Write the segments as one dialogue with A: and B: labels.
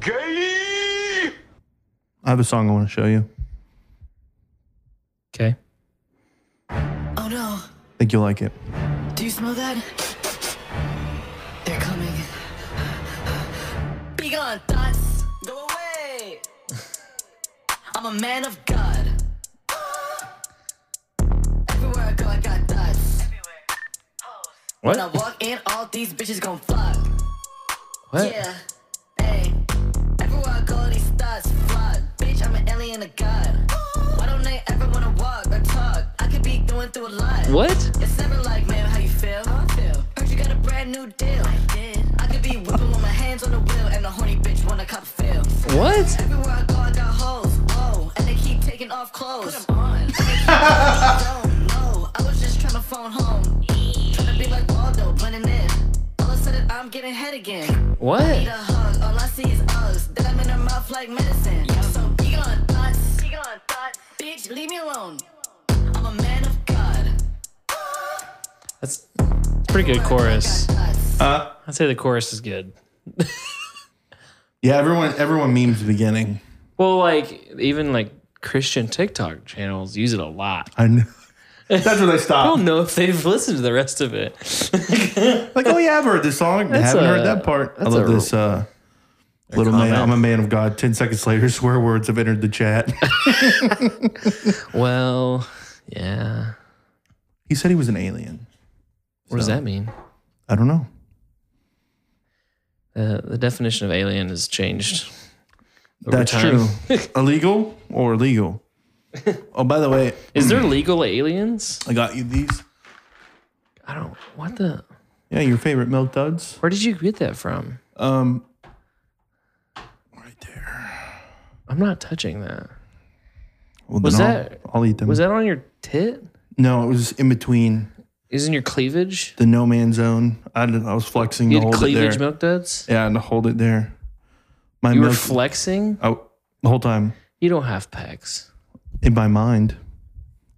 A: Gay.
B: I have a song I want to show you.
C: Okay.
D: Oh no.
B: I think you'll like it.
D: Do you smell that? They're coming. Be gone, thoughts. Go away. I'm a man of God. Everywhere I go, I got thoughts. When I
C: What?
D: walk in, all these bitches gon' fuck.
C: What?
D: Yeah. Hey. Everywhere I go, these thoughts flock. Bitch, I'm an alien of God. Why don't they ever wanna walk or talk? I could be going through a lot.
C: What?
D: It's never like, man, how you feel? How I feel. Heard you got a brand new deal. I did. I could be whipping with my hands on the wheel, and a horny bitch wanna cop a feel.
C: What?
D: Everywhere I go, I got hoes. Oh, and they keep taking off clothes. Put 'em on. don't know. I was just trying to phone home. Trying to be like Waldo, running in. All of a sudden, I'm getting head again. Need
C: What?
D: a hug, all I see is Uggs. Then I'm in her mouth like medicine. So be gone, thoughts. Be gone, thoughts. Bitch, leave me alone. I'm a man of God.
C: That's it's pretty good chorus.
B: Uh,
C: I'd say the chorus is good.
B: yeah, everyone everyone memes the beginning.
C: Well, like even like Christian TikTok channels use it a lot.
B: I know. That's where they
C: I
B: stop.
C: don't know if they've listened to the rest of it.
B: Like, oh yeah, I've heard this song. I
C: That's
B: haven't heard
C: a-
B: that part. I
C: that's
B: love
C: a-
B: this. Uh, little man,
C: comment.
B: I'm a man of God. Ten seconds later, swear words have entered the chat.
C: well, yeah.
B: he said he was an alien.
C: What does
B: So-
C: that mean?
B: I don't know.
C: Uh, the definition of alien has changed. over
B: That's
C: time.
B: true. Illegal or legal? Oh, by the way,
C: Is there legal aliens?
B: I got you these.
C: I don't. What the?
B: Yeah, your favorite milk duds.
C: Where did you get that from?
B: Um, right there.
C: I'm not touching that.
B: Well,
C: Was
B: then
C: that-
B: I'll, I'll eat them.
C: Was that on your tit?
B: No, it was in between
C: Is in your cleavage?
B: the no man zone. I, don't- I was flexing
C: You
B: to hold
C: had
B: it
C: cleavage
B: there.
C: milk duds?
B: yeah, and to hold it there. My
C: You were
B: milk.
C: flexing?
B: oh, the whole time
C: You don't have pecs.
B: in my mind,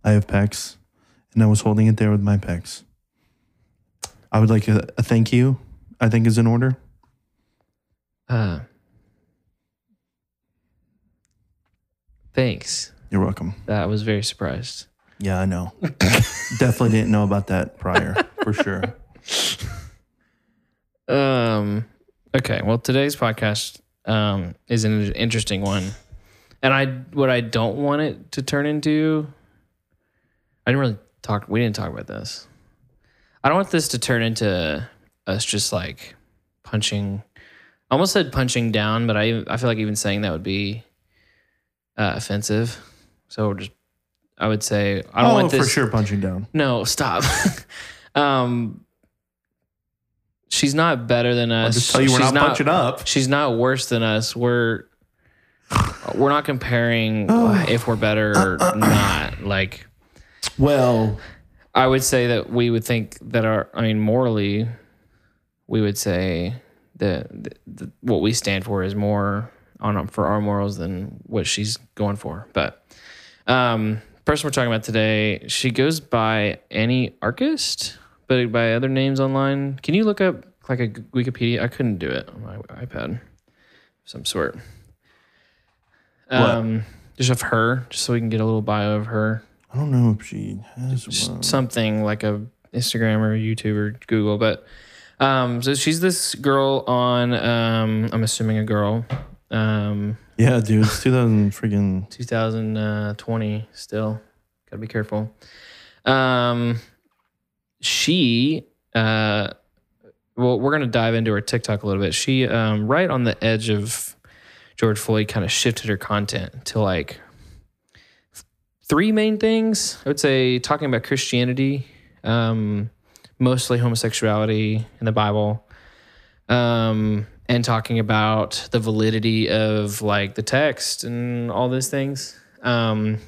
B: I have pecs, and I was holding it there with my pecs. I would like a, a thank you. I think is in order.
C: Uh, thanks.
B: You're welcome.
C: That I was very surprised.
B: Yeah, I know. Definitely didn't know about that prior, for sure.
C: Um, okay. Well, today's podcast um, is an interesting one, and I what I don't want it to turn into. I didn't really talk. We didn't talk about this. I don't want this to turn into us just like punching. I almost said punching down, but I I feel like even saying that would be uh, offensive. So we're just. I would say I don't
B: oh,
C: want this.
B: for sure, punching down.
C: No, stop. um, she's not better than us.
B: I'll just tell you, we're
C: she's
B: not, punching up.
C: She's not worse than us. We're we're not comparing if we're better or not. Like
B: Well,
C: I would say that we would think that our. I mean, morally, we would say that th- th- what we stand for is more on for our morals than what she's going for. But um, person we're talking about today, she goes by Annie Archist, but by other names online. Can you look up like a G- Wikipedia? I couldn't do it on my iPad, of some sort. Um, just of her, just so we can get a little bio of her
B: I don't know if she has one.
C: something like a Instagram or YouTube or Google, but um, so she's this girl on um, I'm assuming a girl, um,
B: Yeah, dude, it's 2000 freaking.
C: 2020 still. Gotta be careful. Um, she uh, well, we're gonna dive into her TikTok a little bit. She um, right on the edge of George Floyd kind of shifted her content to like three main things. I would say talking about Christianity, um, mostly homosexuality in the Bible, um, and talking about the validity of like the text and all those things. Um,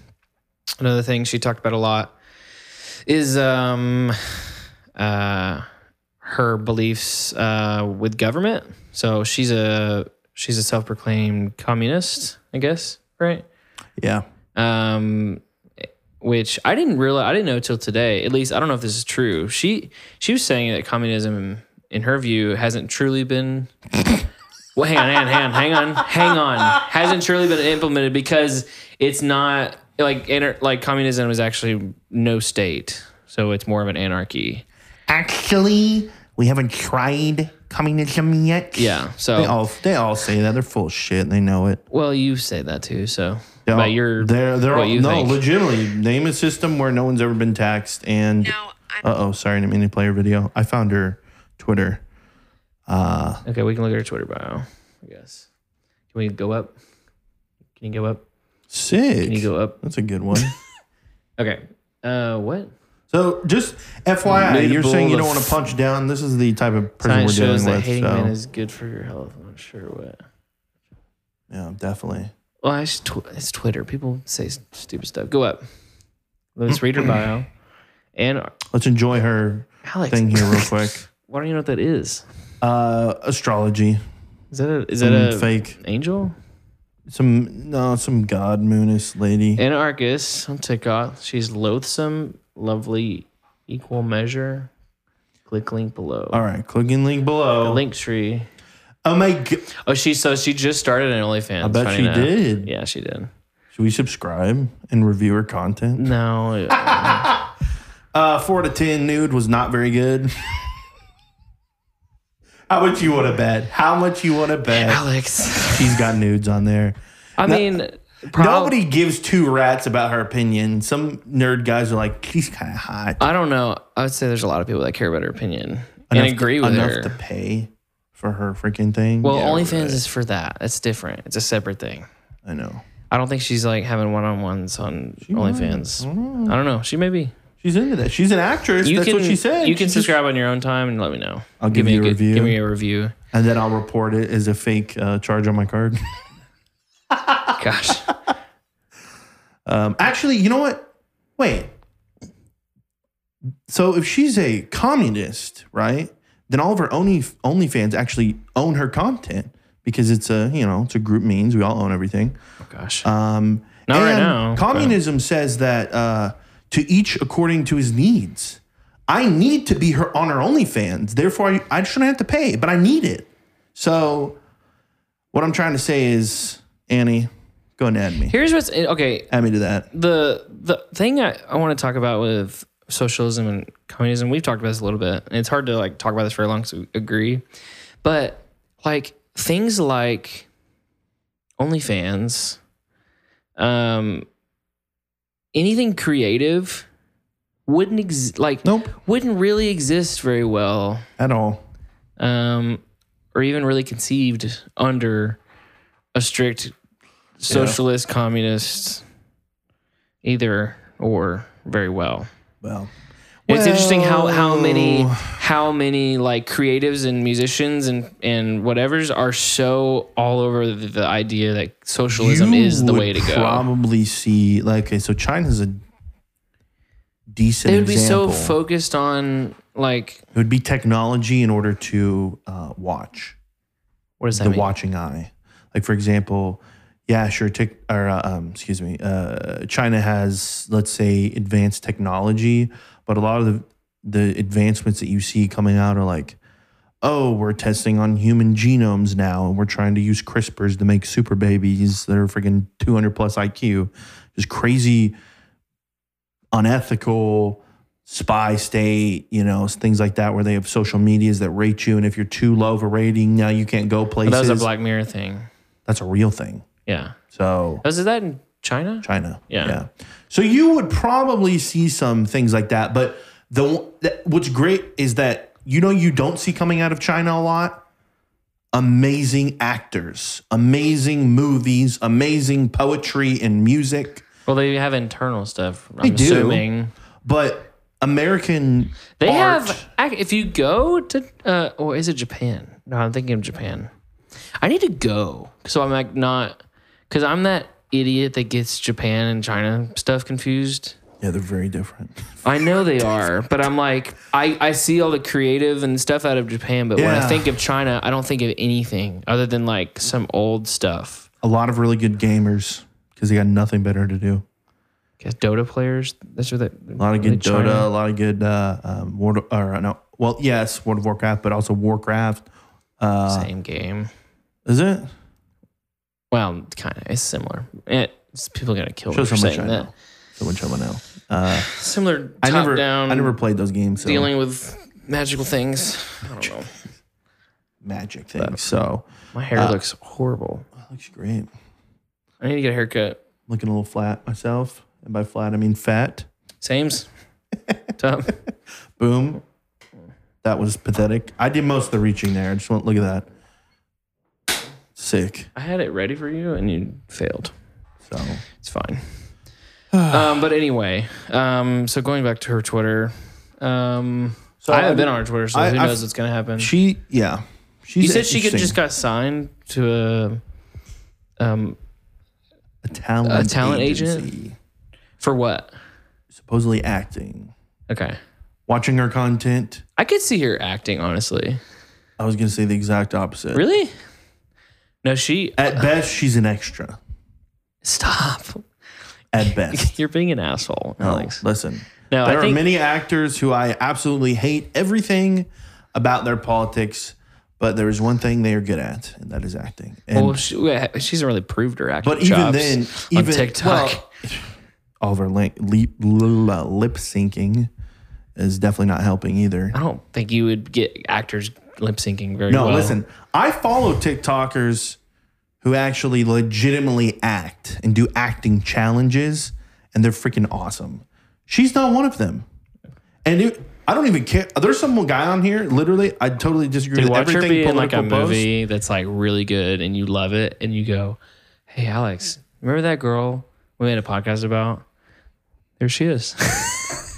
C: another thing she talked about a lot is um, uh, her beliefs uh, with government. So she's a she's a self-proclaimed communist, I guess, right?
B: Yeah.
C: um, which I didn't realize. I didn't know till today. At least I don't know if this is true. She she was saying that communism, in her view, hasn't truly been Well, hang on, hang on, hang on, hang on, hang on. Hasn't surely been implemented because it's not like inter- like communism is actually no state, so it's more of an anarchy.
B: Actually, we haven't tried communism yet.
C: Yeah.
B: They
C: So
B: all they all say that they're full of shit. They know it.
C: well, you say that too. So
B: They all-
C: but you're
B: they're they're
C: what
B: all,
C: you
B: no
C: think.
B: legitimately name a system where no one's ever been taxed and
D: Now, I'm
B: uh oh sorry I didn't mean to play her video. I found her Twitter.
C: okay. We can look at her Twitter bio. I guess. Can we go up? Can you go up?
B: Sick.
C: Can you go up?
B: That's a good one.
C: Okay. Uh, what?
B: so just FYI,
C: Made a
B: you're
C: bull
B: saying you
C: the
B: don't want to
C: f-
B: punch down. This is the type of person
C: Science
B: we're
C: shows
B: dealing
C: that
B: with.
C: hating man
B: So.
C: is good for your health. I'm not sure what.
B: Yeah, definitely.
C: Well, I just tw- it's Twitter. People say s- stupid stuff. Go up. Let's read her bio. And
B: Let's enjoy her
C: Alex,
B: thing here real quick.
C: why don't you know what that is?
B: Uh, astrology.
C: Is that a is
B: Some
C: that a
B: fake.
C: angel?
B: Some no, some god moonist lady.
C: Anarchist on TikTok. She's loathsome, lovely, equal measure. Click link below.
B: All right, clicking link below.
C: Link tree.
B: Oh my god!
C: Oh, she so she just started an OnlyFans.
B: I bet
C: funny
B: she
C: enough.
B: did.
C: Yeah, she did.
B: Should we subscribe and review her content?
C: No,
B: Uh, four to ten nude was not very good. How much you want to bet? How much you want to bet?
C: Alex.
B: She's got nudes on there.
C: I mean, prob-
B: Nobody gives two rats about her opinion. Some nerd guys are like, she's kind of hot.
C: I don't know. I would say there's a lot of people that care about her opinion and
B: Enough
C: agree
B: to,
C: with
B: enough
C: her.
B: to pay for her freaking thing.
C: well,
B: Yeah,
C: OnlyFans
B: right.
C: is for that. It's different. It's a separate thing.
B: I know
C: I don't think she's like having one-on-ones on OnlyFans. I don't know. She may be.
B: she's into that. She's an actress.
C: You
B: That's
C: can
B: what she said.
C: you can
B: She just-
C: subscribe on your own time and let me know.
B: I'll give
C: me
B: you a
C: good-
B: review.
C: Give me a review.
B: and then I'll report it as a fake uh, charge on my card.
C: Gosh,
B: Oh, Um, actually, you know what? Wait. So if she's a communist, right? Then all of her only OnlyFans actually own her content because it's a you know it's a group means we all own everything.
C: oh, gosh.
B: Um,
C: Not right
B: and
C: now,
B: Communism says that uh, to each according to his needs. I need to be her on her OnlyFans, therefore I, I shouldn't have to pay, but I need it. So what I'm trying to say is, Annie, go and add me.
C: Here's what's eh, okay.
B: add me to that.
C: the the thing I, I want to talk about with socialism and communism, we've talked about this a little bit, and it's hard to like talk about this very long because we agree. But like things like OnlyFans, um, anything creative wouldn't exist. Like
B: Nope.
C: wouldn't really exist very well
B: At all.
C: um, or even really conceived under a strict socialist, communist, either or very well.
B: Well,
C: it's interesting how, how many
B: Well-
C: how many like creatives and musicians and and whatever's are so all over the, the idea that socialism
B: you
C: is the
B: would
C: way to go.
B: Probably see like okay, so China's a decent.
C: they would be so
B: example.
C: focused on like
B: It would be technology in order to uh, watch
C: what does that
B: the
C: mean?
B: watching eye. Like for example, yeah, sure. Tick or uh, um, excuse me, uh, China has let's say advanced technology, but a lot of the the advancements that you see coming out are like, oh, we're testing on human genomes now, and we're trying to use CRISPRs to make super babies that are freaking two hundred plus IQ, just crazy, unethical. Spy state, you know, things like that, where they have social medias that rate you, and if you're too low of a rating, now you can't go places.
C: That was a Black Mirror thing.
B: That's a real thing.
C: Yeah.
B: So
C: Was that in China?
B: China.
C: Yeah.
B: So you would probably see some things like that, but the that, what's great is that you know you don't see coming out of China a lot. Amazing actors, amazing movies, amazing poetry and music,
C: Well, they have internal stuff. I'm
B: do.
C: assuming.
B: but American
C: They
B: art,
C: have. ac- If you go to, uh, or is it Japan? No, I'm thinking of Japan. I need to go, so I'm like not, because I'm that idiot that gets Japan and China stuff confused.
B: yeah, they're very different.
C: I know they are, but I'm like, I, I see all the creative and stuff out of Japan, but when I
B: Yeah.
C: think of China, I don't think of anything other than like some old stuff.
B: A lot of really good gamers because they got nothing better to do.
C: Guess Dota players. That's what that.
B: A lot of good Dota, a lot of good uh, um, World or no, well, yes, World of Warcraft, but also Warcraft.
C: Same game.
B: Is it?
C: Well, kind of. It's similar. It's, people are gonna kill me
B: Shows
C: for
B: how much I
C: saying
B: know.
C: that.
B: So much I know. Uh,
C: Similar top
B: I never,
C: down.
B: I never played those games. So
C: dealing with magical things. I don't know.
B: magic things. So
C: My hair looks horrible.
B: oh, looks great.
C: Uh, I need to get a haircut.
B: Looking a little flat myself, and by flat I mean fat.
C: Same's. Top.
B: Boom. That was pathetic. I did most of the reaching there. I just want look at that. Sick.
C: I had it ready for you and you failed.
B: So
C: It's fine. um, but anyway, um, so going back to her Twitter, um,
B: So
C: I haven't
B: I-
C: been on her Twitter, so
B: I-
C: who
B: I-
C: knows what's gonna happen.
B: she, yeah, she's
C: you said she could
B: interesting.
C: just got signed to a um
B: a talent,
C: a talent agent?
B: agency,
C: for what?
B: supposedly acting,
C: Okay,
B: watching her content.
C: I could see her acting honestly.
B: I was gonna say the exact opposite.
C: Really? No, she
B: At best, she's an extra.
C: stop.
B: At best.
C: You're being an asshole,
B: No,
C: Alex.
B: Oh, listen.
C: No,
B: there
C: I think
B: are many actors who I absolutely hate everything about their politics, but there is one thing they are good at, and that is acting. And
C: well, she, well, she hasn't really proved her acting.
B: But even
C: chops
B: then,
C: on
B: even
C: TikTok,
B: well, all of her link, leap, l- l- lip syncing is definitely not helping either.
C: I don't think you would get actors lip syncing very
B: No,
C: well.
B: listen, I follow TikTokers who actually legitimately act and do acting challenges, and they're freaking awesome. She's not one of them, and it, I don't even care. There's some guy on here. Literally, I totally disagree
C: Dude,
B: with
C: watch her
B: everything
C: be in like a
B: political posts.
C: movie that's like really good and you love it and you go, Hey Alex, remember that girl we made a podcast about? There she is.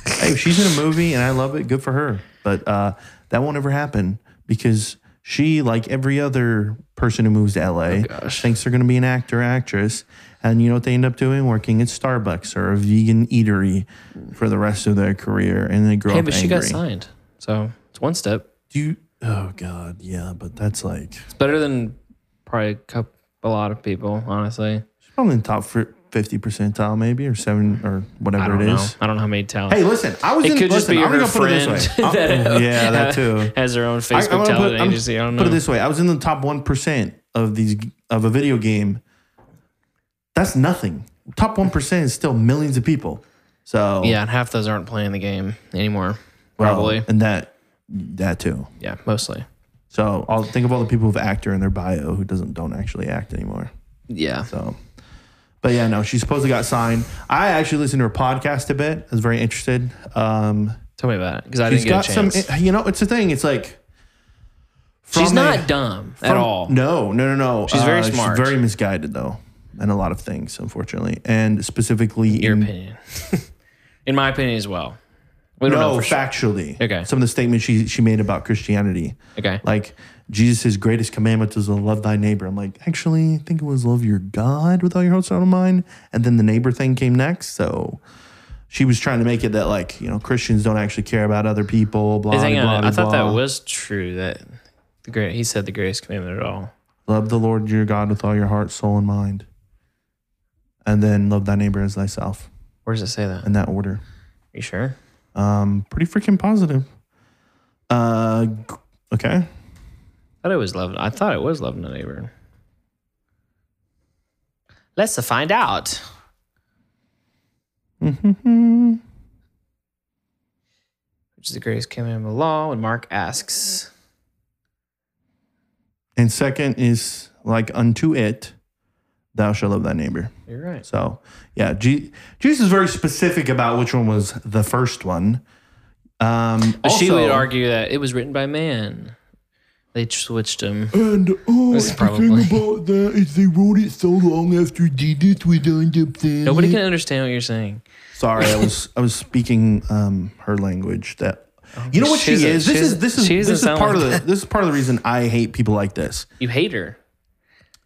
B: hey, if she's in a movie and I love it. Good for her. But uh, that won't ever happen because she, like every other person who moves to
C: Oh,
B: LA, thinks they're going to be an actor, actress. And you know what they end up doing? Working at Starbucks or a vegan eatery for the rest of their career. And they grow
C: hey,
B: up
C: but
B: angry.
C: she got signed. So it's one step.
B: Do you, oh, God. Yeah. But that's like,
C: It's better than probably a couple a lot of people, honestly.
B: she's probably in the top fir- 50 percentile, maybe, or seven, or
C: I
B: whatever
C: don't
B: it
C: know.
B: is.
C: I don't know how many talents.
B: Hey, listen, I was
C: it
B: in,
C: could just
B: listen,
C: be
B: I'm
C: her
B: gonna put it
C: friend
B: this way. I'm-
C: that
B: yeah, that too.
C: has her
B: I-
C: own
B: I
C: Facebook
B: wanna put-
C: talent
B: I'm-
C: agency. I don't
B: Put it
C: know.
B: this way: I was in the top one percent of these of a video game. That's nothing. Top one percent is still millions of people. So um,
C: Yeah, and half those aren't playing the game anymore.
B: well,
C: Probably.
B: and that that too.
C: yeah, mostly.
B: So I'll think of all the people who've actor in their bio who doesn't don't actually act anymore.
C: Yeah.
B: So, but yeah, no, she supposedly got signed. I actually listened to her podcast a bit. I was very interested. Um,
C: Tell me about it. Because I
B: she's
C: didn't get
B: got
C: a chance.
B: some. You know, it's a thing. It's like.
C: She's
B: from a-
C: not dumb at
B: From-
C: all.
B: Um, No, no, no, no. Uh,
C: She's very smart.
B: She's very misguided though, in a lot of things, unfortunately, and specifically
C: Your
B: in-
C: opinion. In my opinion as well. We don't know
B: No,
C: for sure.
B: factually.
C: Okay.
B: Some of the statements she she made about Christianity,
C: Okay.
B: like Jesus' greatest commandment is to love thy neighbor. I'm like, actually, I think it was love your God with all your heart, soul, and mind, and then the neighbor thing came next. So. She was trying to make it that like you know Christians don't actually care about other people. Blah
C: Hey, hang
B: blah,
C: on.
B: blah.
C: I thought
B: blah.
C: that was true that the great he said the greatest commandment at all.
B: love the Lord your God with all your heart, soul, and mind, and then love thy neighbor as thyself.
C: Where does it say that? Are
B: in that order.
C: you sure?
B: Um, pretty freaking positive. Uh, g- okay.
C: I thought it was loving I thought it was loving the neighbor. Let's find out. Which is the greatest commandment of the law when Mark asks.
B: And second is like unto it, thou shalt love thy neighbor.
C: You're right.
B: So yeah, Je- Jesus is very specific about which one was the first one. Um,
C: But she
B: also-
C: would argue that it was written by man. They switched him.
B: And oh,
C: This is probably-
B: about that is they wrote it so long after Jesus was on the planet.
C: Nobody can understand what you're saying.
B: Sorry, I was I was speaking um, her language. That you know what she
C: Oh, She's a-
B: is. This
C: she's-
B: is this is
C: she
B: this
C: doesn't
B: is
C: sound
B: part
C: like
B: of the this is part of the reason I hate people like this.
C: You hate her.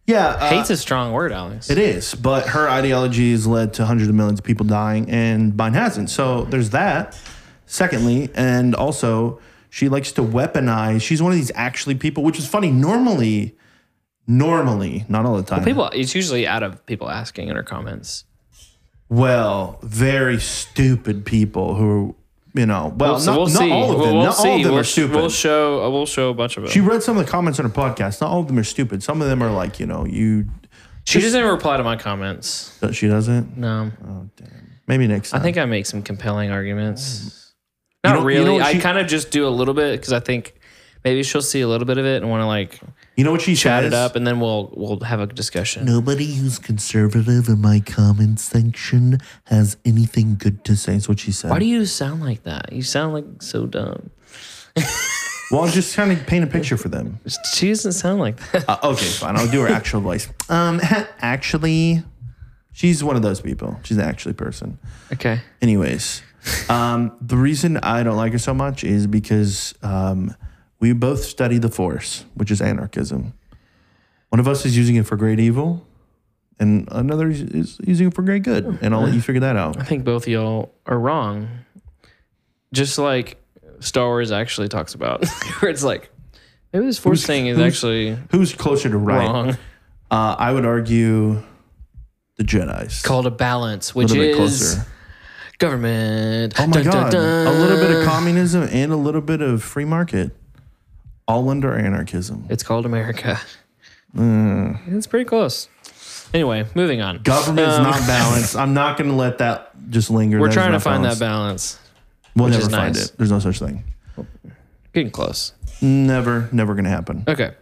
B: Yeah, uh,
C: Hate's a strong word, Alex.
B: it is. But her ideology has led to hundreds of millions of people dying, and mine hasn't. So there's that. Secondly, and also she likes to weaponize. She's one of these actually people, which is funny. Normally, normally, not all the time.
C: People, it's usually out of people asking in her comments.
B: Well, very stupid people who You know, well,
C: so
B: not,
C: we'll
B: not
C: see.
B: all of them.
C: We'll, we'll
B: not
C: see.
B: all of them
C: we'll,
B: are
C: sh-
B: stupid.
C: We'll show. uh, We'll show a bunch of them.
B: she
C: She,
B: read some of the comments on her podcast. Not all of them are stupid. Some of them are like, you know, you.
C: doesn't even reply to my comments.
B: She doesn't.
C: No,
B: Oh damn. Maybe next time.
C: I think I make some compelling arguments.
B: You
C: Not
B: know- you know
C: really.
B: what
C: I
B: she-
C: kind of just do a little bit because I think maybe she'll see a little bit of it and want to like
B: you know what she
C: chat
B: says?
C: it up, and then we'll we'll have a discussion.
B: Nobody who's conservative in my comment section has anything good to say. Is what she said.
C: Why do you sound like that? You sound like so dumb.
B: well, I'm just trying to paint a picture for them.
C: She doesn't sound like that.
B: Uh, okay, fine. I'll do her actual voice. Um, actually, she's one of those people. She's an actually person.
C: Okay.
B: Anyways, um, the reason I don't like her so much is because um, we both study the force, which is anarchism. One of us is using it for great evil, and another is- is using it for great good. And I'll let you figure that out.
C: I think both of y'all are wrong. Just like Star Wars actually talks about, where it's like maybe this force
B: Who's-
C: thing is
B: who's
C: actually
B: Who's closer to right?
C: wrong.
B: Uh, I would argue the Jedi's.
C: Called a balance,
B: a
C: which
B: little bit
C: is
B: closer.
C: government.
B: Oh my
C: Dun, dun,
B: god! A
C: dun.
B: little bit of communism and a little bit of free market, all under anarchism.
C: It's called America.
B: Hmm.
C: It's pretty close. Anyway, moving on.
B: Government's not balanced. I'm not going to let that just linger.
C: We're
B: That is
C: trying to
B: not
C: find
B: balanced.
C: that balance.
B: We'll never
C: is
B: find
C: nice.
B: it. There's no such thing.
C: Getting close.
B: Never, never going to happen.
C: Okay.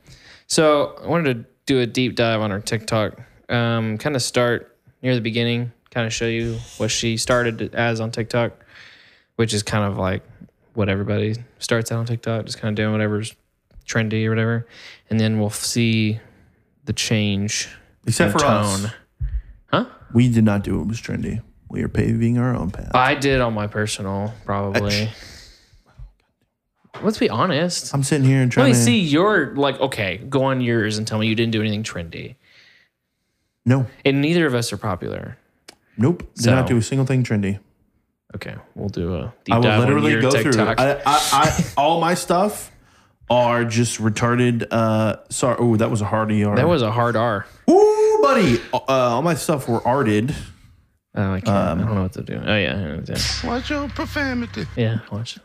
C: So I wanted to do a deep dive on her TikTok. Um, kind of start near the beginning, kind of show you what she started as on TikTok, which is kind of like what everybody starts out on TikTok, just kind of doing whatever's trendy or whatever. And then we'll see the change.
B: Except
C: in
B: for us.
C: tone.
B: We did not do what was trendy. We are paving our own path.
C: I did on my personal, probably. Let's be honest.
B: I'm sitting here and
C: Let
B: trying
C: me
B: to
C: see your, like, okay, go on yours and tell me you didn't do anything trendy.
B: No,
C: And neither of us are popular.
B: nope. Did
C: So-
B: not do a single thing trendy.
C: Okay, we'll do a deep
B: I will
C: dive on
B: literally
C: your
B: go
C: TikTok.
B: through. I, I, I, all my stuff are just retarded. Uh, sorry. Oh, that was a hard ER.
C: that was a hard R.
B: Ooh, buddy. Uh, all my stuff were arted.
C: Oh, I can't. I
B: Um,
C: don't know what to do. Oh yeah, yeah,
A: Watch your profanity.
C: yeah. Watch.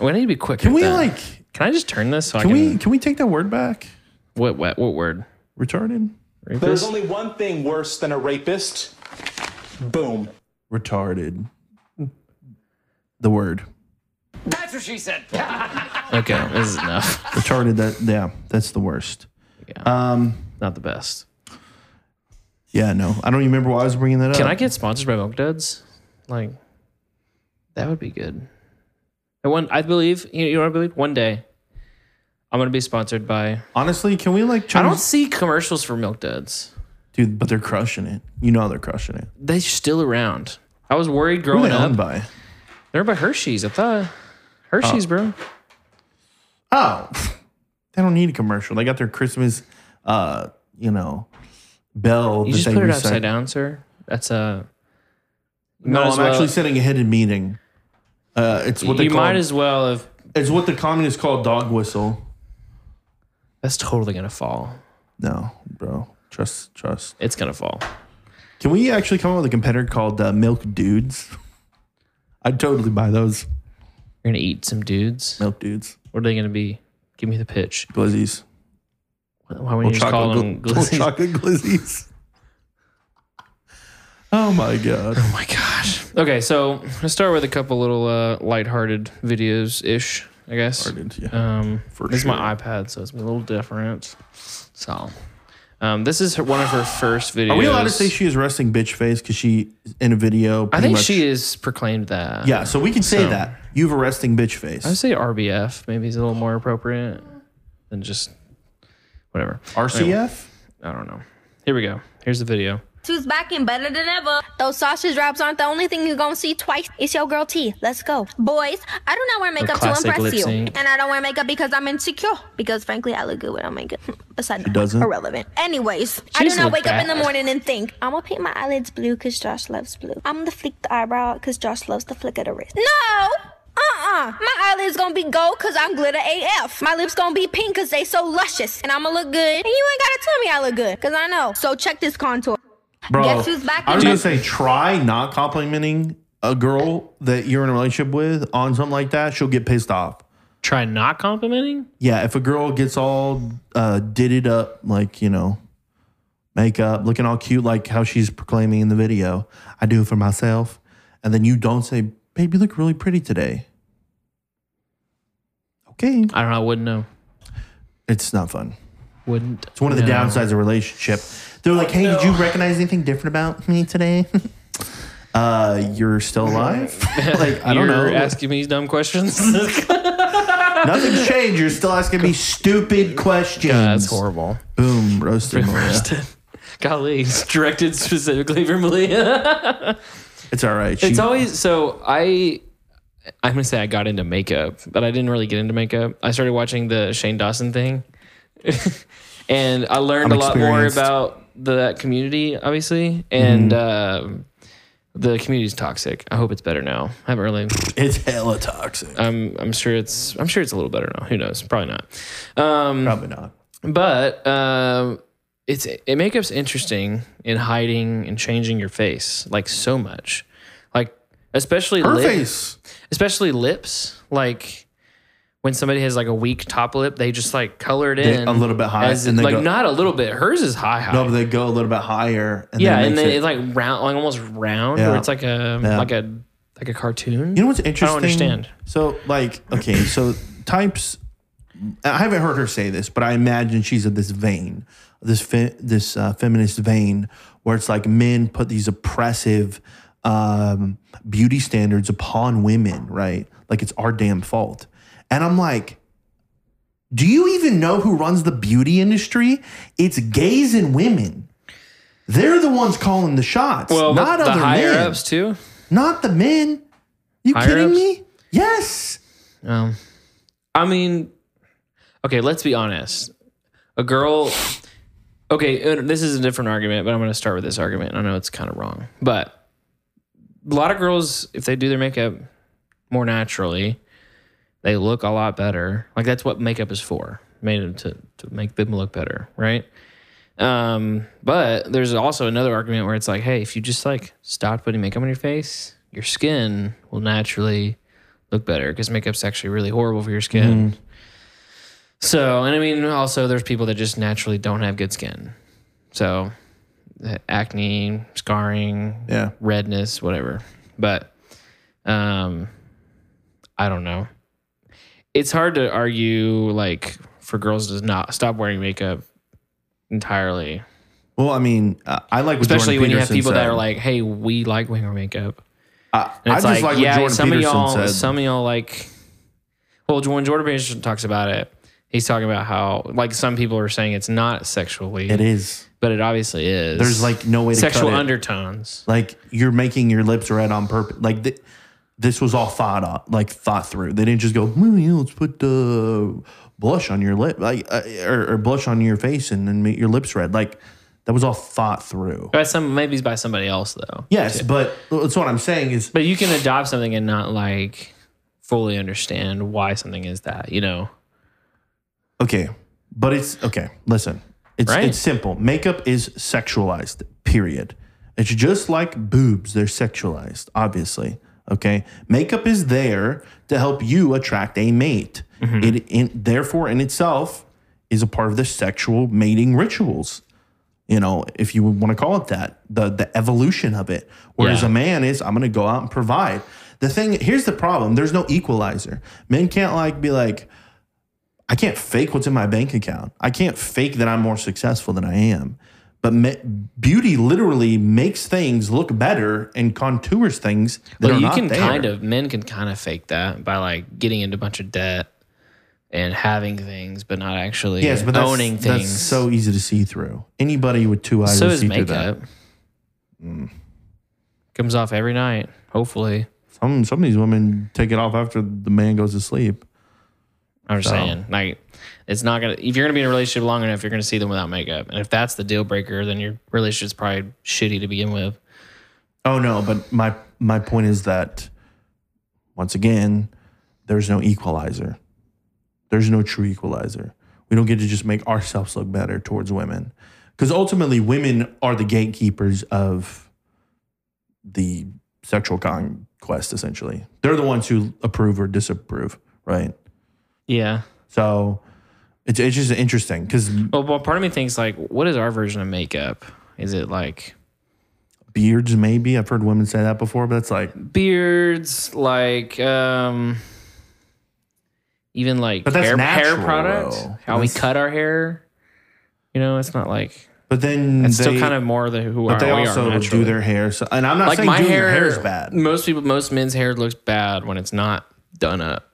C: We need to be quick.
B: Can we like?
C: Can I just turn this?
B: Can
C: So I can,
B: we? Can we take that word back?
C: What? What? What word?
B: Retarded.
C: Read
E: There's
C: this?
E: only one thing worse than a rapist. Boom.
B: Retarded. The word
C: okay, this is enough.
B: retarded. That yeah, that's the worst. Um.
C: Not the best.
B: Yeah. No, I don't even remember why I was bringing that up.
C: Can I get sponsored by Milk Duds? Like, that would be good. I one, I believe. You know, what I believe? One day, I'm gonna be sponsored by.
B: Honestly, can we like?
C: I
B: Try
C: don't see commercials for Milk Duds.
B: dude, but they're crushing it. You know they're crushing it.
C: They're still around. I was worried
B: Who are
C: growing
B: they
C: up.
B: owned by?
C: They're by Hershey's. I thought Hershey's, bro.
B: Oh, they don't need a commercial. They got their Christmas, uh, you know, bell.
C: You
B: that
C: just
B: they
C: put it
B: recite.
C: upside down, sir. That's a.
B: No,
C: Might as
B: I'm
C: well-
B: actually sitting a hidden meeting. Uh, it's what they
C: you
B: call.
C: might as well have.
B: it's what the communists call dog whistle.
C: That's totally gonna fall.
B: No, bro. Trust, trust.
C: It's gonna fall.
B: Can we actually come up with a competitor called uh, Milk Dudes? I'd totally buy those
C: You're gonna eat some dudes.
B: Milk Dudes
C: What are they gonna be? Give me the pitch.
B: glizzies.
C: Why wouldn't you just call them?
B: gl-
C: glizzies?
B: chocolate glizzies. Oh my god!
C: Oh my gosh. Okay, so let's start with a couple little uh, lighthearted videos ish. I guess.
B: Yeah.
C: Um,
B: For
C: this is my
B: sure.
C: iPad, so it's a little different. So, um, this is her, one of her first videos.
B: Are we allowed to say she is resting bitch face because she in a video?
C: I
B: pretty
C: think
B: much-
C: she is proclaimed that.
B: Yeah, so we can say
C: So-
B: that you've a resting bitch face.
C: I would say RBF maybe is a little more appropriate than just whatever.
B: RCF.
C: I don't know. Here we go. Here's the video.
F: Two's back and better than ever. Those sausage wraps aren't the only thing you're gonna see twice. It's your girl T. Let's go. Boys, I do not wear makeup to
C: classic
F: impress
C: lip
F: you.
C: sync.
F: And I don't wear makeup because I'm insecure. Because frankly, I look good without makeup. Besides, she
B: doesn't.
F: Irrelevant. Anyways,
C: She
F: I do
C: doesn't
F: not
C: look
F: wake up in the
C: bad.
F: morning and think, I'm gonna paint my eyelids blue because Josh loves blue. I'm gonna flick the eyebrow because Josh loves the flick of the wrist. No! Uh-uh. My eyelids gonna be gold cause I'm glitter AF. My lips gonna be pink cause they so luscious. And I'ma look good. And you ain't gotta tell me I look good. Cause I know. So check this contour.
B: Bro,
F: Guess who's back
B: I was
F: in-
B: gonna say try not complimenting a girl that you're in a relationship with on something like that, she'll get pissed off.
C: Try not complimenting.
B: Yeah, if a girl gets all uh, did up, like you know, makeup, looking all cute, like how she's proclaiming in the video, I do it for myself, and then you don't say, "Babe, you look really pretty today." Okay,
C: I don't know. I wouldn't know.
B: it's not fun.
C: Wouldn't.
B: It's one of the
C: know.
B: downsides of relationship. They're like, "Hey, did you recognize anything different about me today?" uh, you're still alive. like I don't
C: You're
B: know.
C: Asking me dumb questions.
B: Nothing's changed. You're still asking me stupid questions.
C: That's horrible.
B: Boom, roasted. Maria.
C: Golly, it's directed specifically for Malia.
B: It's all right. She-
C: It's always so I I'm gonna say I got into makeup, but I didn't really get into makeup. I started watching the Shane Dawson thing. and I learned
B: I'm
C: a lot more
B: experienced.
C: about the that community, obviously. And
B: Mm-hmm.
C: um the community's toxic. I hope it's better now. I haven't really
B: it's hella toxic.
C: I'm I'm sure it's I'm sure it's a little better now. Who knows? Probably not. Um
B: Probably not.
C: but um, it's it makeup's interesting in hiding and changing your face like so much, like especially
B: Her
C: lip-
B: face.
C: especially lips. Like when somebody has like a weak top lip, they just like color it
B: They-
C: in
B: a little bit high,
C: as-
B: and they
C: like
B: go-
C: not a little bit. Hers is high high.
B: No, but they go a little bit higher. And then
C: yeah,
B: it
C: and
B: makes
C: then
B: it-
C: it's like round, like almost round,
B: Yeah.
C: or it's like a
B: Yeah.
C: like a like a cartoon.
B: you know what's interesting?
C: understand.
B: So, like, okay, so types. I haven't heard her say this, but I imagine she's of this vein, this fe- this uh, feminist vein, where it's like men put these oppressive um, beauty standards upon women, right? Like it's our damn fault. And I'm like, do you even know who runs the beauty industry? It's gays and women. They're the ones calling the shots,
C: well, but
B: not
C: the
B: other
C: higher
B: men.
C: ups too.
B: Not the men. You
C: Higher
B: kidding
C: ups?
B: me? Yes.
C: Um, I mean, okay, let's be honest. A girl, okay, and this is a different argument, but I'm going to start with this argument. I know it's kind of wrong, but a lot of girls, if they do their makeup more naturally, they look a lot better. Like that's what makeup is for, made them to, to make them look better, right? Um, but there's also another argument where it's like, hey, if you just like stop putting makeup on your face, your skin will naturally look better because makeup's actually really horrible for your skin. So, and I mean, also there's people that just naturally don't have good skin. So, uh, acne, scarring,
B: Yeah.
C: redness, whatever. But, um, I don't know. It's hard to argue like for girls to not stop wearing makeup entirely,
B: Well, I mean, uh, I like what
C: especially
B: Jordan
C: when you have
B: Peterson
C: people that
B: said.
C: are like, "Hey, we like wearing our makeup."
B: I,
C: And
B: I
C: it's
B: just
C: like,
B: like, what
C: yeah,
B: Jordan
C: some
B: Peterson
C: of y'all,
B: said.
C: some of y'all like. Well, when Jordan Peterson talks about it, he's talking about how like some people are saying it's not sexually,
B: it is
C: but it obviously is.
B: There's, like, no way to cut
C: sexual
B: it.
C: undertones.
B: like you're making your lips red on purpose. Like th- this was all thought out, like thought through. They didn't just go, "Hmm, yeah, let's put the blush on your lip, like uh, or, or blush on your face and then make your lips red. Like that was all thought through.
C: By some, maybe it's by somebody else though.
B: Yes, but that's what I'm saying is
C: But you can adopt something and not like fully understand why something is that, you know.
B: Okay, but it's okay. Listen, it's
C: Right.
B: it's simple. Makeup is sexualized. Period. It's just like boobs; they're sexualized, obviously. Okay, makeup is there to help you attract a mate.
C: Mm-hmm.
B: It in, therefore, in itself, is a part of the sexual mating rituals. You know, if you want to call it that, the the evolution of it. Whereas
C: Yeah.
B: a man is, I'm going to go out and provide. The thing here's the problem: there's no equalizer. Men can't like be like, I can't fake what's in my bank account. I can't fake that I'm more successful than I am. But ma- beauty literally makes things look better and contours things that
C: Well,
B: are
C: you
B: not
C: can
B: there.
C: kind of men can kind of fake that by like getting into a bunch of debt and having things, but not actually
B: yes, but that's,
C: owning
B: that's
C: things.
B: so easy to see through. Anybody with two eyes
C: so
B: will
C: is
B: see through that. Mm.
C: makeup. Comes off every night, hopefully.
B: Some some of these women take it off after the man goes to sleep.
C: I'm just
B: So-
C: saying, like, it's not gonna. If you're gonna be in a relationship long enough, you're gonna see them without makeup, and if that's the deal breaker, then your relationship's probably shitty to begin with.
B: Oh no, but my my point is that once again, there's no equalizer. There's no true equalizer. We don't get to just make ourselves look better towards women. Because ultimately women are the gatekeepers of the sexual conquest, essentially. They're the ones who approve or disapprove, right?
C: Yeah.
B: So it's, it's just interesting because
C: Well, well, part of me thinks like, what is our version of makeup? Is it like
B: beards, maybe I've heard women say that before, but it's like,
C: beards, like um, even like
B: But that's
C: hair, hair
B: natural,
C: products,
B: though.
C: how we
B: That's-
C: cut our hair. You know, it's not like
B: but then
C: it's still
B: they-
C: kind of more the who
B: But
C: are
B: they
C: we are
B: also do
C: naturally.
B: their hair. So, and I'm not
C: like
B: saying
C: my
B: doing
C: hair,
B: your hair is bad.
C: Most people, most men's hair looks bad when it's not done up.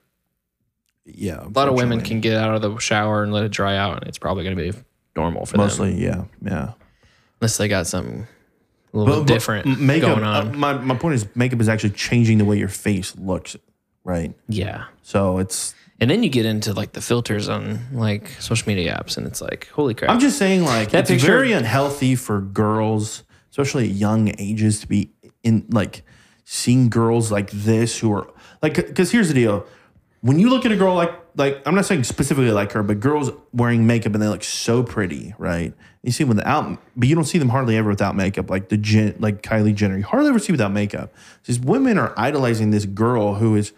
B: Yeah,
C: A lot of women can get out of the shower and let it dry out, and it's probably going to be normal for them.
B: mostly. Yeah, yeah.
C: unless they got something a little bit different
B: m- makeup,
C: going on.
B: uh, my my point is, makeup is actually changing the way your face looks, right?
C: yeah,
B: So it's.
C: and then you get into like the filters on like social media apps, and it's like, holy crap!
B: I'm just saying, like
C: That
B: it's
C: picture-
B: very unhealthy for girls, especially at young ages, to be in like seeing girls like this who are like. Because here's the deal: when you look at a girl like like I'm not saying specifically like her, but girls wearing makeup and they look so pretty, right? You see them without, but you don't see them hardly ever without makeup. Like the Jen, like Kylie Jenner, you hardly ever see without makeup. These women are idolizing this girl who is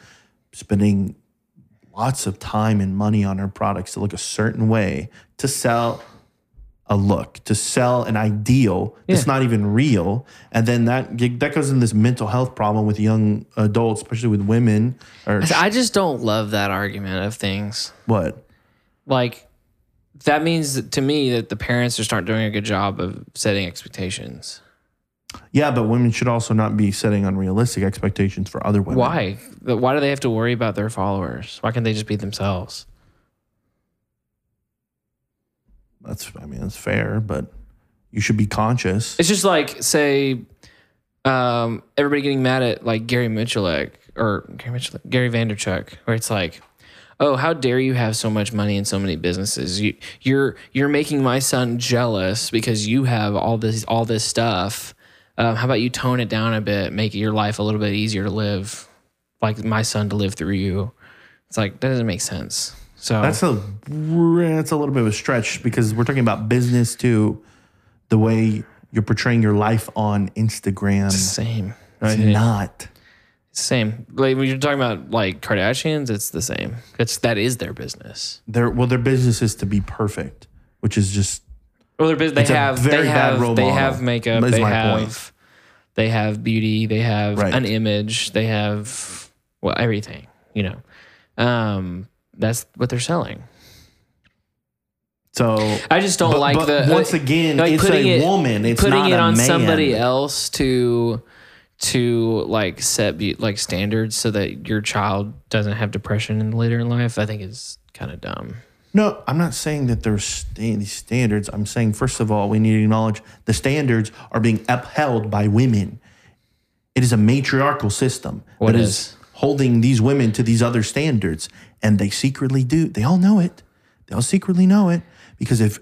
B: spending lots of time and money on her products to look a certain way to sell a look to sell an ideal that's not even real and then that that goes in this mental health problem with young adults especially with women or
C: I just don't love that argument of things.
B: what
C: Like that means that- to me that the parents just aren't doing a good job of setting expectations.
B: yeah but women should also not be setting unrealistic expectations for other women
C: Why? Why do they have to worry about their followers? Why can't they just be themselves?
B: that's i mean that's fair but you should be conscious
C: It's just like say, um, everybody getting mad at like Gary Mitchellek or Gary Mitchellek, Gary Vanderchuck, where it's like, oh, how dare you have so much money and so many businesses? You you're you're making my son jealous because you have all this all this stuff. Um, how about you tone it down a bit, make your life a little bit easier to live, like my son to live through you. It's like that doesn't make sense. So
B: that's a that's a little bit of a stretch because we're talking about business too the way you're portraying your life on instagram
C: same.
B: it's
C: Same.
B: not
C: Same. Like when you're talking about like Kardashians, it's the same. It's that is their business.
B: their well their business is to be perfect which is just
C: Well, their business. They
B: It's a
C: have.
B: very
C: they
B: bad
C: have.
B: role
C: they
B: model,
C: have makeup.
B: is
C: They
B: my
C: have.
B: point.
C: They have beauty. They have
B: Right.
C: an image. They have well everything. You know, um, that's what they're selling.
B: so
C: I just don't
B: But-
C: like
B: but
C: the uh,
B: once again, it's a woman, it's
C: putting
B: not a
C: it on
B: man.
C: somebody else to to like set be- like standards so that your child doesn't have depression in later in life. I think is kind of dumb.
B: no i'm not saying that there's sta- these standards i'm saying first of all we need to acknowledge the standards are being upheld by women it is a matriarchal system
C: What
B: that
C: is?
B: holding these women to these other standards and they secretly do they all know it they all secretly know it because if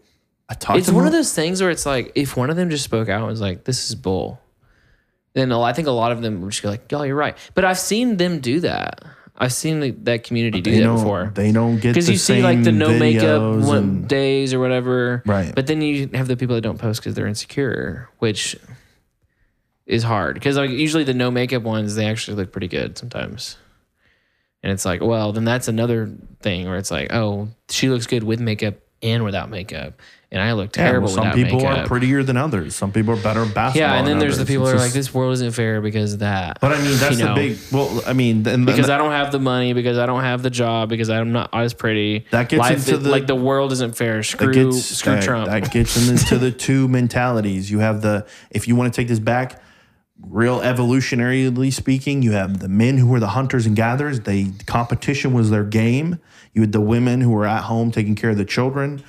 B: i talk
C: It's
B: to
C: one
B: mo-
C: of those things where it's like if one of them just spoke out and was like, "This is bull," then I think a lot of them would just go like, "Y'all, you're right." But I've seen them do that. I've seen the, that community do
B: they
C: that
B: don't,
C: before.
B: they don't get
C: Because
B: the
C: you see like the
B: same
C: no makeup
B: videos
C: one-
B: and-
C: days or whatever,
B: Right.
C: But then you have the people that don't post because they're insecure, which is hard. Because like usually the no makeup ones, they actually look pretty good sometimes. And it's like, well, then that's another thing where it's like, oh, she looks good with makeup and without makeup, and I look
B: Yeah,
C: terrible
B: well, some
C: without
B: people
C: makeup.
B: are prettier than others. Some people are better at basketball.
C: yeah, and then
B: than
C: there's the
B: others.
C: people
B: It's
C: that are
B: just-
C: like, this world isn't fair because of that.
B: But I mean, that's
C: you
B: the
C: know?
B: big. Well, I mean, and,
C: because I don't have the money, because I don't have the job, because I'm not as pretty.
B: That gets into the-
C: like the world isn't fair. Screw screw
B: that,
C: Trump.
B: That gets into the two mentalities. You have the if you want to take this back, real evolutionarily speaking, you have the men who were the hunters and gatherers. They competition was their game. You had the women who were at home taking care of the children.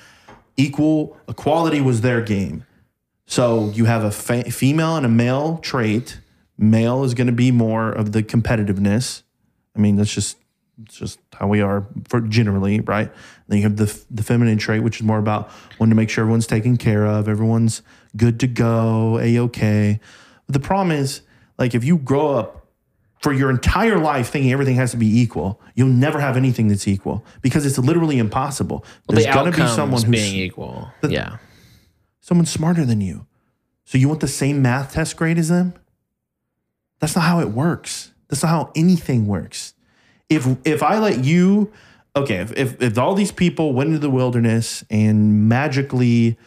B: Equal equality was their game. So you have a fe- female and a male trait. Male is going to be more of the competitiveness. I mean, that's just it's just how we are for generally, right? Then you have the the feminine trait, which is more about wanting to make sure everyone's taken care of, everyone's good to go, a okay. The problem is, like, if you grow up for your entire life thinking everything has to be equal, you'll never have anything that's equal because it's literally impossible.
C: the
B: There's gonna be
C: outcomes
B: someone who's
C: being equal. yeah,
B: someone smarter than you. So you want the same math test grade as them? That's not how it works. That's not how anything works. If if I let you, okay, if if, if all these people went into the wilderness and magically,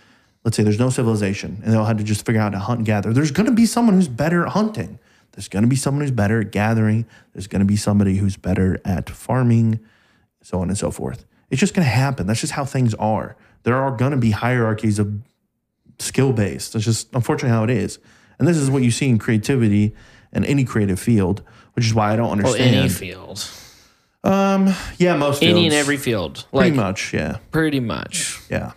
B: let's say there's no civilization and they all had to just figure out how to hunt and gather, there's gonna be someone who's better at hunting. There's gonna be someone who's better at gathering. There's gonna be somebody who's better at farming, so on and so forth. It's just gonna happen. That's just how things are. There are gonna be hierarchies of skill based. That's just unfortunately how it is. And this is what you see in creativity and any creative field, which is why I don't
C: Well,
B: understand.
C: any field,
B: um, yeah, most
C: any and
B: fields.
C: every field,
B: pretty
C: like
B: much, yeah,
C: pretty much.
B: yeah.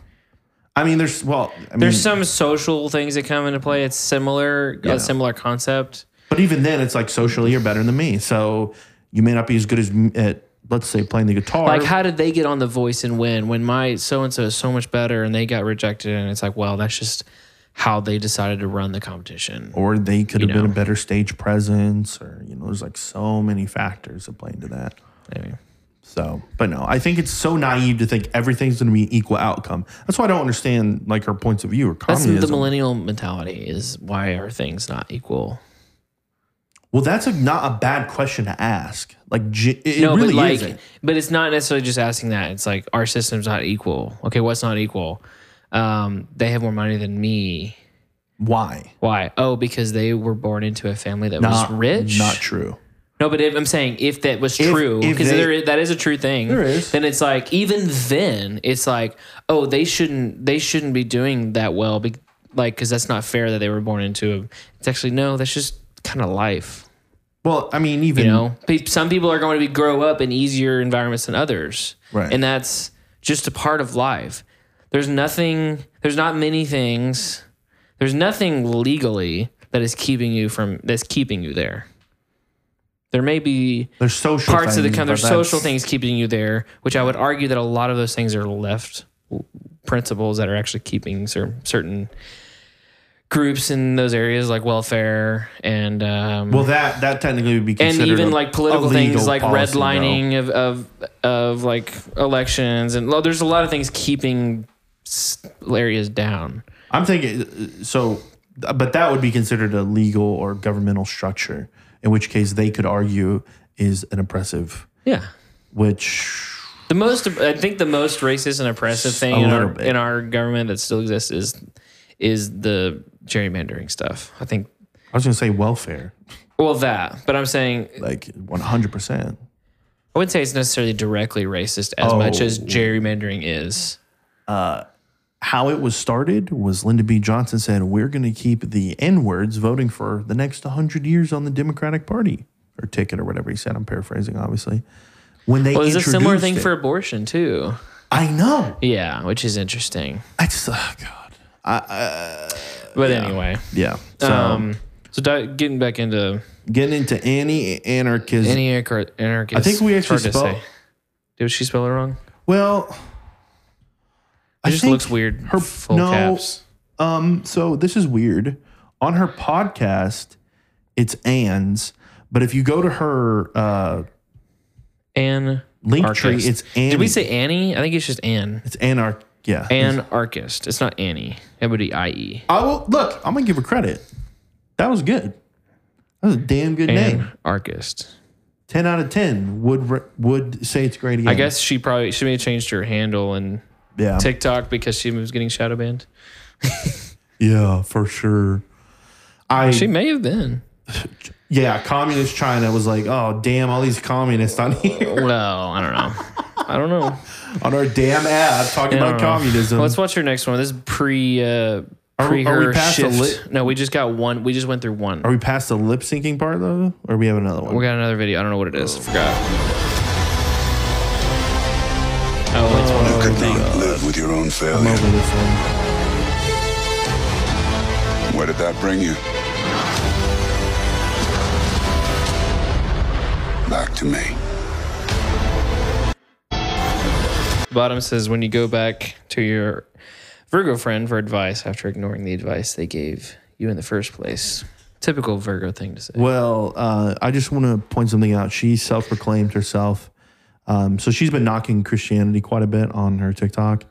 B: I mean, there's well, I mean,
C: There's some social things that come into play. It's similar,
B: Yeah.
C: a similar concept.
B: but even then, it's like socially you're better than me, so you may not be as good as m- at let's say playing the guitar.
C: Like, how did they get on The Voice and win when my so and so is so much better and they got rejected? And it's like, well, that's just how they decided to run the competition.
B: or they could
C: you
B: have been
C: know.
B: a better stage presence, or you know, there's like so many factors that play into that.
C: Maybe.
B: So, but no, I think it's so naive to think everything's going to be equal outcome. That's why I don't understand like her points of view or
C: That's
B: communism.
C: the millennial mentality is why are things not equal?
B: Well, that's a, not a bad question to ask. Like, ge- it, it really
C: but like,
B: isn't.
C: but it's not necessarily just asking that. It's like our system's not equal. Okay, what's not equal? Um, they have more money than me.
B: Why?
C: Why? Oh, because they were born into a family that
B: Not
C: was rich.
B: Not true.
C: No, but if, I'm saying if that was
B: If-
C: true,
B: if
C: because
B: they-
C: there is- that is a true thing.
B: There is.
C: Then it's like even then it's like oh they shouldn't they shouldn't be doing that well, be, like because that's not fair that they were born into. A, it's actually no, that's just kind of life.
B: Well, I mean, even
C: You know, Pe- some people are going to be grow up in easier environments than others,
B: Right.
C: And that's just a part of life. There's nothing. There's not many things. There's nothing legally that is keeping you from that's keeping you there. There may be
B: there's social
C: parts of the
B: things,
C: country,
B: but
C: there's social
B: that's-
C: things keeping you there, which I would argue that a lot of those things are left principles that are actually keeping cer- certain groups in those areas, like welfare and um,
B: Well, that that technically would be
C: and
B: considered
C: even
B: a-
C: like
B: a
C: political
B: legal
C: things like
B: policy, though.
C: redlining of, of of like elections and well, there's a lot of things keeping s- areas down.
B: I'm thinking uh, so, but that would be considered a legal or governmental structure. In which case, they could argue is an oppressive,
C: Yeah.
B: which
C: The most, I think, the most racist and oppressive thing
B: A
C: in
B: little
C: our
B: bit.
C: in our government that still exists is is the gerrymandering stuff. I think,
B: I was going to say welfare,
C: well, that, but I'm saying
B: like 100. percent
C: I wouldn't say it's necessarily directly racist as much as
B: Oh.
C: gerrymandering is.
B: How it was started was Lyndon B. Johnson said, "We're going to keep the N words voting for the next 100 years on the Democratic Party or ticket or whatever he said." I'm paraphrasing, obviously. When they
C: Well, there's a similar
B: introduced
C: thing
B: it-
C: for abortion too.
B: I know.
C: Yeah, which is interesting.
B: I just oh god.
C: But anyway,
B: Yeah. So
C: um, so di- getting back into
B: getting into any anarchism.
C: any anarch- anarchist,
B: I think we
C: it's
B: actually
C: hard to say.
B: spelled.
C: Did she spell it wrong?
B: Well,
C: It just looks weird.
B: Her
C: full
B: no.
C: caps.
B: Um. So this is weird. On her podcast, it's Ann's, but if you go to her uh,
C: Ann
B: link tree,
C: Archist.
B: it's Annie.
C: Did we say Annie? I think it's just Ann.
B: it's Anarch? Yeah.
C: Anarchist. It's not Annie. It would be E. I-E.
B: I will look. I'm gonna give her credit. That was good. That was a damn good name.
C: Anarchist.
B: Ten out of ten would re- would say it's great. Again.
C: I guess she probably she may have changed her handle and
B: Yeah.
C: TikTok because she was getting shadow banned.
B: yeah, for sure. I
C: She may have been.
B: yeah, communist China was like, oh damn, all these communists on here
C: Well, I don't know. I don't know.
B: on our damn app talking
C: I
B: about
C: don't know.
B: communism.
C: Let's watch her next one. This is pre uh pre
B: are we
C: her
B: past the
C: shift.
B: lit-
C: no, we just got one. We just went through one.
B: Are we past the lip syncing part though, or we have another one?
C: We got another video. I don't know what it is. I forgot. Oh, it's one.
A: You could not live with your own
B: I'm over
A: failure.
B: this one.
A: Where did that bring you? Back to me.
C: Bottom says when you go back to your Virgo friend for advice after ignoring the advice they gave you in the first place. Typical Virgo thing to say.
B: Well, uh, I just want to point something out. She self-proclaimed herself, um, so she's been knocking Christianity quite a bit on her TikTok,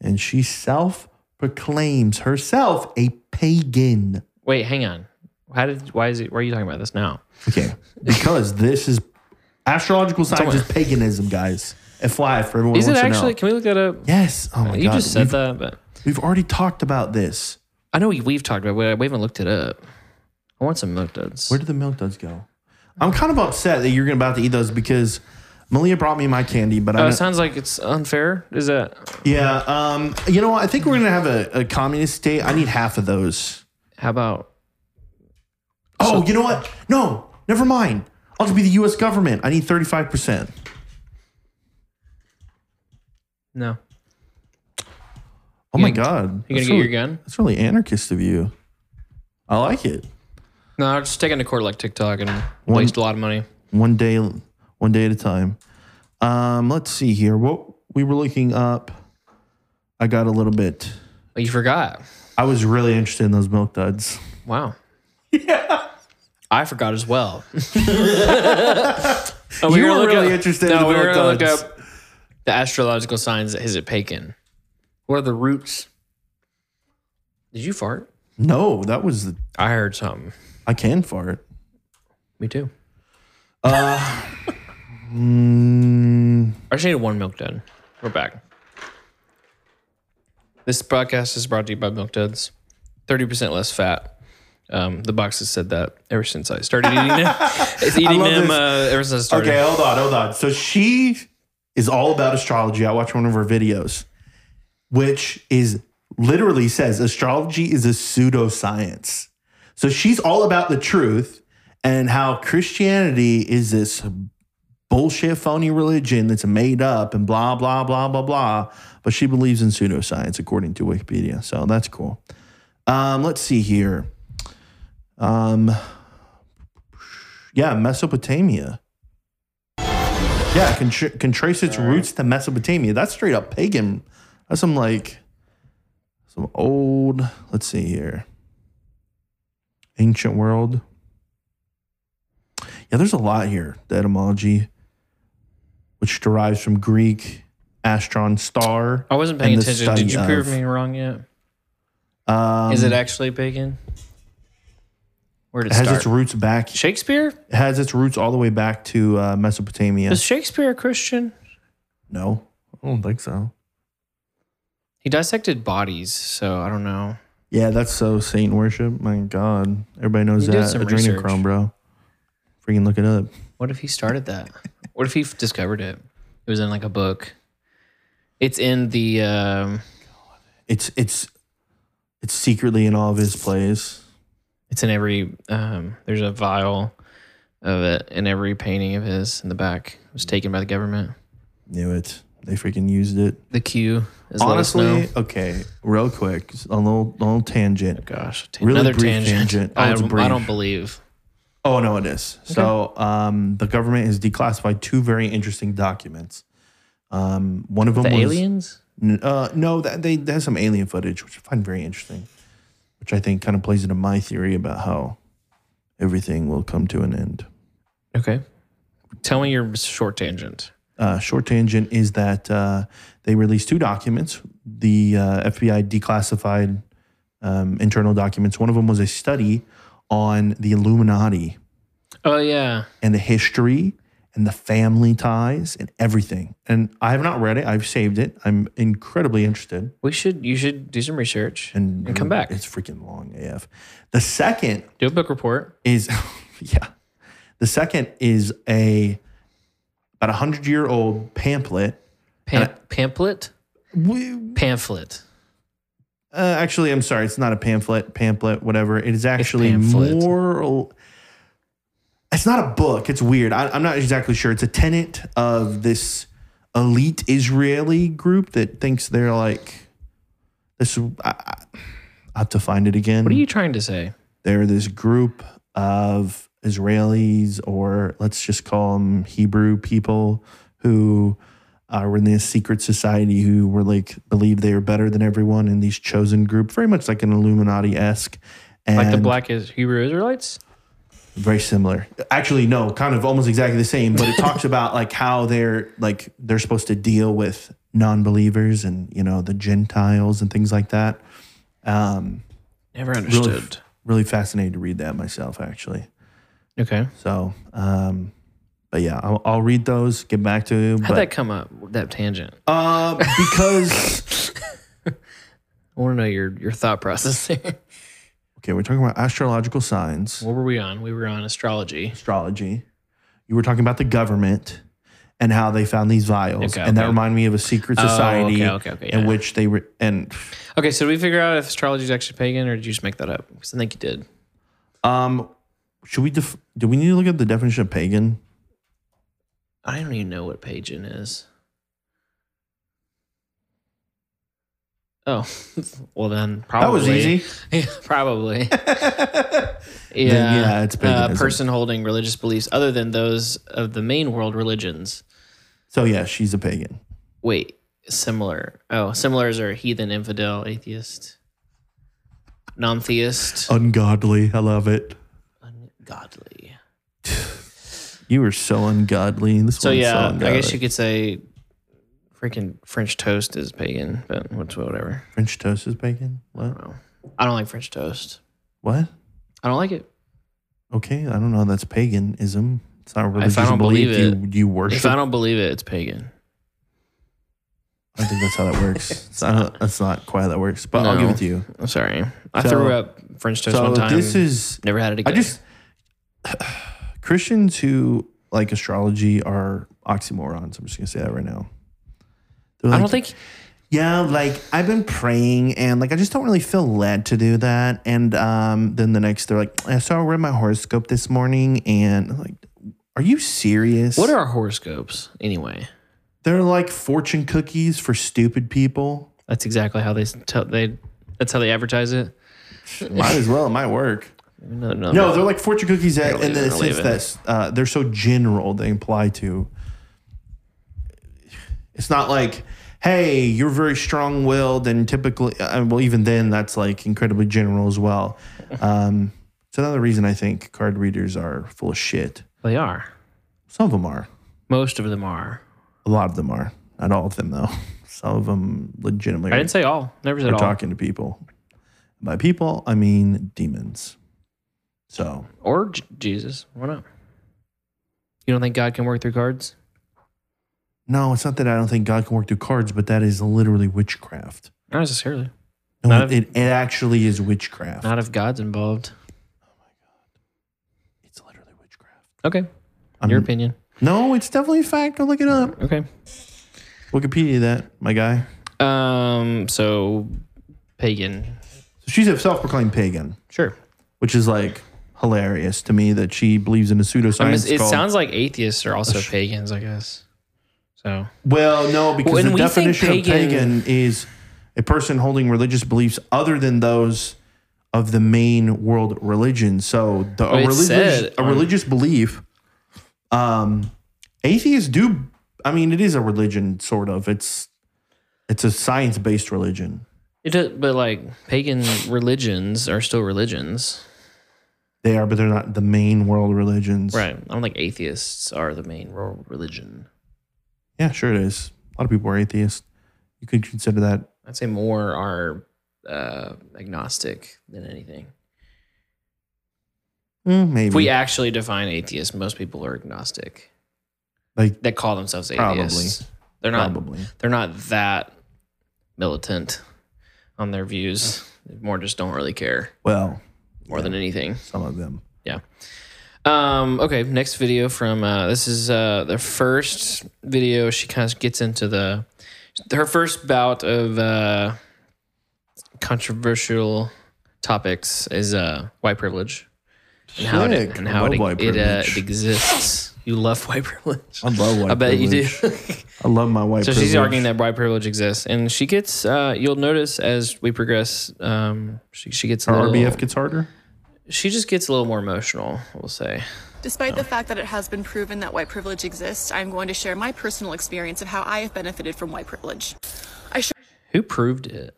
B: and she self-proclaims herself a pagan.
C: Wait, hang on. How did? Why is it? Why are you talking about this now?
B: Okay. Because this is astrological science is paganism, guys. FYI for everyone.
C: Is
B: who
C: it
B: wants to know.
C: actually? Can we look that up?
B: Yes. Oh my
C: you
B: god.
C: just said
B: we've,
C: that, but
B: We've already talked about this.
C: I know we- we've talked about. it. but We haven't looked it up. I want some milk duds.
B: Where did the milk duds go? I'm kind of upset that you're about to eat those because Malia brought me my candy, but
C: Oh,
B: I
C: it
B: don't-
C: sounds like it's unfair. Is that
B: yeah. Um, you know what? I think we're gonna have a, a communist state. I need half of those.
C: how about?
B: Oh, you know what? No, never mind. I'll just be the U.S. government. I need 35 percent.
C: No,
B: Oh my
C: You gonna-
B: god.
C: you gonna
B: That's
C: get your
B: really-
C: gun?
B: That's really anarchist of you. I like it.
C: No, I'm just taking to court like TikTok and waste a lot of money.
B: one day one day at a time um let's see here what we were looking up i got a little bit
C: Oh, you forgot.
B: i was really interested in those milk duds
C: Wow. Yeah. I forgot as well. oh,
B: You
C: gonna
B: were
C: look
B: really interested in
C: No,
B: the
C: we were
B: milk
C: gonna look
B: duds.
C: up the astrological signs. Is it pagan? What are the roots? Did you fart?
B: no that was the,
C: I heard something.
B: i can fart
C: Me too.
B: Uh, Mm,
C: I just needed one milk dud. We're back. This broadcast is brought to you by Milk Duds. Thirty percent less fat. Um, the box has said that ever since I started eating them. it's eating
B: love
C: them
B: this.
C: uh, ever since I started.
B: okay hold on hold on so she is all about astrology i watched one of her videos which is literally says astrology is a pseudoscience so she's all about the truth and how Christianity is this bullshit, phony religion that's made up and blah, blah, blah, blah, blah. But she believes in pseudoscience, according to Wikipedia. So that's cool. Um, let's see here. Um, yeah, Mesopotamia. Yeah, can, tr- can trace its roots to Mesopotamia. That's straight up pagan. That's some like some old. Let's see here. Ancient world. Yeah, there's a lot here. The etymology, which derives from Greek astron star.
C: I wasn't paying
B: and the
C: attention. Did
B: study
C: you prove
B: of.
C: me wrong yet?
B: Um,
C: is it actually pagan? Where did
B: it
C: it
B: has
C: start?
B: its roots back.
C: Shakespeare?
B: It has its roots all the way back to uh, Mesopotamia.
C: Is Shakespeare a Christian?
B: no, I don't think so.
C: He dissected bodies, so I don't know.
B: Yeah, that's so Satan worship. My God, everybody knows
C: You did
B: that
C: some
B: adrenochrome,
C: research.
B: bro. Freaking look it up.
C: What if he started that? what if he f- discovered it? It was in like a book. It's in the um,
B: It's it's it's secretly in all of his plays.
C: it's in every um, there's a vial of it in every painting of his in the back. It was taken by the government.
B: Knew it. They freaking used it.
C: The Q is
B: Honestly, okay, real quick, just a little little tangent.
C: Gosh, t-
B: Really
C: another
B: brief
C: tangent.
B: tangent. Oh,
C: I,
B: it's
C: don't, I
B: brief.
C: don't believe.
B: Oh no, it is. So um, the government has declassified two very interesting documents. Um, one of them
C: The
B: was
C: aliens?
B: N- Uh, no, that they that has some alien footage, which I find very interesting, which I think kind of plays into my theory about how everything will come to an end.
C: Okay. Tell me your short tangent.
B: Uh, short tangent is that uh, they released two documents. The uh, FBI declassified um, internal documents. One of them was a study on the Illuminati
C: Oh yeah.
B: and the history and the family ties and everything. And I have not read it. I've saved it. I'm incredibly interested.
C: We should you should do some research
B: And,
C: and, come back.
B: It's freaking long AF. The second
C: Do a book report.
B: is yeah. The second is a about a hundred year old pamphlet.
C: Pam- pamphlet?
B: We-
C: Pamphlet.
B: Uh, actually, I'm sorry, it's not a pamphlet. Pamphlet, whatever. It is actually
C: pamphlet.
B: moral. It's not a book. It's weird. I, I'm not exactly sure. It's a tenet of this elite Israeli group that thinks they're like this. I, I, I have to find it again.
C: What are you trying to say?
B: they're this group of Israelis, or let's just call them Hebrew people, who uh, were in this secret society who were like believed they were better than everyone in these chosen group, very much like an Illuminati esque. And
C: Like the black is Hebrew Israelites?
B: very similar actually no kind of almost exactly the same but it talks about like how they're like they're supposed to deal with non-believers and you know the gentiles and things like that
C: Never understood.
B: really fascinated to read that myself, actually.
C: Okay.
B: So, um, but yeah, I'll, I'll read those. Get back to you.
C: How'd that
B: But
C: come up? That tangent.
B: uh, because
C: I want to know your your thought process. there.
B: okay, we're talking about astrological signs,
C: what were we on? We were on astrology.
B: astrology. You were talking about the government and how they found these vials,
C: Okay,
B: and that
C: okay.
B: reminded me of a secret
C: Oh, okay,
B: society
C: okay, okay,
B: in
C: yeah.
B: which they were. And
C: Okay, so did we figure out if astrology is actually pagan, or did you just make that up? Because I think you did.
B: um, should we? Def- do we need to look at the definition of pagan?
C: I don't even know what pagan is. Oh, well then, probably
B: That was easy.
C: Yeah, probably. yeah,
B: yeah, it's
C: a
B: paganism.
C: person holding religious beliefs other than those of the main world religions.
B: So yeah, she's a pagan.
C: Wait, similar. Oh, similars are heathen, infidel, atheist, non-theist,
B: Oh. Ungodly. I love it.
C: ungodly.
B: You were so ungodly. This
C: So
B: one's so
C: yeah, I
B: ungodly.
C: guess you could say freaking French toast is pagan, but what's whatever.
B: French toast is bacon. What?
C: I don't like French toast.
B: What?
C: I don't like it.
B: Okay, I don't know. That's paganism. It's not a religious
C: If I don't
B: belief.
C: believe
B: you, you worship.
C: If I don't believe it, it's pagan.
B: I think that's how that works. it's not, that's not quite how that works, but I'll give
C: No.
B: it to you.
C: I'm sorry. I
B: So-
C: threw up French toast
B: So
C: one time.
B: this is
C: never had it
B: I
C: again.
B: just Christians who like astrology are oxymorons. I'm just gonna say that right now. They're
C: I
B: like,
C: don't think
B: Yeah, like I've been praying and like I just don't really feel led to do that. And um, then the next they're like, I saw I read my horoscope this morning and I'm like, are you serious?
C: what are our horoscopes anyway?
B: they're like fortune cookies for stupid people?
C: That's exactly how they s- tell they. That's how they advertise it.
B: Might as well, it might work.
C: No, no,
B: No, they're like fortune cookies that, in the
C: I'll leave
B: sense
C: it.
B: that uh, they're so general they apply to. It's not like, hey, you're very strong willed, and typically, uh, well, even then, that's like incredibly general as well. Um, it's another reason I think card readers are full of shit.
C: they are.
B: Some of them are.
C: Most of them are.
B: A lot of them are. Not all of them, though. Some of them legitimately
C: I
B: are
C: didn't say all. Never said
B: are
C: all.
B: talking to people. By people, I mean demons. So,
C: Or J- Jesus. Why not? You don't think God can work through cards?
B: No, it's not that I don't think God can work through cards, but that is literally witchcraft.
C: Not necessarily.
B: No,
C: Not
B: it, it actually is witchcraft.
C: Not if God's involved.
B: it's literally witchcraft.
C: Okay.
B: I'm-
C: Your opinion.
B: No, it's definitely a fact. Go look it up.
C: Okay.
B: Wikipedia that, my guy.
C: Um. So, pagan.
B: So she's a self-proclaimed pagan,
C: Sure.
B: which is like hilarious to me that she believes in a pseudoscience.
C: I mean, it
B: called-
C: sounds like atheists are also pagans, I guess. So
B: well, no, because
C: When
B: the
C: we think
B: definition
C: pagan-
B: of pagan is a person holding religious beliefs other than those of the main world religion. So the a
C: It
B: religious
C: said
B: a
C: on-
B: religious belief. Um, atheists do. I mean, it is a religion, sort of. It's it's a science based religion.
C: it does, but like pagan religions are still religions,
B: They are, but they're not the main world religions.
C: right? I don't think atheists are the main world religion.
B: Yeah, sure it is. A lot of people are atheists. You could consider that.
C: I'd say more are uh, agnostic than anything.
B: mm, maybe.
C: If we actually define atheist, most people are agnostic
B: like
C: that call themselves
B: Probably.
C: atheists. They're not.
B: probably.
C: They're not that militant on their views. They more just don't really care
B: Well,
C: more than anything.
B: some of them.
C: Yeah. Um, okay, next video from uh, this is uh, the first video. She kind of gets into the her first bout of uh, controversial topics is uh, white privilege and how
B: Sick.
C: it and how
B: Love
C: it,
B: white
C: it, uh,
B: privilege.
C: it exists. You love white privilege.
B: I love white
C: I bet you do.
B: I love my white.
C: So
B: privilege.
C: she's arguing that white privilege exists, and she gets. Uh, you'll notice as we progress, um, she, she gets a
B: Our
C: little.
B: RBF gets harder.
C: she just gets a little more emotional. We'll say.
G: Despite the fact that it has been proven that white privilege exists, I'm going to share my personal experience of how I have benefited from white privilege.
C: Who proved it?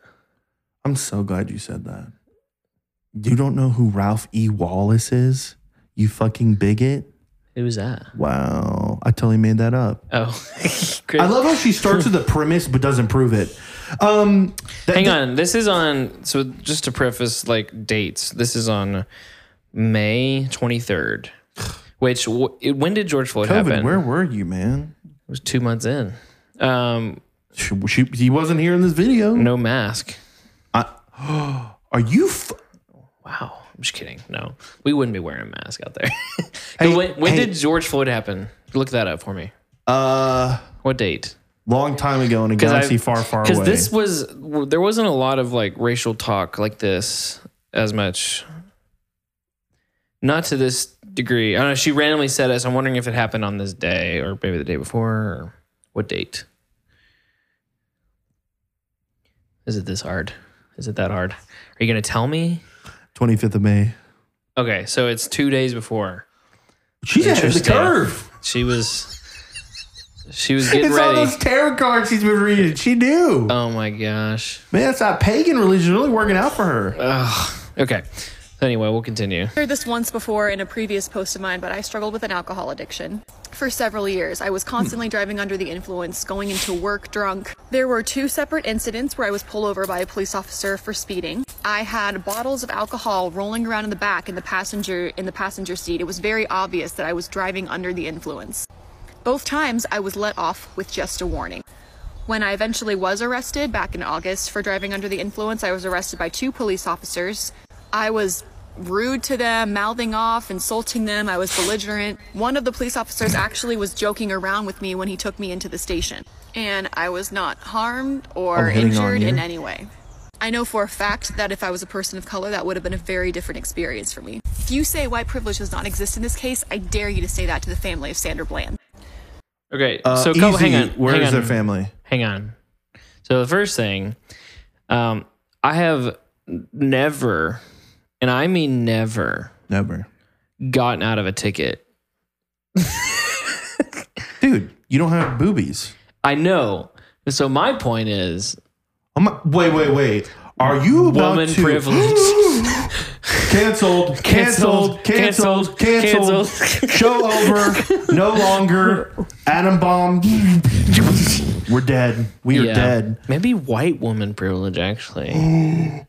B: I'm so glad you said that. You don't know who Ralph E. Wallace is? You fucking bigot.
C: Who was that?
B: Wow. I totally made that up.
C: Oh, Chris.
B: I love how she starts with a premise but doesn't prove it. Um, th-
C: Hang
B: th-
C: on. This is on. So just to preface, like dates. This is on May 23rd. Which w- it- when did George Floyd
B: COVID,
C: happen?
B: where were you, man?
C: It was two months in. Um,
B: She, she, he wasn't here in this video.
C: no mask.
B: Are you? F-
C: Wow. I'm just kidding. No, we wouldn't be wearing masks out there.
B: Hey,
C: when when
B: hey.
C: did George Floyd happen? Look that up for me.
B: uh,
C: What date?
B: long time ago in a
C: I-
B: galaxy far, far away.
C: Because this was there wasn't a lot of like racial talk like this as much. Not to this degree. I don't know. She randomly said us. I'm wondering if it happened on this day or maybe the day before or what date. Is it this hard? Is it that hard? Are you gonna tell me?
B: 25th of May.
C: Okay, so it's two days before.
B: She's ahead of the
C: Interesting.
B: curve.
C: She was she was getting
B: It's all
C: ready.
B: those tarot cards she's been reading. She knew.
C: oh my gosh.
B: man, that's not pagan religion. It's really working out for her.
C: Okay. Anyway, we'll continue.
H: shared this once before in a previous post of mine, but I struggled with an alcohol addiction. For several years, I was constantly driving under the influence, going into work drunk. There were two separate incidents where I was pulled over by a police officer for speeding. I had bottles of alcohol rolling around in the back in the passenger in the passenger seat. It was very obvious that I was driving under the influence. Both times I was let off with just a warning. When I eventually was arrested back in August for driving under the influence, I was arrested by two police officers. I was rude to them, mouthing off, insulting them. I was belligerent. One of the police officers actually was joking around with me when he took me into the station, and I was not harmed or
B: Oh, hitting on
H: injured in
B: you?
H: any way. I know for a fact that if I was a person of color, that would have been a very different experience for me. If you say white privilege does not exist in this case, I dare you to say that to the family of Sandra Bland.
C: Okay.
B: Uh,
C: so go,
B: easy.
C: hang on.
B: Where
C: hang
B: is
C: on.
B: their family?
C: Hang on. So the first thing, um, I have never, and I mean never,
B: Never.
C: gotten out of a ticket.
B: Dude, you don't have boobies.
C: I know. So my point is
B: Oh my, wait, wait, wait. Are you about
C: woman
B: to
C: privilege.
B: canceled, canceled, canceled, canceled,
C: Canceled. Canceled.
B: show over, no longer, atom bomb. We're dead. We are
C: Yeah.
B: dead.
C: Maybe white woman privilege actually. In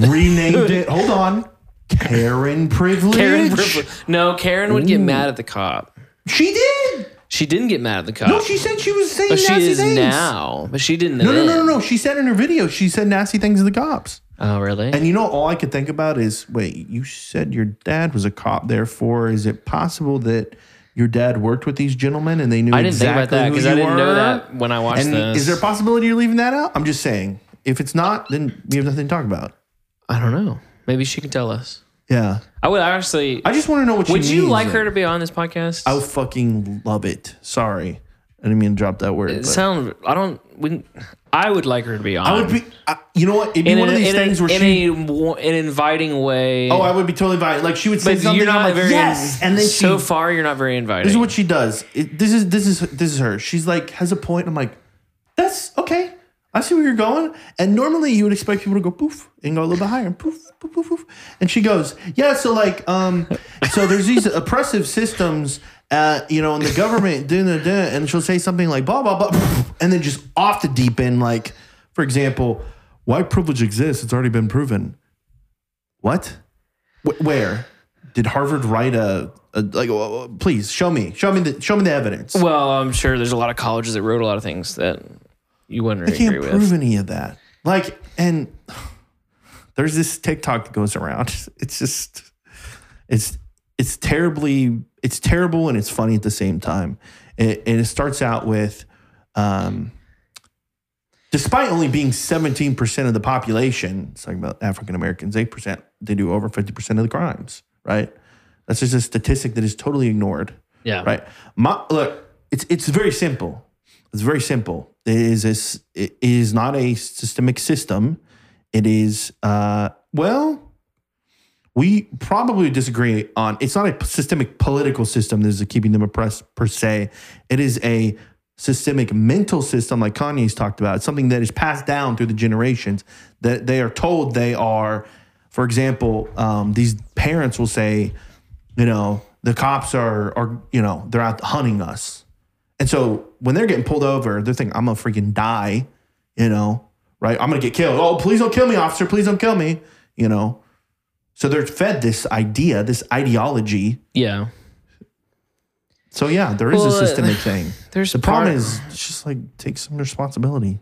B: Renamed it. Hold on. Karen privilege.
C: Karen privilege. No, Karen would get mad at the cop.
B: She did.
C: She didn't get mad at the cop.
B: No, she said she was saying
C: but she
B: nasty
C: is
B: things.
C: now. But she didn't.
B: No, no,
C: then.
B: no, no, no. She said in her video, she said nasty things to the cops.
C: Oh, really?
B: And you know, all I could think about is wait, you said your dad was a cop, therefore, is it possible that your dad worked with these gentlemen and they knew
C: I didn't think
B: exactly
C: about that,
B: who
C: 'cause I
B: you
C: didn't know
B: were?
C: that when I watched
B: and
C: this.
B: Is there a possibility you're leaving that out? I'm just saying. If it's not, then we have nothing to talk about.
C: I don't know. Maybe she can tell us.
B: Yeah.
C: I would actually.
B: I just want to know what
C: would
B: she
C: you
B: means.
C: like her to be on this podcast?
B: I would fucking love it. Sorry. I didn't mean to drop that word.
C: It
B: but-
C: sound. I don't. We, I would like her to be on.
B: I would be, I, you know what? It'd be
C: in
B: one
C: an-
B: of these
C: in
B: things
C: an,
B: where
C: in
B: she.
C: a wa- an inviting way.
B: oh, I would be totally violent. Like she would say
C: but
B: something.
C: you're
B: and I'm
C: not
B: like,
C: very.
B: yes. And then she
C: so far, you're not very inviting.
B: This is what she does. It- this is this is this is her. She's like has a point. I'm like, that's okay. I see where you're going. And normally you would expect people to go poof and go a little bit higher and poof poof poof poof. And she goes, yeah. So like, um, so there's these oppressive systems, uh, you know, in the government, da, da, da, and she'll say something like blah blah blah, and then just off the deep end, like, for example, white privilege exists. It's already been proven. What? Wh- where did Harvard write a, a like? uh, please show me, show me the, show me the evidence.
C: well, I'm sure there's a lot of colleges that wrote a lot of things that you wouldn't
B: I can't
C: agree
B: prove
C: with.
B: any of that. Like, and there's this TikTok that goes around. It's just, it's, it's terribly, it's terrible and it's funny at the same time. It, and it starts out with, um, despite only being 17% of the population, it's talking about African Americans, 8%, they do over 50% of the crimes, right? That's just a statistic that is totally ignored.
C: Yeah.
B: Right. My, look, it's it's very simple. It's very simple. It is this. It is not a systemic system. It is. Uh, well, we probably disagree on. It's not a systemic political system that is keeping them oppressed per se. It is a systemic mental system, like Kanye's talked about. It's something that is passed down through the generations that they are told they are. For example, um, these parents will say, you know, the cops are are you know they're out hunting us, and so when they're getting pulled over, they're thinking I'm gonna freaking die, you know, right? I'm gonna get killed. Oh, please don't kill me, officer. Please don't kill me. You know. So they're fed this idea, this ideology.
C: Yeah.
B: So yeah, there is
C: Well,
B: a systemic thing.
C: There's
B: The problem
C: part-
B: is it's just like take some responsibility.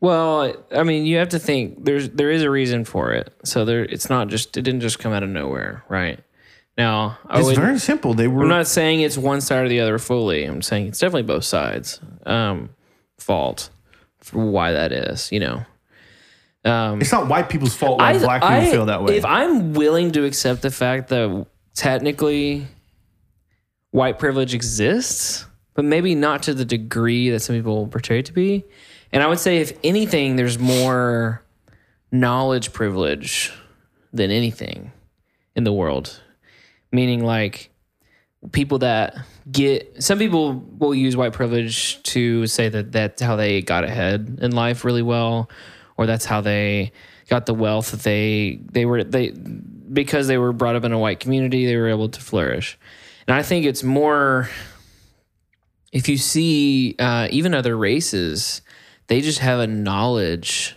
C: Well, I mean, you have to think there's there is a reason for it. So there, it's not just it didn't just come out of nowhere, right? Now, I
B: It's
C: would,
B: very simple. They were
C: Oh, I'm not saying it's one side or the other fully. I'm saying it's definitely both sides um, fault for why that is. You know, um,
B: it's not white people's fault why black people
C: I-
B: feel that way.
C: If I'm willing to accept the fact that technically white privilege exists, but maybe not to the degree that some people portray it to be. And I would say, if anything, there's more knowledge privilege than anything in the world. Meaning, like, people that get some people will use white privilege to say that that's how they got ahead in life really well or that's how they got the wealth that they they were they because they were brought up in a white community they were able to flourish and i think it's more if you see uh, even other races they just have a knowledge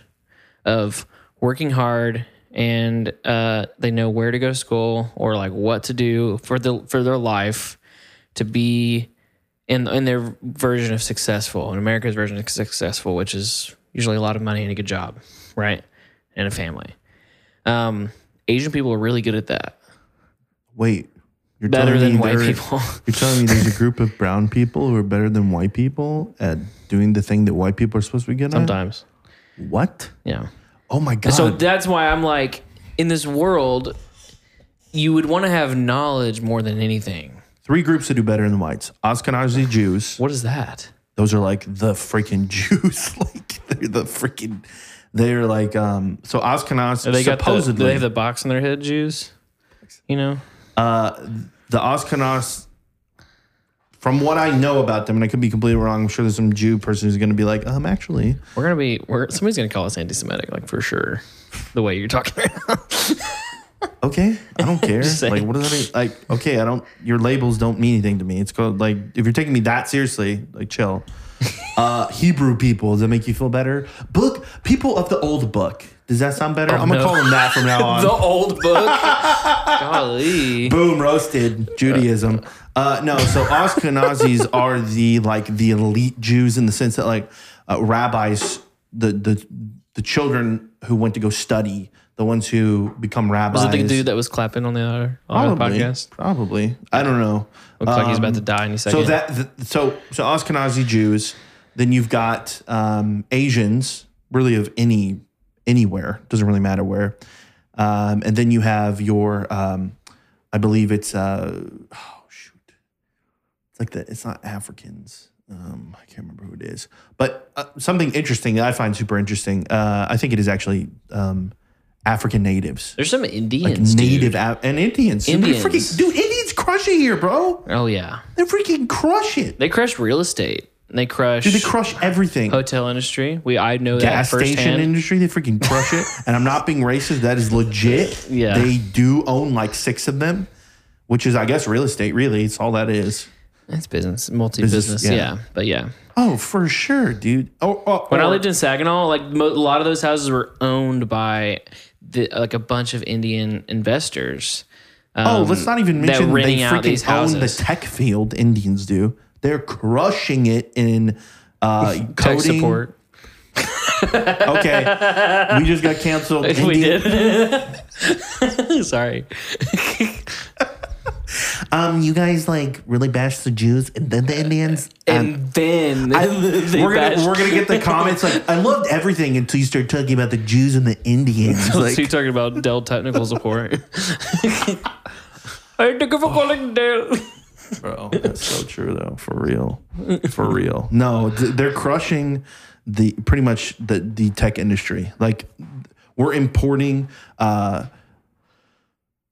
C: of working hard and uh, they know where to go to school or like what to do for the for their life to be in in their version of successful in America's version of successful, which is usually a lot of money and a good job, right, and a family. Um, Asian people are really good at that,
B: Wait, you're
C: better
B: telling
C: than
B: me
C: white
B: there-
C: people.
B: You're telling me there's a group of brown people who are better than white people at doing the thing that white people are supposed to be good at?
C: Sometimes,
B: What?
C: yeah.
B: Oh my god!
C: So that's why I'm like, in this world, you would want to have knowledge more than anything.
B: Three groups that do better than whites: Ashkenazi Jews.
C: What is that?
B: Those are like the freaking Jews. like they're the freaking. They're like um. So Ashkenazi
C: They got the, do
B: supposedly
C: they have the box on their head, Jews. You know,
B: the Ashkenaz, from what I know about them, and I could be completely wrong. I'm sure there's some Jew person who's going to be like, um, actually,
C: we're gonna be we're somebody's gonna call us anti-Semitic, like for sure. The way you're talking right now.
B: okay, I don't care.
C: saying.
B: like, what does that mean? Like, okay, I don't. Your labels don't mean anything to me. It's called like if you're taking me that seriously, like chill. Uh, Hebrew people, does that make you feel better? Book people of the old book. Does that sound better? I'm gonna
C: Oh, no.
B: call them that from now on.
C: the old book. Golly.
B: Boom, roasted Judaism. Uh, no, so Ashkenazis are the like the elite Jews in the sense that like uh, rabbis, the the the children who went to go study, the ones who become rabbis.
C: Was it the dude that was clapping on the other on the
B: probably,
C: podcast?
B: Probably, I don't know.
C: Looks like he's
B: Um,
C: about to die any second.
B: so that th- so so Ashkenazi Jews. Then you've got um, Asians, really of any anywhere doesn't really matter where, um, and then you have your, um, I believe it's uh, oh shoot, it's like the it's not Africans. Um, I can't remember who it is, but uh, something interesting that I find super interesting. Uh, I think it is actually um, African natives,
C: There's some
B: like
C: Indians.
B: native
C: dude.
B: Af- and Indians.
C: Indians.
B: freaking, dude, Indians crush it here, bro.
C: Oh yeah,
B: They freaking crush it.
C: they crush real estate. They crush
B: Dude, they crush everything.
C: hotel industry. We I know that
B: Gas station
C: firsthand.
B: industry, they freaking crush it. And I'm not being racist. That is legit.
C: Yeah.
B: They do own like six of them, which is, I guess, real estate, really. It's all that is.
C: That's business, multi business.
B: yeah.
C: Yeah. but yeah.
B: Oh, for sure, dude. Oh, oh
C: When I
B: or-
C: lived in Saginaw, like mo- a lot of those houses were owned by the, like a bunch of Indian investors.
B: Oh,
C: um,
B: let's not even
C: that
B: mention they
C: renting out
B: freaking
C: these
B: own the
C: houses.
B: tech field, Indians do. They're crushing it in uh, coding.
C: Tech support.
B: Okay. we just got canceled.
C: We
B: Indian-
C: did. Sorry.
B: Um, you guys like really bash the Jews and then the Indians. Um,
C: And then
B: I-
C: they
B: we're gonna
C: bashed-
B: we're gonna get the comments like I loved everything until you start talking about the Jews and the Indians.
C: So you're
B: Like,
C: talking about Dell technical support. I think for calling Dell.
B: bro, that's so true though. For real, for real. No, th- they're crushing the pretty much the the tech industry. Like we're importing. uh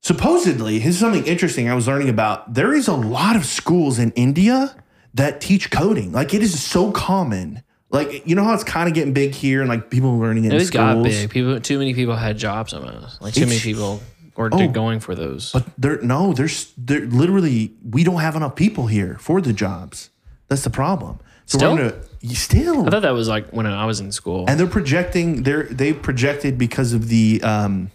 B: Supposedly, here's something interesting I was learning about. There is a lot of schools in India that teach coding. Like it is so common. Like you know how it's kind of getting big here, and like people learning it.
C: It
B: in
C: was
B: schools.
C: got big. People, too many people had jobs almost. Like too many
B: It's- Oh.
C: people were going for those.
B: But there, no, there's there literally we don't have enough people here for the jobs. That's the problem. So
C: Still?
B: we're gonna You still.
C: I thought that was like when I was in school.
B: and they're projecting they're they projected because of the um,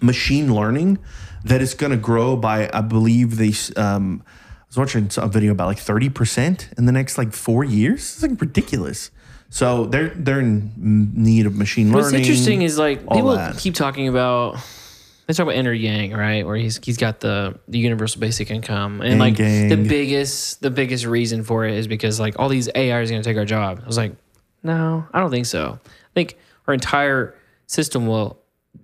B: machine learning that it's going to grow by i believe they s- um, i was watching a video about like 30% in the next like four years it's like ridiculous so they're they're in need of machine learning
C: What's interesting is like
B: all
C: people
B: that.
C: keep talking about they talk about Enter Yang, right? Where he's he's got the the universal basic income. And
B: Yang
C: like
B: gang.
C: the biggest the biggest reason for it is because like all these AI is gonna take our job. I was like, no, I don't think so. I think our entire system will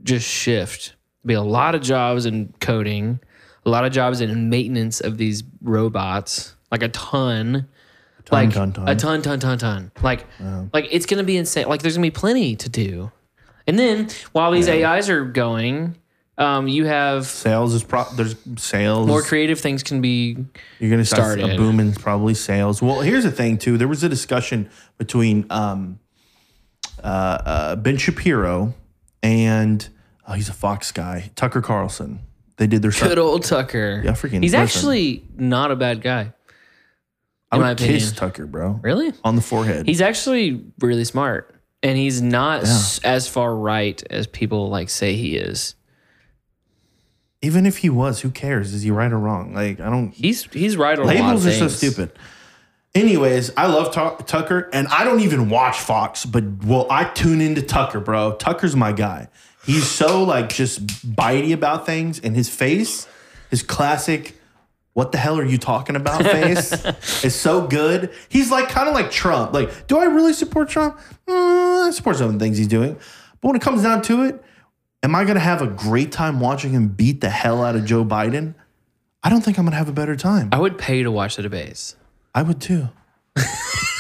C: just shift. There'll be a lot of jobs in coding, a lot of jobs in maintenance of these robots, like a ton
B: Ton,
C: like
B: ton, ton.
C: a ton, ton, ton, ton. Like, like it's gonna be insane. Like, there's gonna be plenty to do. And then while these AIs are going, um, you have
B: sales is pro there's sales
C: more creative things can be.
B: You're going to start a
C: started.
B: boom in probably sales. Well, here's the thing too. There was a discussion between um, uh, uh, Ben Shapiro and oh, he's a Fox guy, Tucker Carlson. They did their
C: Good old Tucker.
B: Yeah, freaking
C: He's
B: listen.
C: actually not a bad guy.
B: I
C: in
B: would
C: my
B: kiss
C: opinion.
B: Tucker, bro.
C: Really?
B: On the forehead.
C: He's actually really smart, and he's not s- as far right as people like say he is.
B: Even if he was, who cares? Is he right or wrong? Like I don't.
C: He's he's right on a lot of
B: Labels are so
C: things.
B: stupid. Anyways, I love Tu- Tucker, and I don't even watch Fox, but well, I tune into Tucker, bro. Tucker's my guy. He's so like just bitey about things, and his face, his classic, "What the hell are you talking about?" face is so good. He's like kind of like Trump. Like, do I really support Trump? Mm, I support some of the things he's doing, but when it comes down to it, am I gonna have a great time watching him beat the hell out of Joe Biden? I don't think I'm gonna have a better time.
C: I would pay to watch the debates.
B: I would too.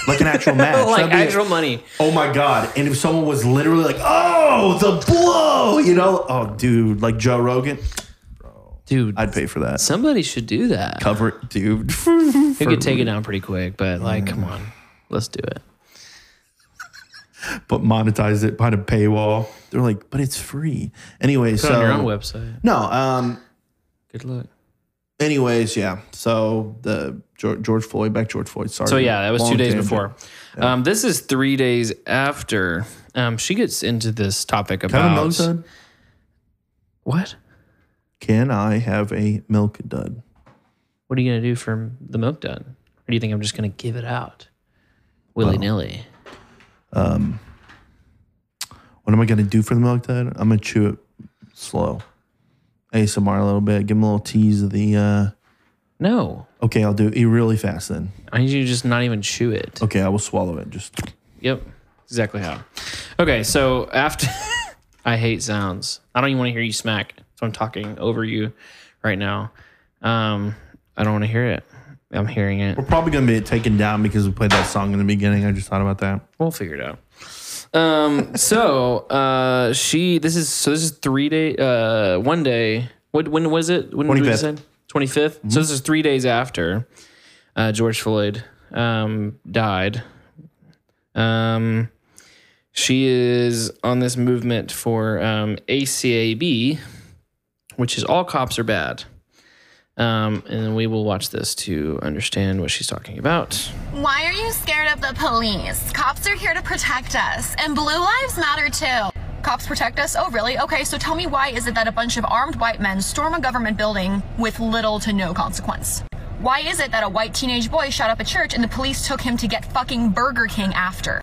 B: like an actual match.
C: like
B: That'd be-
C: actual money.
B: oh my god! And if someone was literally like, "Oh, the blow," you know, oh dude, like Joe Rogan,
C: Dude,
B: I'd pay for that.
C: somebody should do that.
B: Cover it, dude. For-
C: We could take it down pretty quick, but like, come on, let's do it.
B: but monetize it behind a paywall. They're like, but it's free. Anyway,
C: Put
B: so
C: on your own website.
B: no. Um.
C: Good luck.
B: Anyways, yeah. So the Geor- George Floyd, back George Floyd. Sorry.
C: So yeah, that was
B: Long
C: two days
B: tangent.
C: before. Um, this is three days after. Um, she gets into this topic
B: Can I have a
C: about
B: milk dud?
C: what?
B: Can I have a milk dud?
C: What are you gonna do for the milk done? Or do you think I'm just gonna give it out willy nilly?
B: What am I gonna do for the milk dud? I'm gonna chew it slow. ASMR a little bit. Give him a little tease of the. Uh,
C: No,
B: okay, I'll do it really fast then.
C: I need you to just not even chew it.
B: Okay, I will swallow it. Just
C: Yep, exactly how. Okay, so after I hate sounds. I don't even want to hear you smack. So I'm talking over you right now. Um, I don't want to hear it. I'm hearing it.
B: we're probably gonna be taken down because we played that song in the beginning. I just thought about that.
C: We'll figure it out. Um, so uh, she. This is so. This is three day. Uh, one day. What? When was it? When
B: 25th.
C: Twenty So this is three days after uh, George Floyd um, died. Um, she is on this movement for um, ACAB, which is all cops are bad. Um, and we will watch this to understand what she's talking about.
H: Why are you scared of the police? Cops are here to protect us, and blue lives matter too.
G: Cops protect us? Oh, really? Okay, so tell me why is it that a bunch of armed white men storm a government building with little to no consequence? Why is it that a white teenage boy shot up a church and the police took him to get fucking Burger King after?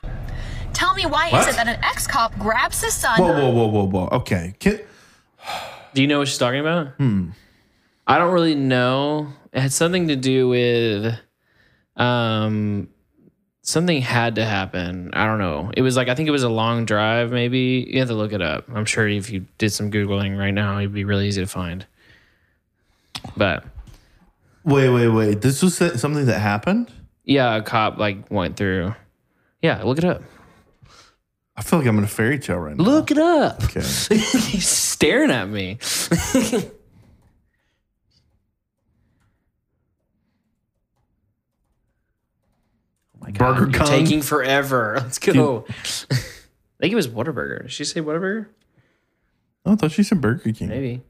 G: Tell me why is
B: What?
G: it that an ex cop grabs his son?
B: Whoa, whoa, whoa, whoa, whoa. Okay, Can,
C: Do you know what she's talking about? Hmm. I don't really know. It had something to do with um something had to happen. I don't know. It was like I think it was a long drive maybe. You have to look it up. I'm sure if you did some googling right now, it'd be really easy to find. But
B: wait, wait, wait. This was something that happened.
C: yeah, a cop like went through. Yeah, look it up.
B: I feel like I'm in a fairy tale right now.
C: Look Oh it up.
B: Okay.
C: He's staring at me.
B: Burger
C: You're
B: King.
C: taking forever. Let's go. I think it was Whataburger. Did she say Whataburger?
B: oh, I thought she said Burger King.
C: Maybe.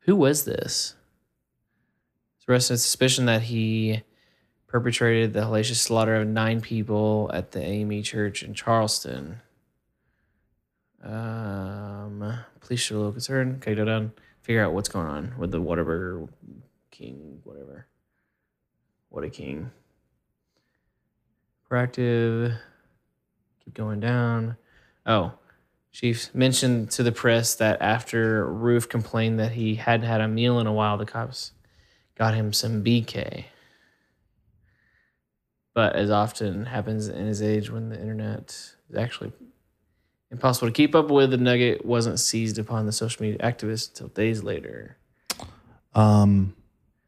C: Who was this? arrested on suspicion that he perpetrated the hellacious slaughter of nine people at the AME church in Charleston. Um, police should look concerned. Okay, go down. Figure out what's going on with the Whataburger King, whatever. What a king. Proactive. Keep going down. Oh, Chief mentioned to the press that after Roof complained that he hadn't had a meal in a while, the cops got him some BK. But as often happens in his age when the internet is actually impossible to keep up with, the nugget wasn't seized upon the social media activist until days later.
B: Um,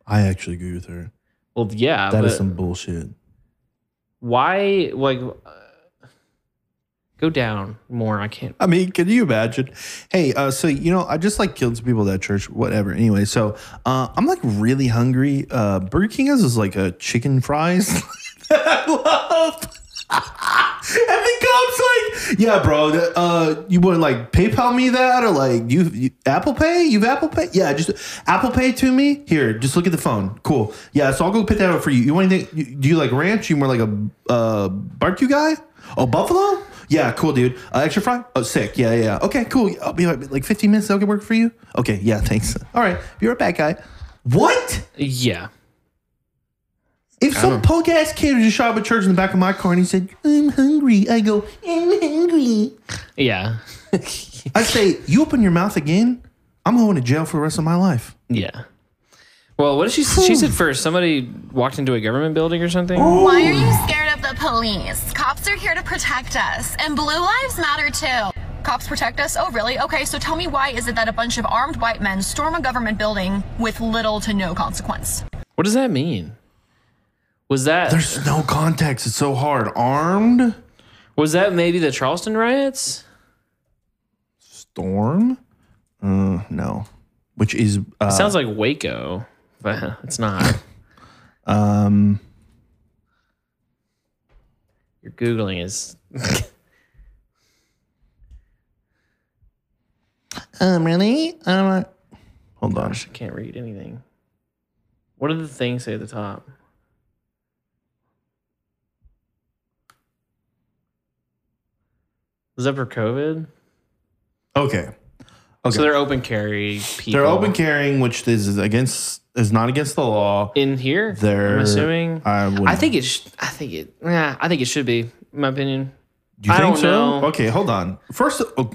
B: I actually agree with her.
C: Well, yeah,
B: That is
C: but-
B: some bullshit.
C: why like uh, go down more i can't
B: I mean, can you imagine? Hey, uh, so you know, I just like killed some people at that church, whatever. Anyway, so uh, I'm like really hungry. Uh, Burger King has is like a chicken fries that I love. and the cop's like, "Yeah, bro, that, uh, you want to like PayPal me that or like you, you Apple Pay? You've Apple Pay? Yeah, just Apple Pay to me. Here, just look at the phone. Cool. Yeah, so I'll go pick that up for you. You want anything? You, do you like ranch? You more like a uh, barbecue guy? Oh, buffalo? Yeah, cool, dude. Uh, extra fry? Oh, sick. Yeah, yeah. yeah. Okay, cool. I'll be like, like 15 minutes. That'll get work for you. Okay, yeah, thanks. All right, be right back, guy. What?
C: yeah
B: If some punk ass kid just shot up a church in the back of my car and he said, I'm hungry, I go, I'm hungry.
C: yeah
B: I say, you open your mouth again, I'm going to jail for the rest of my life.
C: yeah well what did she she said first somebody walked into a government building or something
H: Why are you scared of the police? Cops are here to protect us, and blue lives matter too.
G: Cops protect us? Oh, really? Okay, so tell me why is it that a bunch of armed white men storm a government building with little to no consequence?
C: what does that mean was that
B: There's no context. It's so hard. Armed
C: was that maybe the charleston riots
B: storm? Uh, no. Which is uh,
C: sounds like waco but it's not
B: um
C: your googling is
B: um really um hold on.
C: gosh i can't read anything what did the thing say at the top was that for covid
B: Okay,
C: So they're open carry people.
B: they're open carrying, which is against is not against the law.
C: in here.
B: They're
C: I'm assuming.
B: I would.
C: I think it. Sh- I think it. Yeah, I think it should be. In my opinion.
B: Do you
C: I
B: think
C: don't
B: so?
C: know.
B: Okay, hold on. First, oh,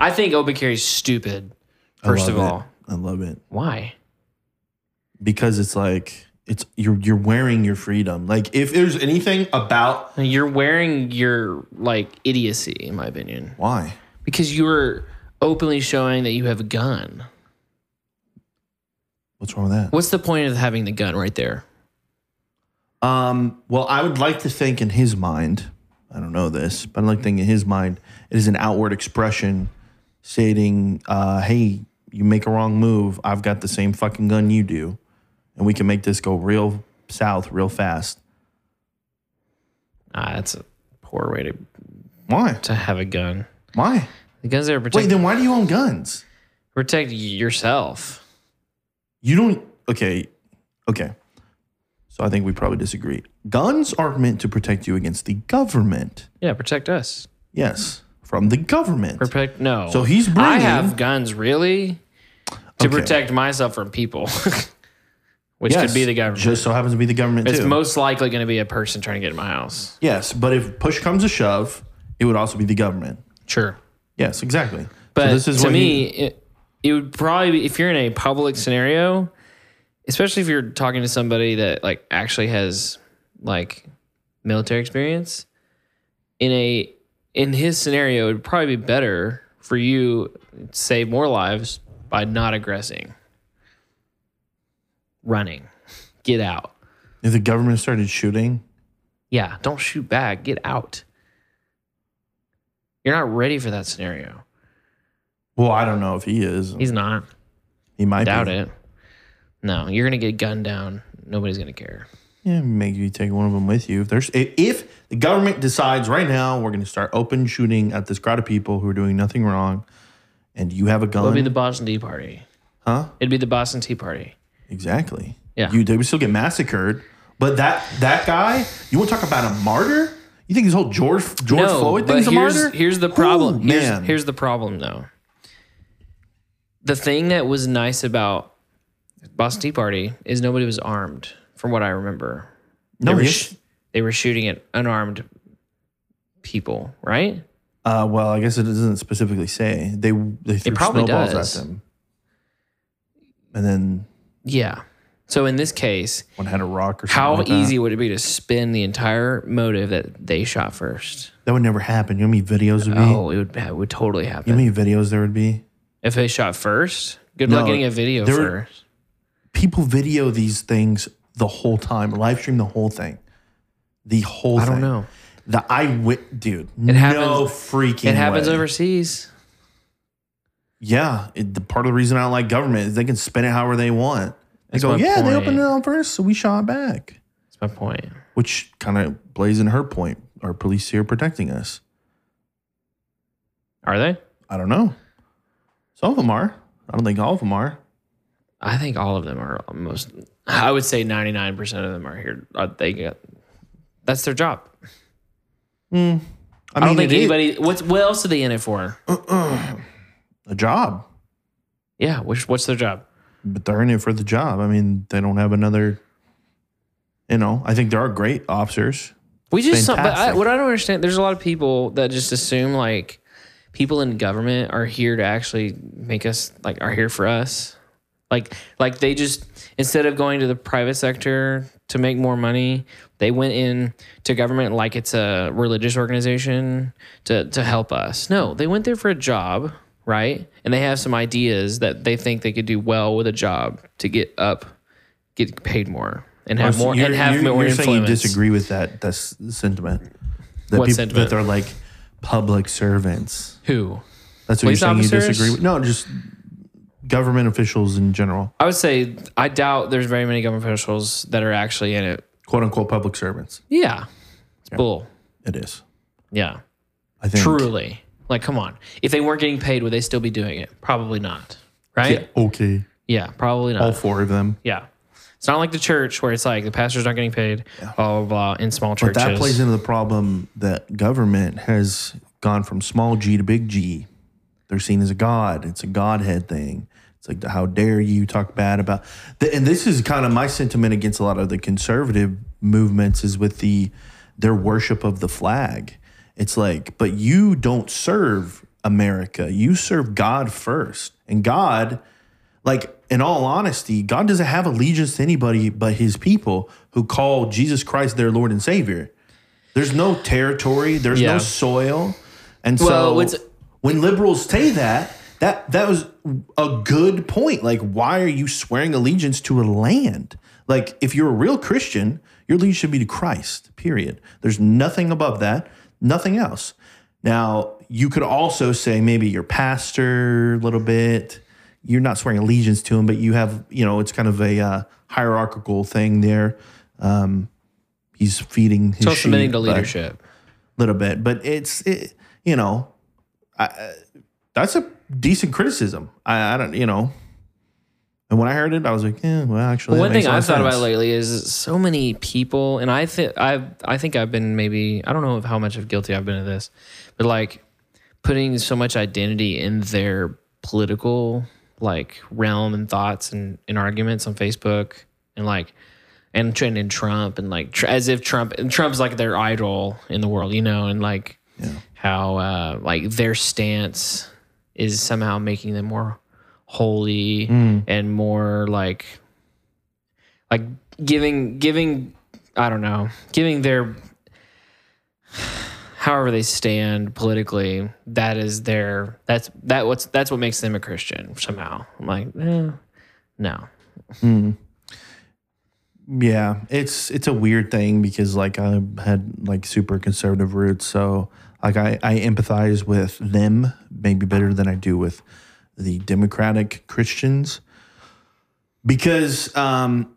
C: I think open carry is stupid.
B: I
C: First of
B: love it.
C: all,
B: I love it.
C: why?
B: because it's like it's you're you're wearing your freedom. Like if there's anything about
C: You're wearing your like idiocy, in my opinion,
B: why
C: because you're openly showing that you have a gun.
B: what's wrong with
C: What's the point of having the gun right there?
B: that? Um, well, I would like to think in his mind, I don't know this, but I like to think in his mind it is an outward expression stating, uh, "Hey, you make a wrong move. I've got the same fucking gun you do, and we can make this go real south real fast."
C: Ah, that's a poor way to
B: Why?
C: to have a gun.
B: Why?
C: The guns there to
B: Wait,
C: protect
B: then why do you own guns?
C: protect yourself.
B: You don't. Okay. Okay. So I think we probably disagree. Guns are meant to protect you against the government.
C: Yeah, protect us.
B: Yes. From the government.
C: Protect no.
B: So he's
C: I
B: bringing-
C: have guns really to
B: Okay.
C: protect myself from people, which
B: Yes.
C: could be the government.
B: Just so happens to be the government
C: it's
B: too.
C: most likely going to be a person trying to get in my house.
B: yes. But if push comes to shove, it would also be the government.
C: Sure,
B: Yes, exactly. So
C: but to
B: what
C: me,
B: he-
C: it, it would probably be, if you're in a public scenario, especially if you're talking to somebody that like actually has like military experience. In a in his scenario, it would probably be better for you to save more lives by not aggressing, running, get out.
B: if the government started shooting,
C: Yeah, don't shoot back. Get out. You're not ready for that scenario.
B: well, I don't know if he is.
C: He's not.
B: He might
C: Doubt
B: be.
C: it. No, you're gonna get gunned down. Nobody's gonna care.
B: Yeah, maybe you take one of them with you. If there's if- if the government decides right now we're going to start open shooting at this crowd of people who are doing nothing wrong, and you have a
C: It'll
B: gun,
C: be the Boston Tea Party.
B: huh?
C: It'd be the Boston Tea Party.
B: Exactly.
C: Yeah.
B: You they would still get massacred. But that that guy, you want to talk about a martyr? You think this whole George George Floyd
C: but
B: thing's a
C: here's,
B: martyr?
C: Here's the problem.
B: Ooh,
C: here's,
B: man.
C: here's the problem, though. The thing that was nice about Boston Tea Party is nobody was armed, from what I remember.
B: no,
C: they, were
B: yes.
C: sh- they were shooting at unarmed people, right?
B: uh, well, I guess it doesn't specifically say they they threw
C: probably
B: snowballs
C: does.
B: at them, and then
C: Yeah. So in this case,
B: one had a rock or something.
C: how
B: like that.
C: easy would it be to spin the entire motive that they shot first?
B: That would never happen. You know how many videos would be?
C: Oh, it would it would totally
B: You
C: happen.
B: know how many videos there would be?
C: if they shot first, good luck
B: No,
C: getting a video
B: there-
C: first.
B: People video these things the whole time, live stream the whole thing. The whole
C: I
B: thing.
C: don't know.
B: The eyewit dude.
C: It happens-
B: no freaking
C: It happens
B: way.
C: overseas.
B: Yeah. It, the part of the reason I don't like government is they can spin it however they want. They
C: That's
B: go,
C: my
B: yeah, they
C: point.
B: opened it on first, so we shot back.
C: That's my point.
B: Which kind of plays in her point. Our police here protecting us.
C: Are they?
B: I don't know. Some of them are. I don't think all of them are.
C: I think all of them are most. I would say ninety nine percent of them are here. Are they get that's their job. I, don't think
B: it is
C: anybody. What's what else are they in it for?
B: a job.
C: Yeah, which what's their job?
B: but they're in it for the job. I mean, they don't have another. You know, I think there are great officers.
C: We just some, but I,
B: Fantastic.
C: what I don't understand. There's a lot of people that just assume like people in government are here to actually make us like are here for us. Like like they just instead of going to the private sector to make more money, they went in to government like it's a religious organization to to help us. No, they went there for a job, right? And they have some ideas that they think they could do well with a job to get up, get paid more, and have more
B: You're-
C: and have
B: you're-
C: more
B: you're
C: influence.
B: saying you disagree with that that s- sentiment. That
C: What
B: peop-
C: sentiment?
B: That they're like public servants.
C: Who?
B: That's what
C: Police
B: you're saying.
C: officers?
B: You disagree with? No, just government officials in general,
C: I would say I doubt there's very many government officials that are actually in it.
B: quote unquote public servants.
C: Yeah. It's bull.
B: It is.
C: Yeah.
B: I think.
C: Truly. Like, come on. If they weren't getting paid, would they still be doing it? Probably not. Right?
B: Yeah,
C: Yeah,
B: okay.
C: probably not.
B: All four of them.
C: Yeah. It's not like the church where it's like the pastor's not getting paid, blah, blah, blah, in small
B: But
C: churches.
B: that plays into the problem that government has gone from small g to big G. They're seen as a god. It's a godhead thing. It's like, how dare you talk bad about? The, and this is kind of my sentiment against a lot of the conservative movements is with the their worship of the flag. It's like, but you don't serve America. You serve God first, and God like in all honesty, God doesn't have allegiance to anybody but his people who call Jesus Christ their Lord and Savior. There's no territory, there's
C: Yeah.
B: no soil. And
C: Well,
B: so
C: it's-
B: when liberals say that, that that was a good point. Like, why are you swearing allegiance to a land? Like, if you're a real Christian, your allegiance should be to Christ, period. There's nothing above that, nothing else. Now, you could also say maybe your pastor a little bit. You're not swearing allegiance to him, but you have, you know, it's kind of a uh, hierarchical thing there. Um, he's feeding his
C: so submitting
B: sheep,
C: to
B: but-
C: leadership.
B: little bit, but it's it, you know, I, I- that's a decent criticism. I, I don't, you know, and when I heard it, I was like, yeah, well, actually, that
C: One
B: makes
C: thing
B: a lot
C: I've
B: of
C: thought about
B: sense.
C: lately is so many people, and I think I I think I've been maybe I don't know of how much of guilty I've been of this, but like putting so much identity in their political like realm and thoughts and, and arguments on Facebook and like and trend in Trump and like tr- as if Trump and Trump's like their idol in the world, you know, and like how uh, like their stance is somehow making them more holy
B: Mm.
C: and more like like giving giving I don't know giving their however they stand politically that is their that's that what's that's what makes them a Christian somehow I'm like eh, no
B: Yeah, it's it's a weird thing because like I had like super conservative roots, so like I I empathize with them maybe better than I do with the Democratic Christians because um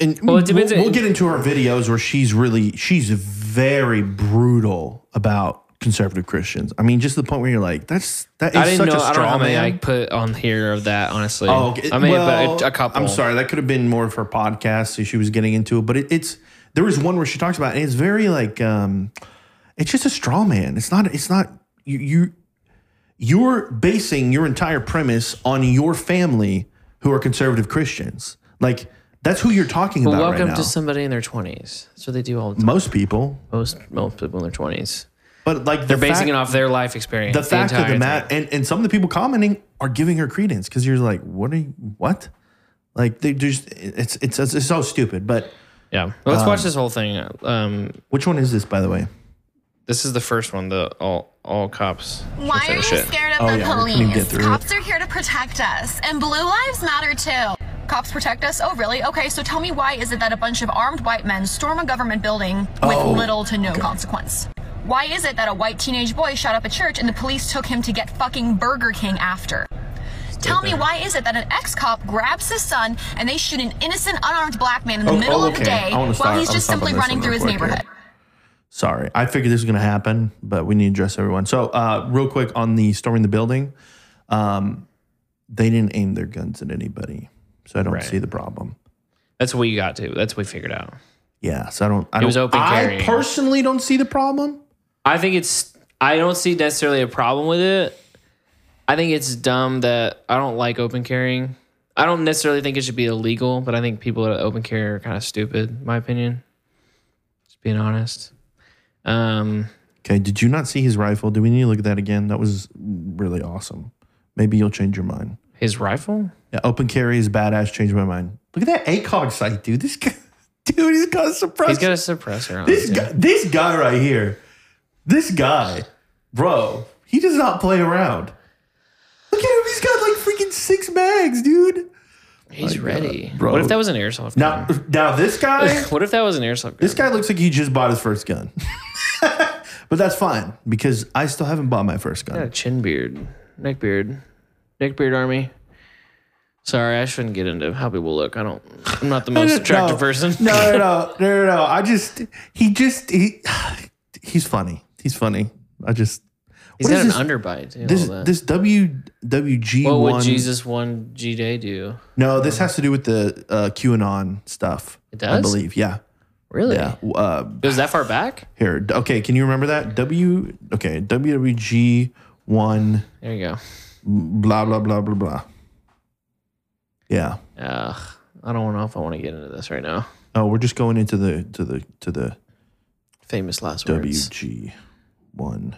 B: and
C: Well, it depends-
B: we'll, we'll get into her videos where she's really she's very brutal about conservative Christians. I mean, just to the point where you're like, that's that is
C: I didn't
B: such
C: know.
B: a
C: I don't know
B: straw
C: how many
B: man.
C: I put on here of that. Honestly,
B: Oh, okay.
C: I mean,
B: Well,
C: but a, a couple.
B: I'm sorry, that could have been more for podcasts that she was getting into, but it, it's there was one where she talks about, it, and it's very like, um, it's just a straw man. It's not. It's not you. you you're basing your entire premise on your family who are conservative Christians. Like that's who you're talking
C: Well,
B: about
C: welcome
B: right now.
C: to somebody in their twenties. That's what they do all the time.
B: Most people,
C: Most most people in their twenties.
B: but like
C: They're basing it off their life experience.
B: the fact of
C: entire
B: the
C: thing.
B: matter, and, and some of the people commenting are giving her credence because you're like, what are you, what? Like they just, it's, it's, it's, so stupid. But
C: Yeah. Well, let's watch this whole thing. Um,
B: which one is this, by the way?
C: this is the first one. The all all cops.
I: Why are you
C: Shit.
I: scared of
B: Oh,
I: the
B: yeah, we couldn't even get
I: police?
B: through it.
I: Cops are here to protect us, and blue lives matter too.
H: Cops protect us? Oh, really? Okay, so tell me why is it that a bunch of armed white men storm a government building with
B: Oh,
H: little to no consequence? Why is it that a white teenage boy shot up a church and the police took him to get fucking Burger King after? Tell me why is it that an ex-cop grabs his son and they shoot an innocent unarmed black man in the
B: Oh,
H: middle
B: oh,
H: of the
B: okay.
H: day
B: I wanna
H: while
B: start-
H: he's
B: I'll
H: just
B: stop on
H: simply
B: this
H: running
B: one
H: through his
B: real quick here.
H: neighborhood?
B: Sorry. I figured this was going to happen, but we need to address everyone. So, uh, real quick on the storming the building, um, they didn't aim their guns at anybody. So I don't see the problem.
C: That's what you got to. That's what we figured out.
B: Yeah. So I don't, I don't,
C: was open
B: I
C: carrying.
B: personally don't see the problem.
C: I think it's. I don't see necessarily a problem with it. I think it's dumb that I don't like open carrying. I don't necessarily think it should be illegal, but I think people that open carry are kind of stupid, in my opinion. Just being honest. Um,
B: Okay. Did you not see his rifle? Do we need to look at that again? That was really awesome. Maybe you'll change your mind.
C: his rifle.
B: Yeah, open carry is badass. Changed my mind. Look at that ACOG site, dude. This guy, dude, he's got a suppressor.
C: He's got a suppressor on.
B: this
C: it, too.
B: guy, this guy right here, this guy, bro, he does not play around. Look at him. He's got like freaking six mags, dude.
C: He's ready.
B: Oh bro.
C: What if that was an airsoft
B: Now,
C: gun?
B: now this guy,
C: what if that was an airsoft gun?
B: this guy looks like he just bought his first gun. but that's fine because I still haven't bought my first gun.
C: got a chin beard, neck beard, neck beard army. Sorry, I shouldn't get into how people look. I don't. I'm not the most attractive
B: no,
C: person.
B: No, no, no, no, no, no. I just he just he he's funny. He's funny. I just
C: He's
B: What
C: got
B: is
C: an
B: this-
C: underbite. Too,
B: this
C: all that.
B: this WWG
C: what
B: one.
C: would Jesus one G day do?
B: No, this has to do with the uh, QAnon stuff.
C: It
B: I
C: does?
B: believe. Yeah,
C: Really?
B: yeah. Uh,
C: It was that far back?
B: here, okay. Can you remember that W? Okay, WWG one.
C: There you go.
B: Blah blah blah blah blah. Yeah.
C: Ugh, I don't know if I want to get into this right now.
B: Oh, we're just going into the to the to the
C: Famous last words.
B: WG one.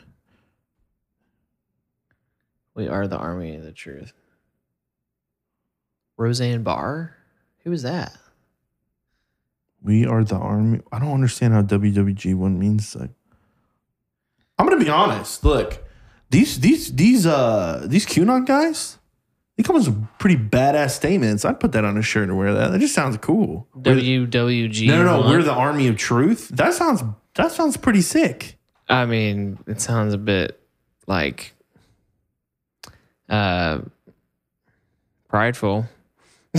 C: We are the army of the truth. Roseanne Barr? Who was that?
B: We are the army. I don't understand how WWG one means. Like, I'm gonna be honest. Look, these these these uh these QAnon guys, they come with some pretty badass statements. I'd put that on a shirt and wear that. That just sounds cool. We're the-
C: WWG.
B: no, no, no.
C: one?
B: We're the army of truth. That sounds that sounds pretty sick.
C: I mean, it sounds a bit like uh prideful.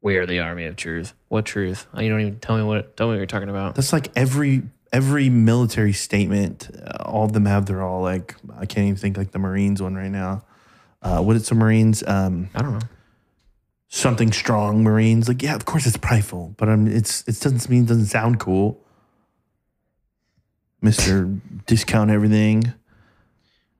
C: we are the army of truth. What truth? Oh, You don't even tell me what tell me what you're talking about.
B: That's like every every military statement. Uh, all of them have. They're all like I can't even think like the Marines one right now. Uh, what is the Marines? Um,
C: I don't know.
B: something strong Marines. Like, yeah, of course it's prideful, but um, it's it doesn't mean it doesn't sound cool. Mister discount everything.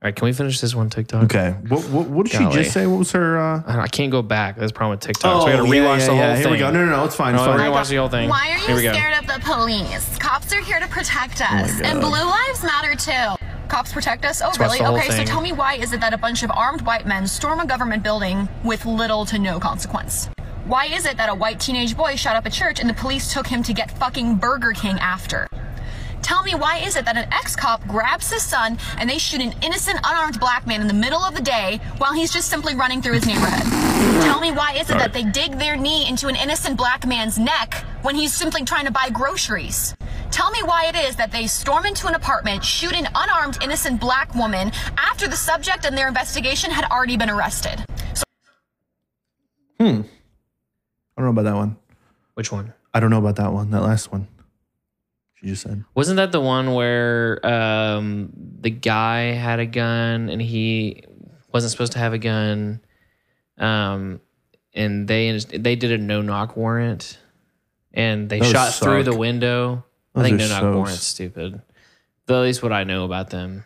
C: All right, can we finish this one TikTok?
B: Okay, what what, what did she
C: Golly.
B: just say? What was her? Uh,
C: I, don't- I can't go back. That's the problem with TikTok. so we gotta
B: Oh, yeah,
C: rewatch
B: yeah,
C: the whole
B: yeah.
C: thing.
B: Here we go. No, no, no. It's fine.
C: No,
B: it's
C: we're
B: fine.
C: gonna watch the whole thing.
I: Why are
C: Here we
I: you
C: go. Oh
I: scared of the police? Cops are here to protect us,
B: God.
I: and blue lives matter too.
H: Cops protect us? Oh,
C: Let's watch
H: really?
C: the whole
H: Okay, so
C: thing.
H: tell me why is it that a bunch of armed white men storm a government building with little to no consequence? Why is it that a white teenage boy shot up a church and the police took him to get fucking Burger King after? Tell me why is it that an ex cop grabs his son and they shoot an innocent unarmed black man in the middle of the day while he's just simply running through his neighborhood? Tell me why is it that they dig their knee into an innocent black man's neck when he's simply trying to buy groceries? Tell me why it is that they storm into an apartment, shoot an unarmed innocent black woman after the subject in their investigation had already been arrested.
B: I don't know about that one.
C: Which one?
B: I don't know about that one. That last one. She she just said.
C: Wasn't that the one where um, the guy had a gun and he wasn't supposed to have a gun? Um, and they they did a no knock warrant, and they
B: Those
C: shot through
B: suck.
C: the window. I
B: Those
C: think
B: are
C: no knock
B: so
C: warrants stupid. But at least what I know about them.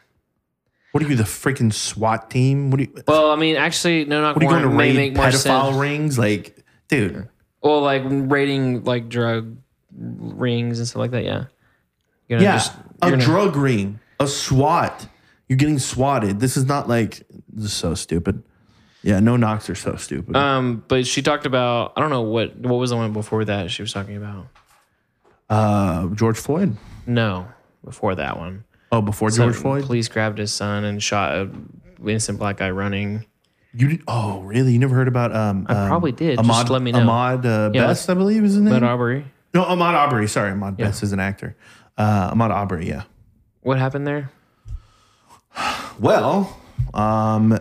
B: What are you, the freaking SWAT team? What are you,
C: Well, I mean, actually, no knock
B: what are you going
C: warrant
B: to
C: may
B: raid
C: make more
B: pedophile
C: sense.
B: rings? Like, dude,
C: Well, like raiding like drug rings and stuff like that. Yeah. You know,
B: yeah,
C: just-
B: a
C: you're gonna-
B: drug ring, a SWAT. You're getting swatted. This is not like this is so stupid. Yeah, no knocks are so stupid.
C: Um, but she talked about I don't know what what was the one before that she was talking about.
B: uh, George Floyd.
C: No, before that one.
B: Oh, before
C: So
B: George Floyd,
C: Police grabbed his son and shot a innocent black guy running.
B: you did, oh really? You never heard about? Um, I
C: probably did. Just
B: Ahmad,
C: let me know.
B: Ahmad uh,
C: Yeah,
B: Best, I believe, is his name.
C: But Aubrey,
B: no, Ahmad Aubrey. Sorry, Ahmad Best is an actor. Uh, Ahmad Aubrey. Yeah.
C: what happened there?
B: Well, um,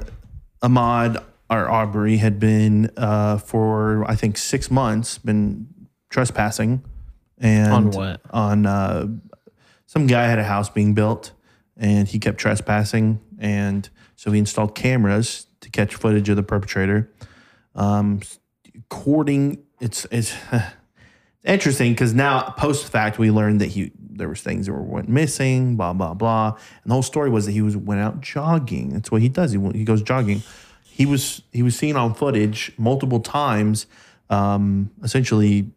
B: Ahmad or Aubrey had been uh, for I think six months been trespassing, and
C: On what?
B: On uh, some guy had a house being built, and he kept trespassing, and so he installed cameras to catch footage of the perpetrator. Um, courting it's it's interesting because now post fact we learned that he there was things that were went missing blah blah blah and the whole story was that he was went out jogging that's what he does he, went- he goes jogging he was he was seen on footage multiple times um essentially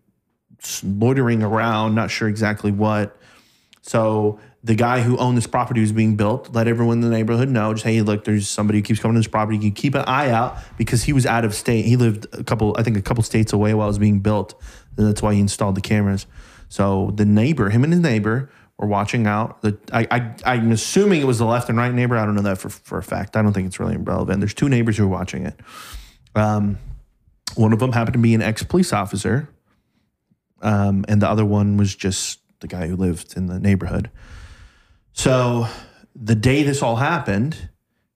B: s- loitering around not sure exactly what so the guy who owned this property was being built let everyone in the neighborhood know just hey look there's somebody who keeps coming to this property you keep an eye out because he was out of state he lived a couple i think a couple states away while it was being built and that's why he installed the cameras so the neighbor him and his neighbor were watching out the, I, I, i'm assuming it was the left and right neighbor i don't know that for, for a fact i don't think it's really relevant there's two neighbors who are watching it um, one of them happened to be an ex-police officer um, and the other one was just the guy who lived in the neighborhood. So the day this all happened,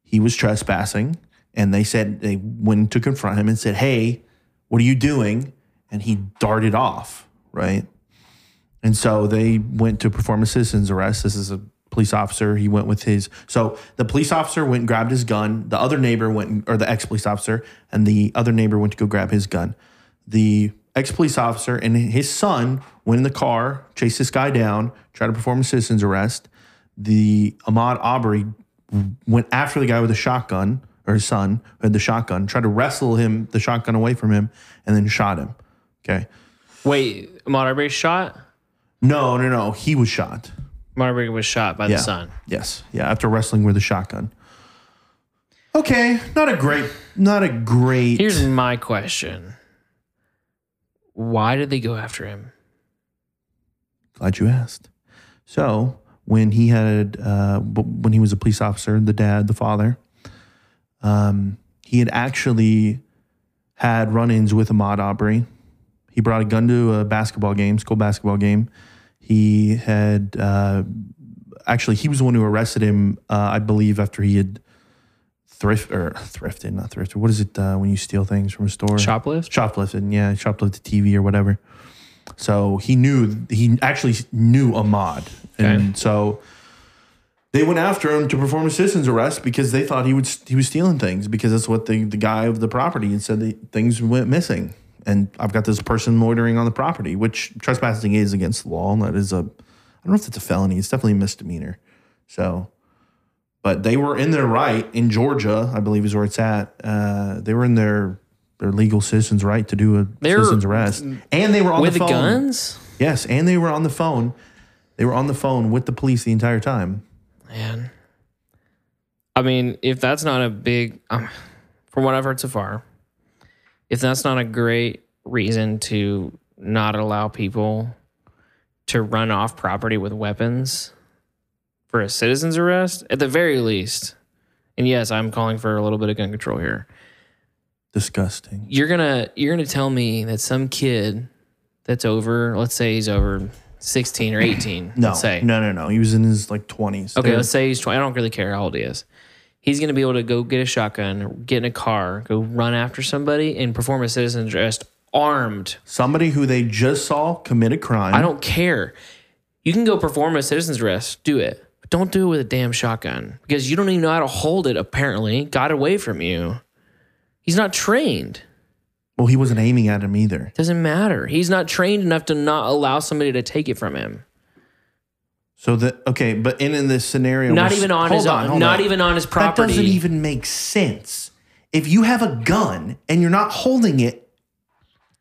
B: he was trespassing, and they said they went to confront him and said, "Hey, what are you doing?" And he darted off, right? And so they went to perform a citizen's arrest. This is a police officer. He went with his. So the police officer went and grabbed his gun. The other neighbor went, or the ex police officer, and the other neighbor went to go grab his gun. The ex police officer and his son went in the car, chased this guy down, tried to perform a citizen's arrest. The Ahmad Aubrey went after the guy with a shotgun, or his son who had the shotgun, tried to wrestle him, the shotgun away from him, and then shot him. Okay.
C: Wait, Marbury shot.
B: No, no, no. He was shot.
C: Marbury was shot by
B: yeah.
C: the son.
B: Yes. Yeah. After wrestling with a shotgun. Okay. Not a great. Not a great.
C: Here's my question: Why did they go after him?
B: Glad you asked. So when he had uh, b- when he was a police officer, the dad, the father, um, he had actually had run-ins with Ahmad Aubrey. He brought a gun to a basketball game, school basketball game. He had uh, actually he was the one who arrested him, uh, I believe, after he had thrift or thrifted, not thrifted. What is it uh, when you steal things from a store?
C: Shoplift.
B: shoplifting. Yeah, shoplifted TV or whatever. So he knew he actually knew Ahmad, and so they went after him to perform a citizen's arrest because they thought he would he was stealing things because that's what the the guy of the property had said that things went missing, and I've got this person loitering on the property, which trespassing is against the law, and that is a I don't know if it's a felony, it's definitely a misdemeanor. So but they were in their right in Georgia, I believe is where it's at. Uh, they were in their their legal citizens' right to do a
C: They're-
B: citizen's arrest, and they were on
C: With
B: the phone.
C: guns,
B: Yes, and they were on the phone. They were on the phone with the police the entire time.
C: man. I mean, if that's not a big, um, from what I've heard so far, if that's not a great reason to not allow people to run off property with weapons for a citizen's arrest, at the very least, and yes, I'm calling for a little bit of gun control here.
B: Disgusting.
C: You're gonna you're gonna tell me that some kid that's over, let's say he's over 16 or 18,
B: No,
C: let's say
B: no, no, no. He was in his like twenties.
C: Okay, let's say he's 20. I don't really care how old he is. He's going to be able to go get a shotgun, get in a car, go run after somebody, and perform a citizen's arrest armed.
B: somebody who they just saw commit a crime.
C: I don't care. You can go perform a citizen's arrest, do it, but don't do it with a damn shotgun because you don't even know how to hold it. Apparently, got away from you. He's not trained.
B: Well, he wasn't aiming at him either.
C: Doesn't matter. He's not trained enough to not allow somebody to take it from him.
B: So that okay, but in in this scenario,
C: Not
B: we're-
C: even on
B: hold
C: his own-
B: hold
C: not even on his
B: That
C: property.
B: doesn't even make sense. If you have a gun and you're not holding it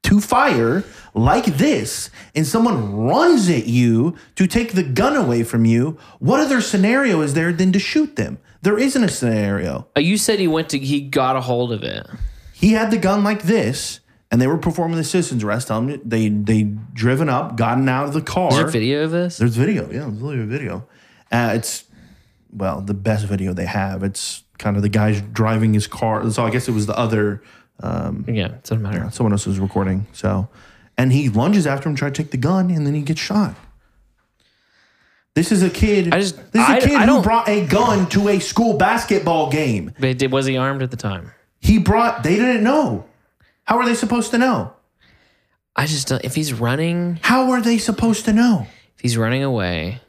B: to fire like this, and someone runs at you to take the gun away from you, what other scenario is there than to shoot them? There isn't a scenario.
C: Uh, You said he went to he got a hold of it.
B: He had the gun like this, and they were performing the citizen's arrest. on him they they driven up, gotten out of the car.
C: Is there video of this?
B: There's video. Yeah, there's literally a video. Uh, it's well, the best video they have. It's kind of the guy's driving his car. So I guess it was the other
C: Yeah, it doesn't matter.
B: someone else was recording. So, and he lunges after him, try to take the gun, and then he gets shot. This is a kid.
C: I just-
B: this is
C: I-
B: a kid
C: I
B: who
C: don't-
B: brought a gun to a school basketball game.
C: But did, was he armed at the time?
B: He brought. They didn't know. How are they supposed to know?
C: I just don't, if he's running,
B: How are they supposed to know?
C: if he's running away,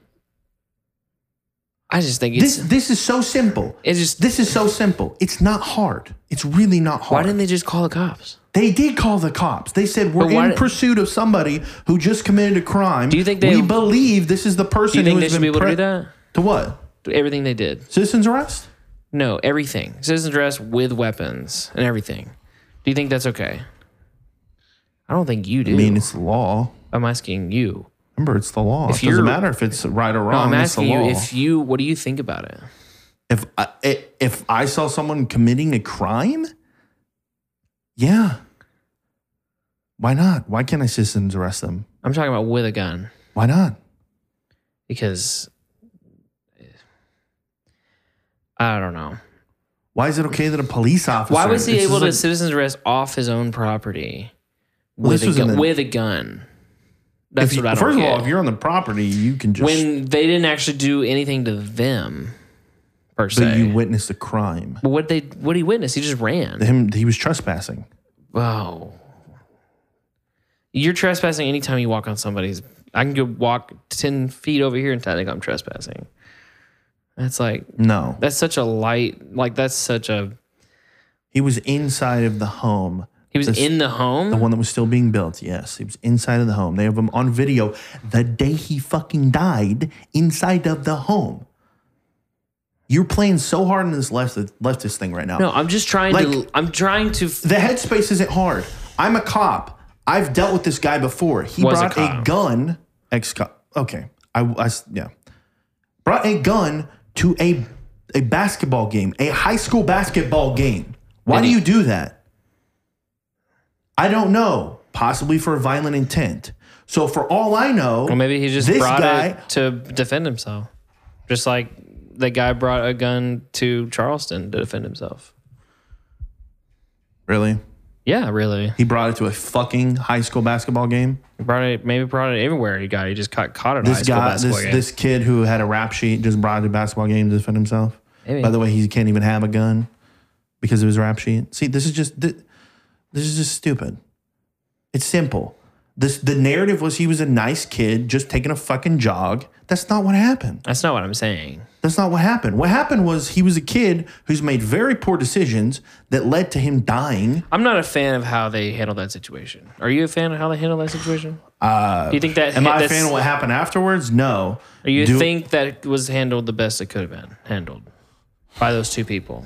C: I just think it's
B: This this is so simple.
C: it's just
B: This is so simple. It's not hard. It's really not hard.
C: why didn't they just call the cops?
B: They did call the cops. They said we're
C: But why
B: in
C: did-
B: pursuit of somebody who just committed a crime.
C: Do you think they-
B: we believe this is the person
C: Do you think
B: who
C: they
B: has
C: should be
B: been
C: able to
B: pre-
C: do that?
B: To what?
C: Everything they did.
B: Citizens arrest?
C: No, everything. Citizen dress with weapons and everything. Do you think that's okay? I don't think you do.
B: I mean, it's the law.
C: I'm asking you.
B: Remember, it's the law.
C: If
B: it doesn't
C: you're-
B: matter if it's right or
C: No,
B: wrong.
C: I'm
B: it's the
C: asking you
B: law.
C: if you. What do you think about it?
B: if I, i- if I saw someone committing a crime, yeah. Why not? Why can't I citizens arrest them?
C: I'm talking about with a gun
B: Why not?
C: because I don't know.
B: Why is it okay that a police officer?
C: Why was he
B: This is
C: able to
B: like-
C: citizen's arrest off his own property
B: Well,
C: with,
B: this
C: a
B: was in
C: gun,
B: the-
C: with a gun?
B: if
C: That's
B: you-
C: what I don't
B: First
C: get.
B: of all, if you're on the property, you can just
C: when they didn't actually do anything to them per se.
B: but you witnessed a crime.
C: but what they what did he witness? He just ran.
B: him he was trespassing.
C: Wow. You're trespassing anytime you walk on somebody's. I can go walk 10 feet over here and technically I'm trespassing. That's like,
B: No,
C: that's such a light, like, that's such a.
B: he was inside of the home,
C: He was
B: This-
C: in the home.
B: the one that was still being built. Yes, he was inside of the home. They have him on video the day he fucking died inside of the home. You're playing so hard in this left leftist thing right now.
C: no, I'm just trying
B: Like-
C: to, I'm trying to. f-
B: the headspace isn't hard. I'm a cop. I've dealt with this guy before. He
C: Was a
B: brought a,
C: cop.
B: gun. Ex cop. Okay. I, I s- yeah. Brought a gun to a a basketball game, a high school basketball game. Why do you do that? I don't know. Possibly for violent intent. So for all I know,
C: Well, maybe he just
B: this
C: brought
B: guy.
C: it to defend himself. Just like the guy brought a gun to Charleston to defend himself.
B: Really?
C: Yeah, really.
B: He brought it to a fucking high school basketball game.
C: He brought it, maybe brought it everywhere he got. He just caught, caught it. at a
B: this
C: high school
B: guy,
C: basketball
B: this
C: game.
B: this kid who had a rap sheet just brought to basketball game to defend himself.
C: Maybe.
B: By the way, he can't even have a gun because of his rap sheet. See, this is just thi- this is just stupid. It's simple. This the narrative was he was a nice kid just taking a fucking jog. That's not what happened.
C: That's not what I'm saying.
B: That's not what happened. What happened was he was a kid who's made very poor decisions that led to him dying.
C: I'm not a fan of how they handled that situation. Are you a fan of how they handled that situation? Uh, do you think that?
B: Am I a
C: that's-
B: fan of what happened afterwards? No.
C: Do you
B: Do-
C: think that was handled the best it could have been handled by those two people?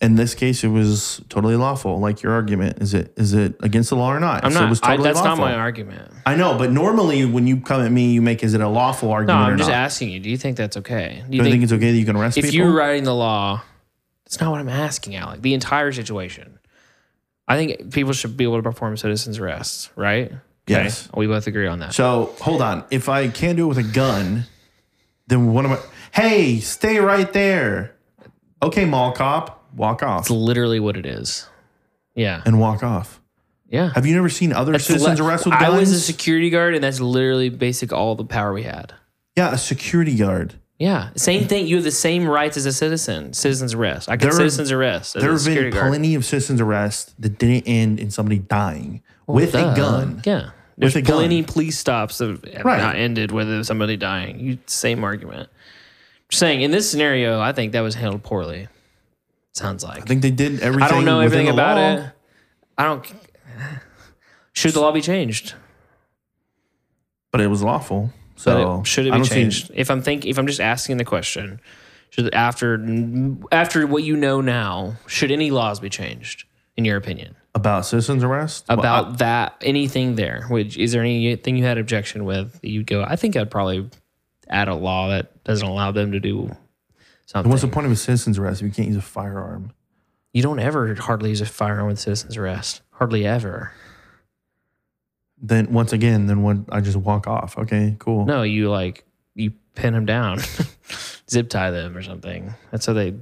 B: in this case, it was totally lawful. Like your argument, is it is it against the law or not?
C: I'm
B: So
C: not.
B: It was
C: I,
B: totally
C: that's not
B: lawful.
C: my argument.
B: I know, but normally when you come at me, you make is it a lawful
C: No,
B: argument or
C: I'm just
B: not?
C: asking you. Do you think that's okay? Do
B: Do
C: you
B: I think
C: think,
B: it's okay that you can arrest
C: if
B: people?
C: you're writing the law, that's not what I'm asking, Alec. The entire situation. I think people should be able to perform citizens' arrest, right? Okay.
B: Yes.
C: We both agree on that.
B: So hold on. If I can't do it with a gun, then what am I? Hey, stay right there. Okay, mall cop, walk off
C: It's literally what it is. Yeah.
B: and walk off.
C: Yeah.
B: Have you never seen other
C: That's
B: citizens
C: le-
B: arrested? with
C: I
B: guns?
C: was a security guard, and that's literally basic all the power we had.
B: yeah, a security guard.
C: Yeah, same thing. You have the same rights as a citizen. Citizens arrest. I can
B: There have-
C: citizens arrest. As
B: there
C: a
B: have been
C: security guard.
B: plenty of citizens arrests that didn't end in somebody dying with
C: Duh.
B: a gun.
C: Yeah, There's
B: a gun.
C: plenty police stops that have
B: Right.
C: not ended with somebody dying. You same argument. Just saying in this scenario, I think that was handled poorly. Sounds like
B: I think they did everything.
C: I don't know
B: within
C: everything
B: the
C: about
B: law.
C: it. I don't. Should the law be changed?
B: but it was lawful.
C: But
B: So
C: it- should it
B: I
C: be
B: don't see-
C: changed? If I'm think, if I'm just asking the question, should after after what you know now, should any laws be changed in your opinion
B: about citizens arrest Well,
C: about that anything there? Which is there anything you had objection with? that You'd go. I think I'd probably add a law that doesn't allow them to do
B: I-
C: something.
B: what's the point of a citizens arrest if you can't use a firearm?
C: you don't ever hardly use a firearm with citizens arrest. Hardly ever.
B: Then once again, then what? I just walk off. Okay, cool.
C: No, you like you pin them down, zip tie them or something. That's how they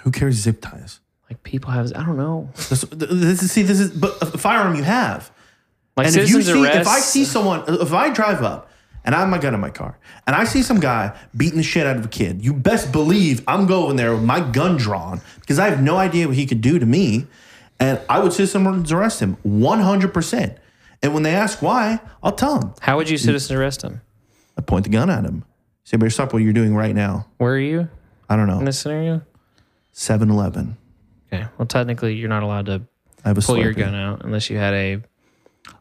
B: Who carries zip ties?
C: like people have. I don't know.
B: This, this is see. This is but a firearm you have.
C: Like
B: and if you
C: citizens
B: see,
C: arrest.
B: if I see someone, if I drive up and I have my gun in my car and I see some guy beating the shit out of a kid, you best believe I'm going there with my gun drawn because I have no idea what he could do to me, and I would citizens arrest him 100. percent And when they ask why, I'll tell them.
C: how would you citizen arrest them?
B: I point the gun at him. Say, better stop what you're doing right now.
C: Where are you
B: I don't
C: in
B: know.
C: this scenario?
B: 7 Eleven.
C: Okay. Well, technically, you're not allowed to
B: I have a
C: pull your
B: Slurpee.
C: gun out unless you had a.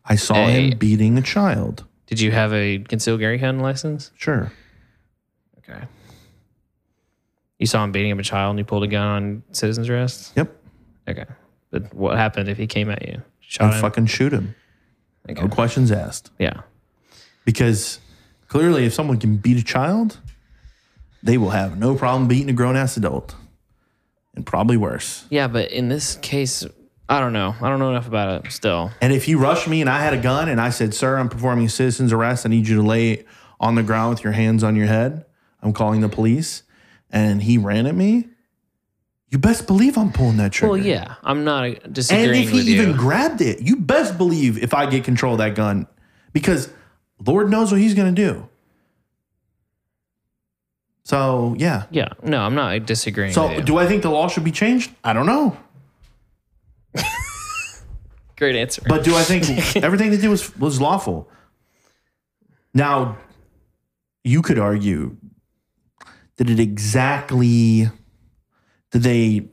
B: I saw
C: Hey.
B: him beating a child.
C: Did you have a concealed carry gun license?
B: Sure.
C: Okay. You saw him beating up a child and you pulled a gun on citizens arrest.
B: Yep.
C: Okay. But what happened if he came at you? Shot
B: And
C: him.
B: fucking shoot him.
C: Okay.
B: No questions asked.
C: Yeah.
B: Because clearly, if someone can beat a child, they will have no problem beating a grown ass adult, and probably worse.
C: Yeah, but in this case, I don't know. I don't know enough about it still.
B: And if he rushed me and I had a gun and I said, "Sir, I'm performing a citizen's arrest. I need you to lay on the ground with your hands on your head. I'm calling the police," and he ran at me, you best believe I'm pulling that trigger.
C: Well, yeah, I'm not disagreeing
B: And if he
C: with you.
B: even grabbed it, you best believe if I get control of that gun, because Lord knows what he's going to do. So, yeah.
C: yeah, no, I'm not disagreeing.
B: So,
C: with you.
B: do I think the law should be changed? I don't know.
C: great answer.
B: But do I think everything they did was, was lawful? Now, you could argue did it exactly, did they,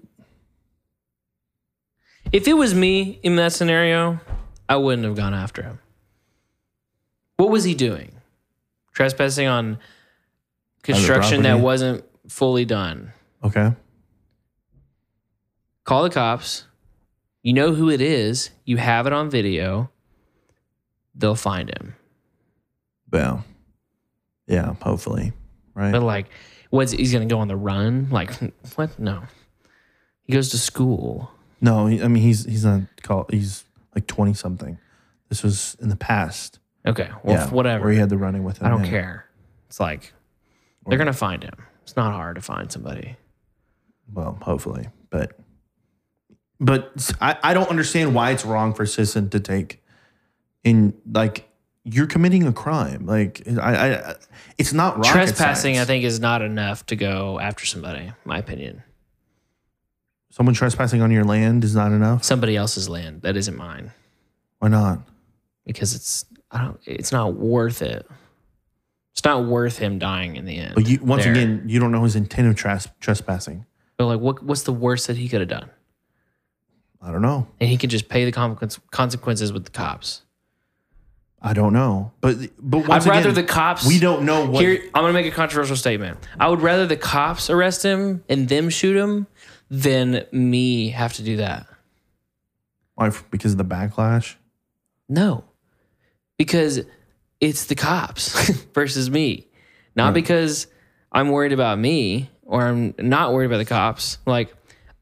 C: if it was me in that scenario, I wouldn't have gone after him. What was he doing? Trespassing on construction that
B: property?
C: wasn't fully done.
B: okay,
C: Call the cops. You know who it is. You have it on video. They'll find him.
B: well, yeah, hopefully, right?
C: But like, what's he's gonna go on the run? Like, what? No. He goes to school.
B: No, he- I mean he's he's not called. He's like twenty something. This was in the past.
C: Okay. Well,
B: yeah,
C: f- whatever.
B: Where he had the running with him.
C: I don't
B: yeah.
C: care. It's like they're gonna find him. It's not hard to find somebody.
B: Well, hopefully, but but s- I, I don't understand why it's wrong for Sisson to take in like you're committing a crime. Like I, I it's not rocket
C: Trespassing,
B: science.
C: I think, is not enough to go after somebody. My opinion.
B: someone trespassing on your land is not enough.
C: Somebody else's land that isn't mine
B: Why not?
C: because it's I don't. It's not worth it. It's not worth him dying in the end.
B: But you once
C: there.
B: again, you don't know his intent of tras- trespassing.
C: But, like, what? What's the worst that he could have done?
B: I don't know.
C: And he could just pay the consequence, consequences with the cops.
B: I don't know. But but once
C: I'd rather
B: again,
C: the cops.
B: We don't know what
C: Here, I'm gonna make a controversial statement. I would rather the cops arrest him and them shoot him than me have to do that.
B: Why, f- because of the backlash.
C: No, because it's the cops versus me, not because I'm worried about me or I'm not worried about the cops. Like,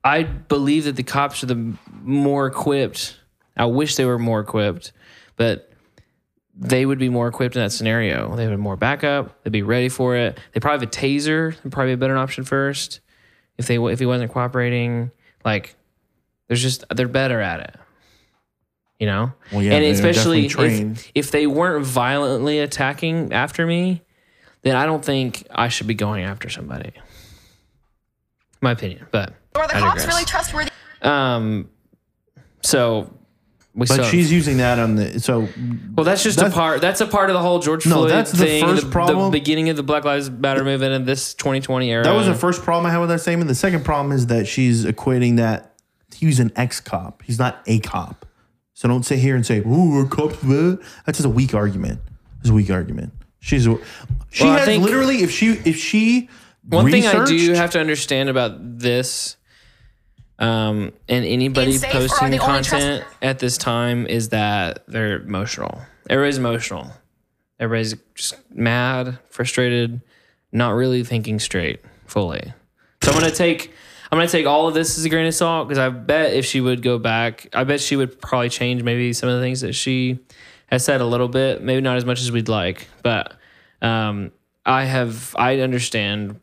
C: I believe that the cops are the more equipped. I wish they were more equipped, but they would be more equipped in that scenario. They would have more backup. They'd be ready for it. They probably have a taser. That'd probably be a better option first. If they if he wasn't cooperating, like there's just they're better at it. You know,
B: Well, yeah,
C: and
B: they're
C: especially
B: definitely trained.
C: if, if they weren't violently attacking after me, then I don't think I should be going after somebody. My opinion, but
H: Or the
C: I
H: cops
C: digress.
H: really trustworthy?
C: um, so We
B: But
C: suck.
B: she's using that on the so
C: well, that's just a part. That's a part of the whole George
B: No,
C: Floyd
B: that's the
C: thing.
B: first problem.
C: beginning of the Black Lives Matter movement in this 2020 era.
B: that was the first problem I had with that statement. The second problem is that she's equating that he was an ex cop. He's not a cop. So don't sit here and say, "Ooh, we're cops." bleh." That's just a weak argument. It's a weak argument. She's she
C: Well, I
B: has
C: think-
B: literally if she if she
C: One thing I do
B: researched-
C: have to understand about this, um, and anybody
H: Being safe or
C: posting
H: are they only
C: content at this time is that they're emotional. Everybody's emotional. Everybody's just mad, frustrated, not really thinking straight fully. So I'm gonna take I'm gonna take all of this as a grain of salt because I bet if she would go back, I bet she would probably change maybe some of the things that she has said a little bit, maybe not as much as we'd like, but um, I have I understand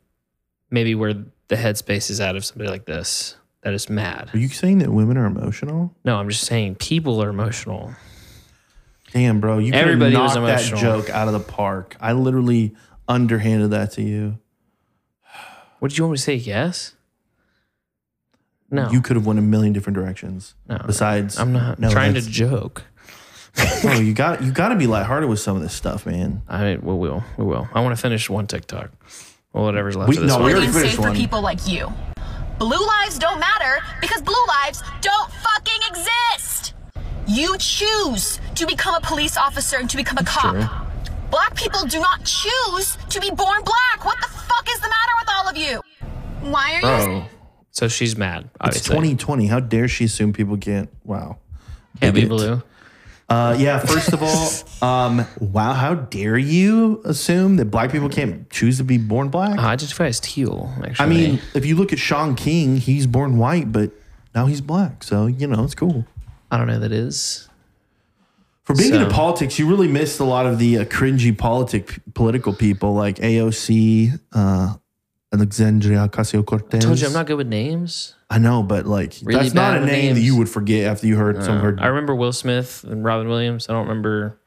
C: maybe where the headspace is out of somebody like this that is mad.
B: Are you saying that women are emotional?
C: No, I'm just saying people are emotional.
B: Damn, bro, you
C: Everybody
B: everybody
C: was
B: knocked that
C: emotional.
B: joke out of the park. I literally underhanded that to you.
C: What did you want me to say? Yes. No,
B: You could have went a million different directions.
C: No,
B: Besides,
C: I'm not
B: no,
C: trying to
B: that's-
C: joke.
B: No, you got you got to be lighthearted with some of this stuff, man.
C: I we will we will. I want to finish one TikTok. Well, whatever's left
B: We-
C: of this
B: no,
C: one.
B: we already
H: being safe
B: finished
H: for
B: one.
H: people like you. Blue lives don't matter because blue lives don't fucking exist. You choose to become a police officer and to become a cop. Black people do not choose to be born black. What the fuck is the matter with all of you? Why are you
C: Oh, so she's mad.
B: It's
C: Obviously.
B: 2020. How dare she assume people can't? Wow.
C: Can't be
B: Idiot.
C: blue.
B: Uh, yeah. First of all, um, wow. How dare you assume that black people can't choose to be born black?
C: Oh, I just realized teal. Actually,
B: I mean, if you look at Sean King, he's born white, but now he's black. So you know, it's cool.
C: I don't know who that is.
B: For being
C: So-
B: into politics, you really missed a lot of the uh, cringy politic political people like AOC, uh, Alexandria Ocasio Cortez.
C: I told you I'm not good with names.
B: know, but like
C: Really
B: that's not
C: bad
B: a
C: with
B: name that
C: names. Uh,
B: you would forget after you heard some of her.
C: I remember Will Smith and Robin Williams. I don't remember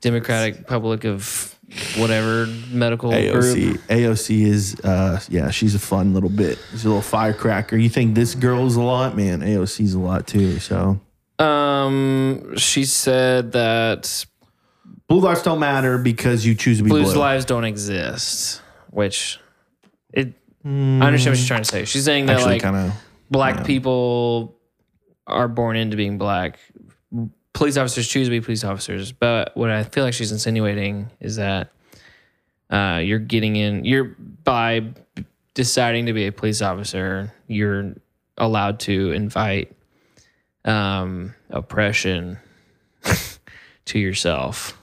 C: Democratic Republic of whatever medical
B: AOC.
C: group.
B: AOC is, uh, yeah, she's a fun little bit. She's a little firecracker. You think this girl's a lot, man? AOC's a lot too. So
C: Um, she said that
B: blue lives don't matter because you choose to be
C: blues
B: blue.
C: lives don't exist, which it. I understand what she's trying to say. She's saying that
B: Actually,
C: like
B: kind of.
C: black people are born into being black. Police officers choose to be police officers, but what I feel like she's insinuating is that uh, you're getting in. You're by deciding to be a police officer, you're allowed to invite um, oppression to yourself.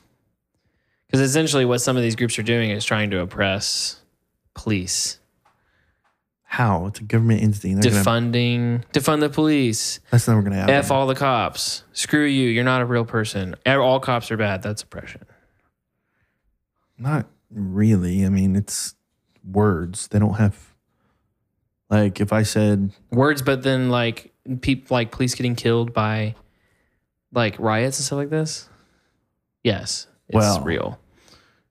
C: Because essentially, what some of these groups are doing is trying to oppress police
B: How? It's a government entity. They're gonna-
C: defunding defund the police
B: that's never going to happen.
C: f all the cops screw you you're not a real person E, all cops are bad that's oppression
B: Not really. I mean, it's words. They don't have like if I said
C: words but then like people like police getting killed by like riots and stuff like this yes it's
B: Well-
C: real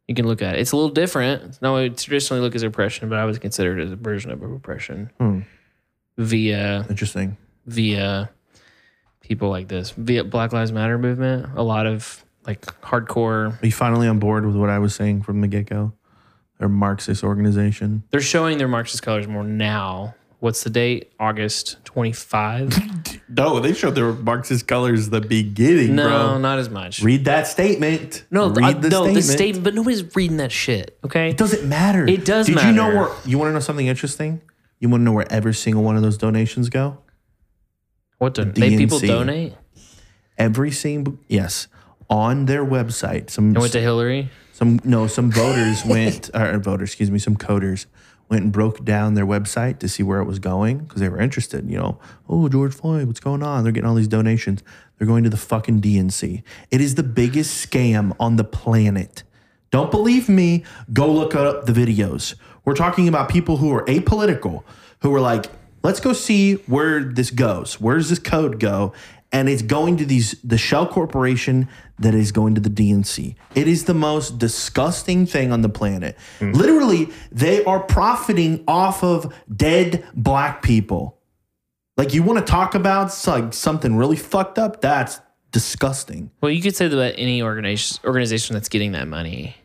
C: you can look at it it's a little different no it traditionally look as oppression but i was considered as a version of oppression
B: Hmm.
C: via
B: interesting.
C: via people like this via black lives matter movement a lot of like hardcore
B: Are you finally on board with what I was saying from the get go? Or Marxist organization?
C: They're showing their Marxist colors more now. What's the date? August 25?
B: No, they showed their Marxist colors the beginning,
C: no, not as much.
B: Read that statement.
C: no,
B: Read
C: I- no, the statement, but nobody's reading that shit, okay?
B: It doesn't matter.
C: It does
B: Did you know
C: matter.
B: where? You want to know something interesting? You want to know where every single one of those donations go?
C: What do they people
B: DNC.
C: donate?
B: Every single yes, on their website. Some
C: They went to Hillary.
B: Some no, some voters went or voters, excuse me, some coders went and broke down their website to see where it was going because they were interested. You know, oh George Floyd, what's going on? They're getting all these donations. They're going to the fucking DNC. It is the biggest scam on the planet. Don't believe me? Go look up the videos. We're talking about people who are apolitical, who are like, let's go see where this goes. Where does this code go? And it's going to these the shell corporation that is going to the DNC. It is the most disgusting thing on the planet. Literally, they are profiting off of dead black people. Like you want to talk about like something really fucked up? That's disgusting.
C: Well, you could say that about any organization organization that's getting that money.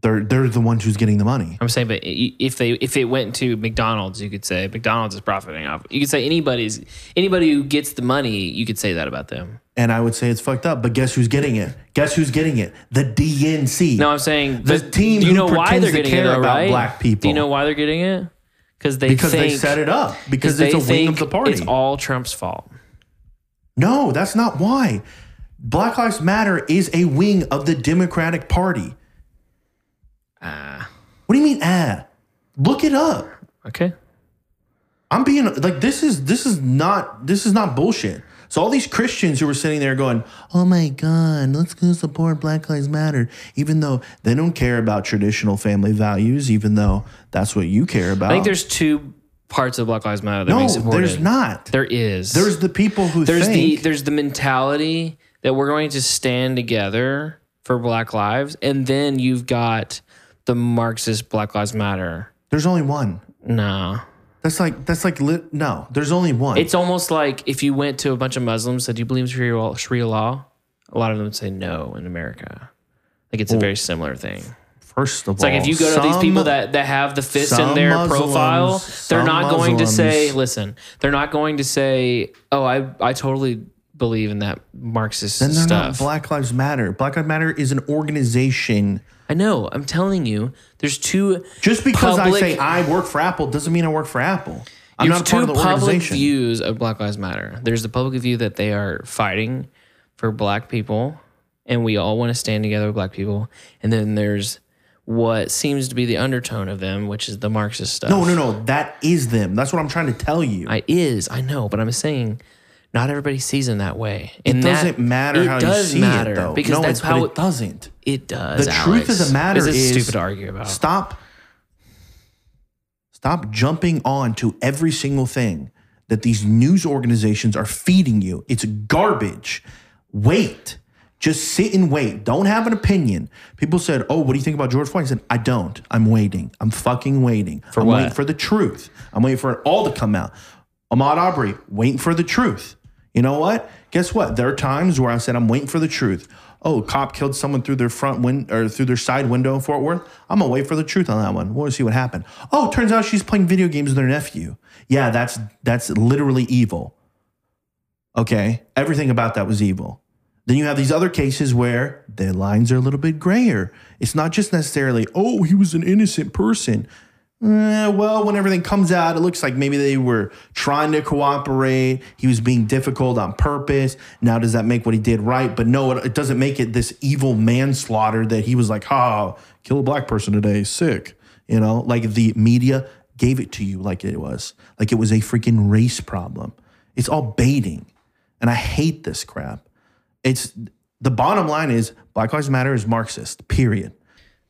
B: They're they're the ones who's getting the money.
C: I'm saying, but i- if they if it went to McDonald's, you could say McDonald's is profiting off. You could say anybody's anybody who gets the money, you could say that about them.
B: And I would say it's fucked up, but guess who's getting it? Guess who's getting it? The DNC.
C: No, I'm saying
B: The
C: but
B: team
C: Do you
B: who
C: know why
B: pretends
C: they're
B: to
C: getting
B: care
C: it, though,
B: about
C: right?
B: black
C: Do
B: people.
C: you know why they're getting it? Because they
B: because
C: think,
B: they set it up. Because
C: they
B: it's a wing of
C: think
B: the party.
C: It's all Trump's fault.
B: no, that's not why. Black Lives Matter is a wing of the Democratic Party.
C: Ah,
B: What do you mean, ah? Look it up.
C: okay.
B: I'm being like this is this is not this is not bullshit. So all these Christians who were sitting there going, "Oh my God, let's go support Black Lives Matter," even though they don't care about traditional family values, even though that's what you care about.
C: I think there's two parts of Black Lives Matter that
B: no,
C: we supported.
B: there's not.
C: There is.
B: there's the people who
C: there's the
B: think
C: there's the mentality that we're going to stand together for Black Lives, and then you've got the Marxist Black Lives Matter.
B: there's only one.
C: No,
B: That's like that's like li- no. There's only one.
C: it's almost like if you went to a bunch of Muslims, said, "Do you believe in Sharia law?" Sharia law? A lot of them would say no in America. Like it's a very similar thing.
B: first of
C: It's
B: all.
C: like if you go to these
B: some-
C: people that, that have the fist in
B: some
C: their
B: Muslims-
C: profile, they're
B: some
C: not going to say,
B: Muslims-
C: listen, they're not going to say, oh, I, I totally believe in that Marxist
B: then they're
C: stuff.
B: not Black Lives Matter. Black Lives Matter is an organization.
C: I know. I'm telling you, there's two.
B: Just because I
C: public-
B: say I work for Apple doesn't mean I work for Apple. I'm
C: there's
B: not a part
C: two
B: of the
C: public
B: organization.
C: views of Black Lives Matter. There's the public view that they are fighting for Black people, and we all want to stand together with Black people. And then there's what seems to be the undertone of them, which is the Marxist stuff.
B: No, no, no. That is them. That's what I'm trying to tell you.
C: I is I know, but I'm saying not everybody sees them that way.
B: it
C: And that-
B: doesn't matter
C: it
B: how you
C: does
B: see
C: matter
B: it, though.
C: because
B: no,
C: that's
B: it's- but
C: how
B: it doesn't.
C: It does.
B: The truth of
C: Alex.
B: the matter
C: This
B: is
C: stupid to argue about.
B: Stop. Stop jumping on to every single thing that these news organizations are feeding you. It's garbage. Wait. Just sit and wait. Don't have an opinion. People said, "Oh, what do you think about George Floyd?" I said, "I don't. I'm waiting. I'm fucking waiting. For I'm
C: what?
B: waiting for the truth. I'm waiting for it all to come out." Ahmad Aubrey, waiting for the truth. You know what? Guess what? There are times where I said I'm waiting for the truth. Oh, cop killed someone through their front win or through their side window in Fort Worth. I'm gonna wait for the truth on that one. We'll see what happened. Oh, turns out she's playing video games with her nephew. Yeah, that's that's literally evil. Okay, everything about that was evil. Then you have these other cases where the lines are a little bit grayer. It's not just necessarily, oh, he was an innocent person. Eh, well, when everything comes out, it looks like maybe they were trying to cooperate. He was being difficult on purpose. Now, does that make what he did right? But no, it, it doesn't make it this evil manslaughter that he was like, oh, kill a black person today, sick. You know, like the media gave it to you like it was, like it was a freaking race problem. It's all baiting. And I hate this crap it's the bottom line is Black Lives Matter is Marxist. Period.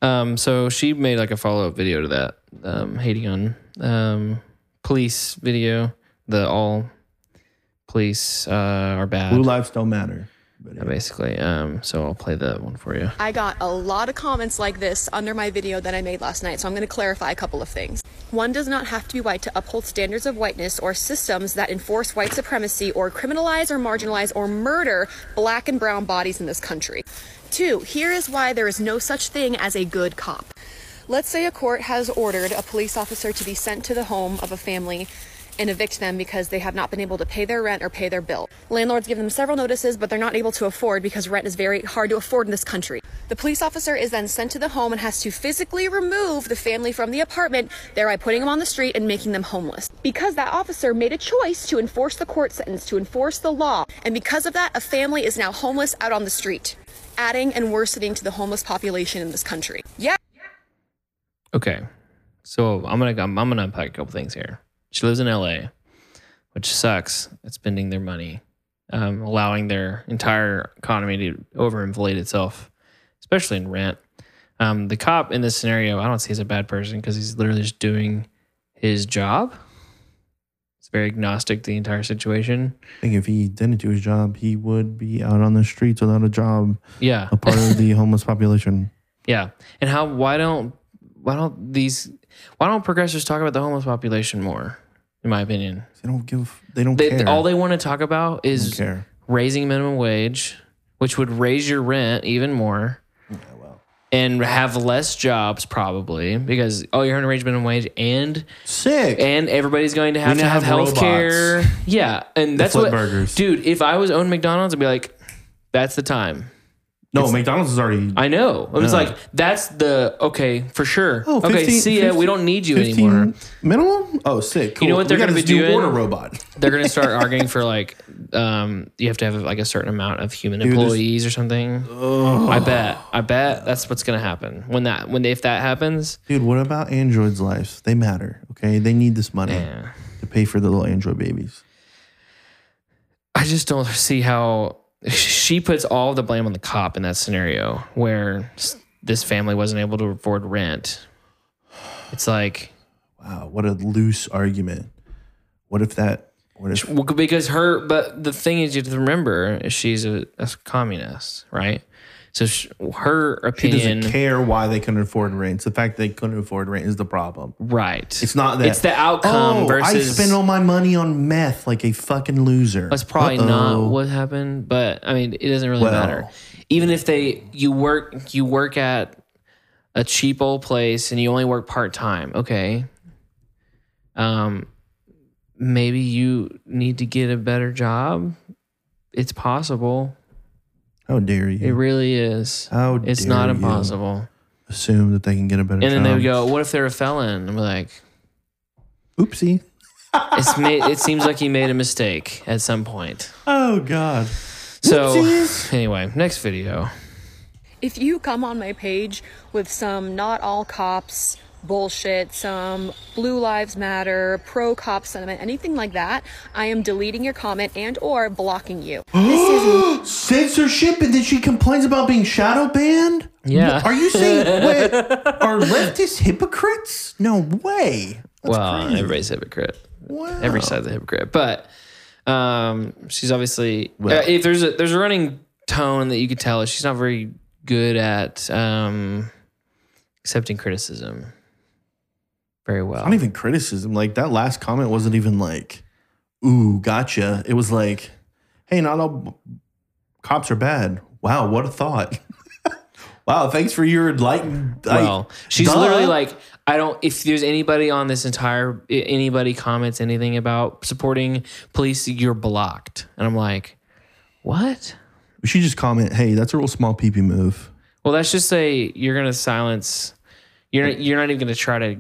C: Um, so she made like a follow up video to that, um, hating on um, police video. The all police uh, are bad,
B: Blue lives don't matter.
C: basically. Um, so I'll play that one for you.
G: I got a lot of comments like this under my video that I made last night, so I'm going to clarify a couple of things. One does not have to be white to uphold standards of whiteness or systems that enforce white supremacy or criminalize or marginalize or murder black and brown bodies in this country. Two, here is why there is no such thing as a good cop. Let's say a court has ordered a police officer to be sent to the home of a family and evict them because they have not been able to pay their rent or pay their bill. Landlords give them several notices, but they're not able to afford because rent is very hard to afford in this country. The police officer is then sent to the home and has to physically remove the family from the apartment, thereby putting them on the street and making them homeless. Because that officer made a choice to enforce the court sentence, to enforce the law, and because of that, a family is now homeless out on the street, adding and worsening to the homeless population in this country. Yeah.
C: Okay, so I'm gonna I'm, I'm gonna unpack a couple things here. She lives in L.A., which sucks. It's spending their money, um, allowing their entire economy to overinflate itself, especially in rent. Um, the cop in this scenario, I don't see as a bad person because he's literally just doing his job. It's very agnostic the entire situation.
B: I think if he didn't do his job, he would be out on the streets without a job,
C: Yeah,
B: a part of the homeless population.
C: yeah. And how? Why don't? Why don't these? Why don't progressives talk about the homeless population more? In my opinion,
B: They don't give. They don't
C: They,
B: care.
C: all they want to talk about
B: They don't
C: is
B: care.
C: raising minimum wage, which would raise your rent even more. And have less jobs probably because oh you're going to raise minimum wage and
B: Sick.
C: and everybody's going to have
B: now
C: to have,
B: have
C: health care. Yeah, and that's
B: flip
C: what
B: burgers.
C: dude. If I was owned McDonald's, I'd be like, that's the time.
B: no, McDonald's is already.
C: I know. I was
B: Yeah.
C: like, that's the okay for sure.
B: Oh,
C: okay,
B: 15
C: see ya.
B: 15
C: We don't need you
B: 15
C: anymore.
B: Minimum? Oh, sick. Cool.
C: know what
B: We
C: they're
B: got
C: gonna
B: this
C: be
B: new
C: doing?
B: Order robot.
C: They're gonna start arguing for like, um, you have to have like a certain amount of human
B: there's-
C: employees or something. I bet. I bet that's what's gonna happen when that when if that happens.
B: Dude, what about androids' lives? They matter. Okay, they need this money
C: Yeah.
B: to pay for the little android babies.
C: I just don't see how she puts all the blame on the cop in that scenario where s- this family wasn't able to afford rent. It's like
B: Wow, what a loose argument. What if that? What if?
C: well, because her, but the thing is, you have to remember is she's a, a communist, right? So sh her
B: She doesn't
C: opinion,
B: care why they couldn't afford rent. It's the fact they couldn't afford rent is the problem.
C: right?
B: It's not that.
C: It's the outcome
B: oh,
C: versus.
B: I spend all my money on meth like a fucking loser.
C: That's probably not
B: Uh-oh.
C: what happened, but I mean, it doesn't really
B: Well.
C: matter. Even if they you work you work at a cheap old place and you only work part time, okay. Um, maybe you need to get a better job. It's possible.
B: How dare
C: It
B: you
C: really is.
B: How
C: it's
B: dare
C: not
B: you.
C: impossible.
B: assume that they can get a better?
C: And then
B: job?
C: they would go, "What if they're a felon?" I'm like,
B: "Oopsie."
C: "It's made, It seems like you made a mistake at some point."
B: Oh God.
C: So
B: Whoopsies.
C: anyway, next video.
G: If you come on my page with some not all cops bullshit, some blue lives matter, pro cop sentiment, anything like that, I am deleting your comment and or blocking you.
B: Censorship, and then she complains about being shadow banned.
C: Yeah.
B: Are you saying wait, are leftists hypocrites? No way.
C: well, everybody's a hypocrite.
B: Wow.
C: Every side's a hypocrite. But um, she's obviously
B: Well-
C: uh, if there's a there's a running tone that you could tell is she's not very good at um, accepting criticism very well.
B: Not even criticism. Like that last comment wasn't even like, "Ooh, gotcha." It was like, "Hey, not all b- cops are bad." Wow, what a thought. wow, thanks for your enlightened. like,
C: well, she's
B: duh.
C: literally like, I don't. If there's anybody on this entire, i- anybody comments anything about supporting police, you're blocked. And I'm like, what?
B: We should just comment, "Hey, that's a real small pee pee move."
C: Well, let's just say you're gonna silence. You're you're not even gonna try to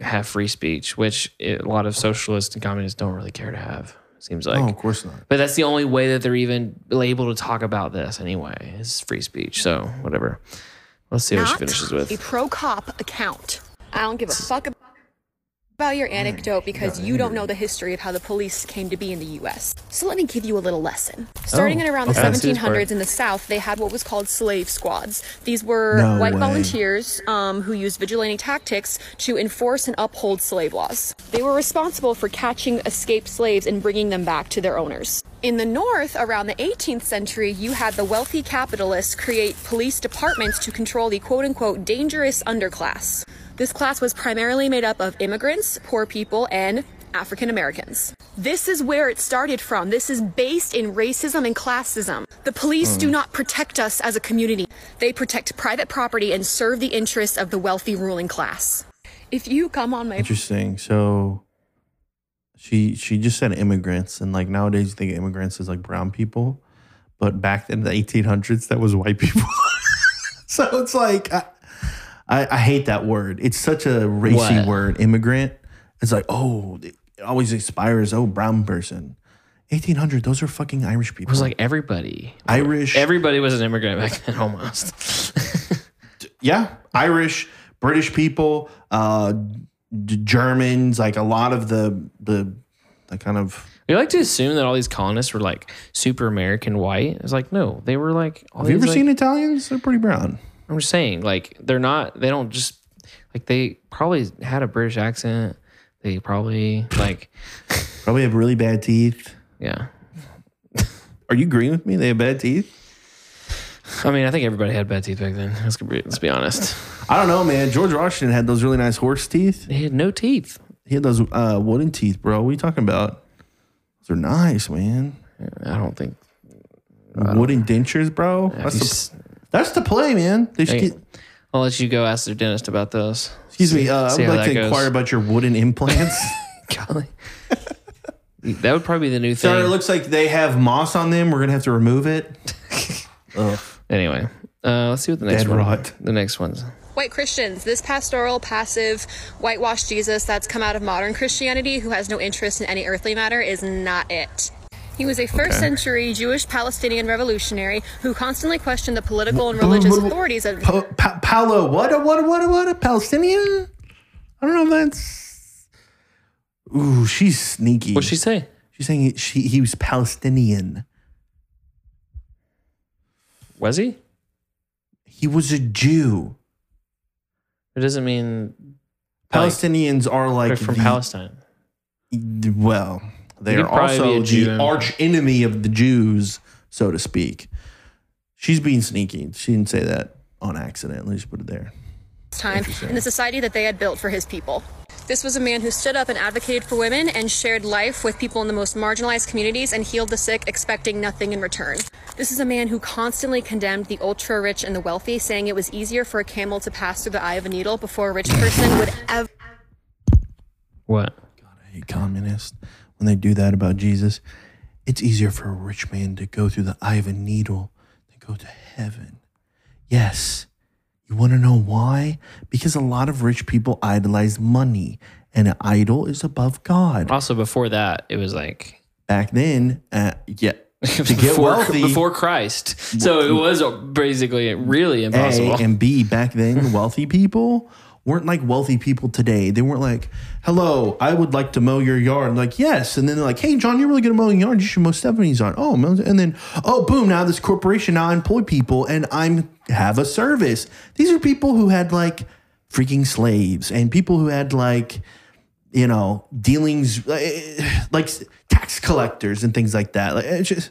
C: have free speech, which a lot of socialists and communists don't really care to have. Seems like.
B: oh, of course not.
C: But that's the only way that they're even able to talk about this anyway is free speech. So whatever. Let's see what she
G: Not
C: finishes
G: a
C: with.
G: pro cop account. I don't give a fuck ab- about your anecdote because you don't know the history of how the police came to be in the US. So let me give you a little lesson. Starting
C: Oh,
G: in around
C: okay.
G: the
C: Let's do this part.
G: 1700s in the South, they had what was called slave squads. These were
B: No
G: white
B: way.
G: volunteers um, who used vigilante tactics to enforce and uphold slave laws. They were responsible for catching escaped slaves and bringing them back to their owners. In the North, around the 18th century, you had the wealthy capitalists create police departments to control the quote unquote dangerous underclass. This class was primarily made up of immigrants, poor people, and African Americans. This is where it started from. This is based in racism and classism. The police do not protect us as a community, they protect private property and serve the interests of the wealthy ruling class. If you come on my
B: Interesting. So she she just said immigrants, and like nowadays you think immigrants is like brown people, but back in the 1800s that was white people. so it's like I, I I hate that word. It's such a racy
C: What?
B: word. Immigrant. It's like oh, it always inspires oh brown person. 1800. Those are fucking Irish people.
C: It was like everybody.
B: Irish.
C: Everybody was an immigrant back then almost.
B: yeah, Irish, British people, uh, G- Germans. Like a lot of the the the kind of
C: We like to assume that all these colonists were like super American white. It's like no, they were like. All
B: Have you
C: these,
B: ever
C: like-
B: seen Italians? They're pretty brown.
C: I'm just saying, like they're not. They don't just like they probably had a British accent. They probably like
B: Probably have really bad teeth.
C: yeah.
B: Are you agreeing with me? They have bad teeth.
C: I mean, I think everybody had bad teeth back then. Let's be, let's be honest.
B: I don't know, man. George Washington had those really nice horse teeth.
C: They had no teeth.
B: He had those uh, wooden teeth, bro. What are you talking about? Those are nice, man.
C: I don't think
B: Wooden dentures, bro. That's,
C: you
B: the,
C: s-
B: that's the play, man. They should
C: Hey,
B: get-
C: I'll let you go ask their dentist about those.
B: excuse me. Uh, I
C: see
B: would
C: how
B: like to
C: that goes.
B: inquire about your wooden implants.
C: Golly. that would probably be the new thing.
B: Sorry, it looks like they have moss on them. We're gonna have to remove it.
C: Anyway, uh, let's see what the next
B: Dead
C: one.
B: rot.
C: The next one's
G: White Christians, this pastoral, passive, whitewashed Jesus that's come out of modern Christianity who has no interest in any earthly matter is not it. He was a first century Jewish Palestinian revolutionary who constantly questioned the political and religious authorities of
B: Mm-hmm. Pa- Pa- Paolo, what a what a what a what a Palestinian? I don't know if that's. Ooh, she's sneaky.
C: What'd she say?
B: She's saying he- she he was Palestinian.
C: Was he?
B: He was a Jew.
C: It doesn't mean like,
B: Palestinians are
C: they're
B: like
C: from
B: the-
C: Palestine.
B: Well, they
C: You
B: are
C: could probably be a
B: also
C: Jew
B: the
C: and-
B: arch enemy of the Jews, so to speak. She's being sneaky. She didn't say that on accident. Let me just put it there.
G: his time in the society that they had built for his people. This was a man who stood up and advocated for women and shared life with people in the most marginalized communities and healed the sick, expecting nothing in return. This is a man who constantly condemned the ultra rich and the wealthy, saying it was easier for a camel to pass through the eye of a needle before a rich person would ever.
C: What?
B: I hate communists when they do that about Jesus. It's easier for a rich man to go through the eye of a needle than go to heaven. Yes. You want to know why? Because a lot of rich people idolize money, and an idol is above God.
C: Also, before that, it was like
B: Back then, uh, yeah, to get
C: before,
B: wealthy,
C: before Christ. So it was basically really impossible.
B: A and B back then, wealthy people weren't like wealthy people today. They weren't like, "Hello, I would like to mow your yard." like, yes, and then they're like, "Hey, John, you're really good at mowing yards. You should mow Stephanie's yard." Oh, mow- and then, oh, boom! Now this corporation, now I employ people, and I'm have a service. These are people who had like freaking slaves and people who had like you know dealings eh, like tax collectors and things like that. Like, it's just.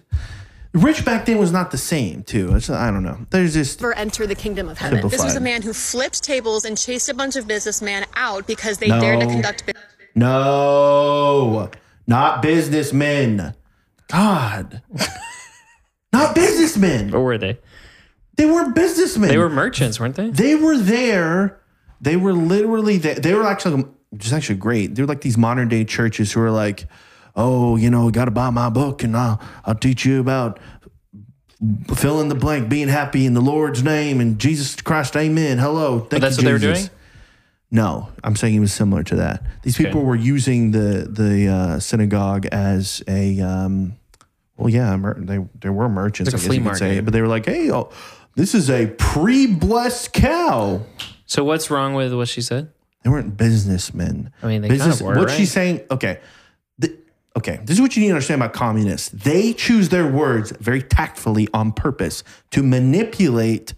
B: Rich back then was not the same too. It's, I don't know. There's just
G: enter the kingdom of heaven. This was a
B: Simplified.
G: man who flipped tables and chased a bunch of businessmen out because they
B: No.
G: dared to conduct business.
B: No, not businessmen. God, not businessmen.
C: what were they?
B: They weren't businessmen.
C: They were merchants, weren't they?
B: They were there. They were literally there. They were actually which is actually great. They're like these modern day churches who are like, oh, you know, got to buy my book and I'll I'll teach you about fill in the blank, being happy in the Lord's name and Jesus Christ, Amen. Hello, thank
C: that's
B: you,
C: what they were
B: Jesus.
C: doing?
B: No, I'm saying it was similar to that. These people were using the the uh, synagogue as a um, well, yeah, mer- they there were merchants,
C: Like
B: I
C: a
B: guess
C: flea
B: you could say,
C: market.
B: but they were like, hey, oh, this is a pre-blessed cow.
C: So what's wrong with what she said?
B: They weren't businessmen.
C: I mean, they kinda were,
B: What
C: right?
B: she's saying, okay, Th- okay. This is what you need to understand about communists. They choose their words very tactfully on purpose to manipulate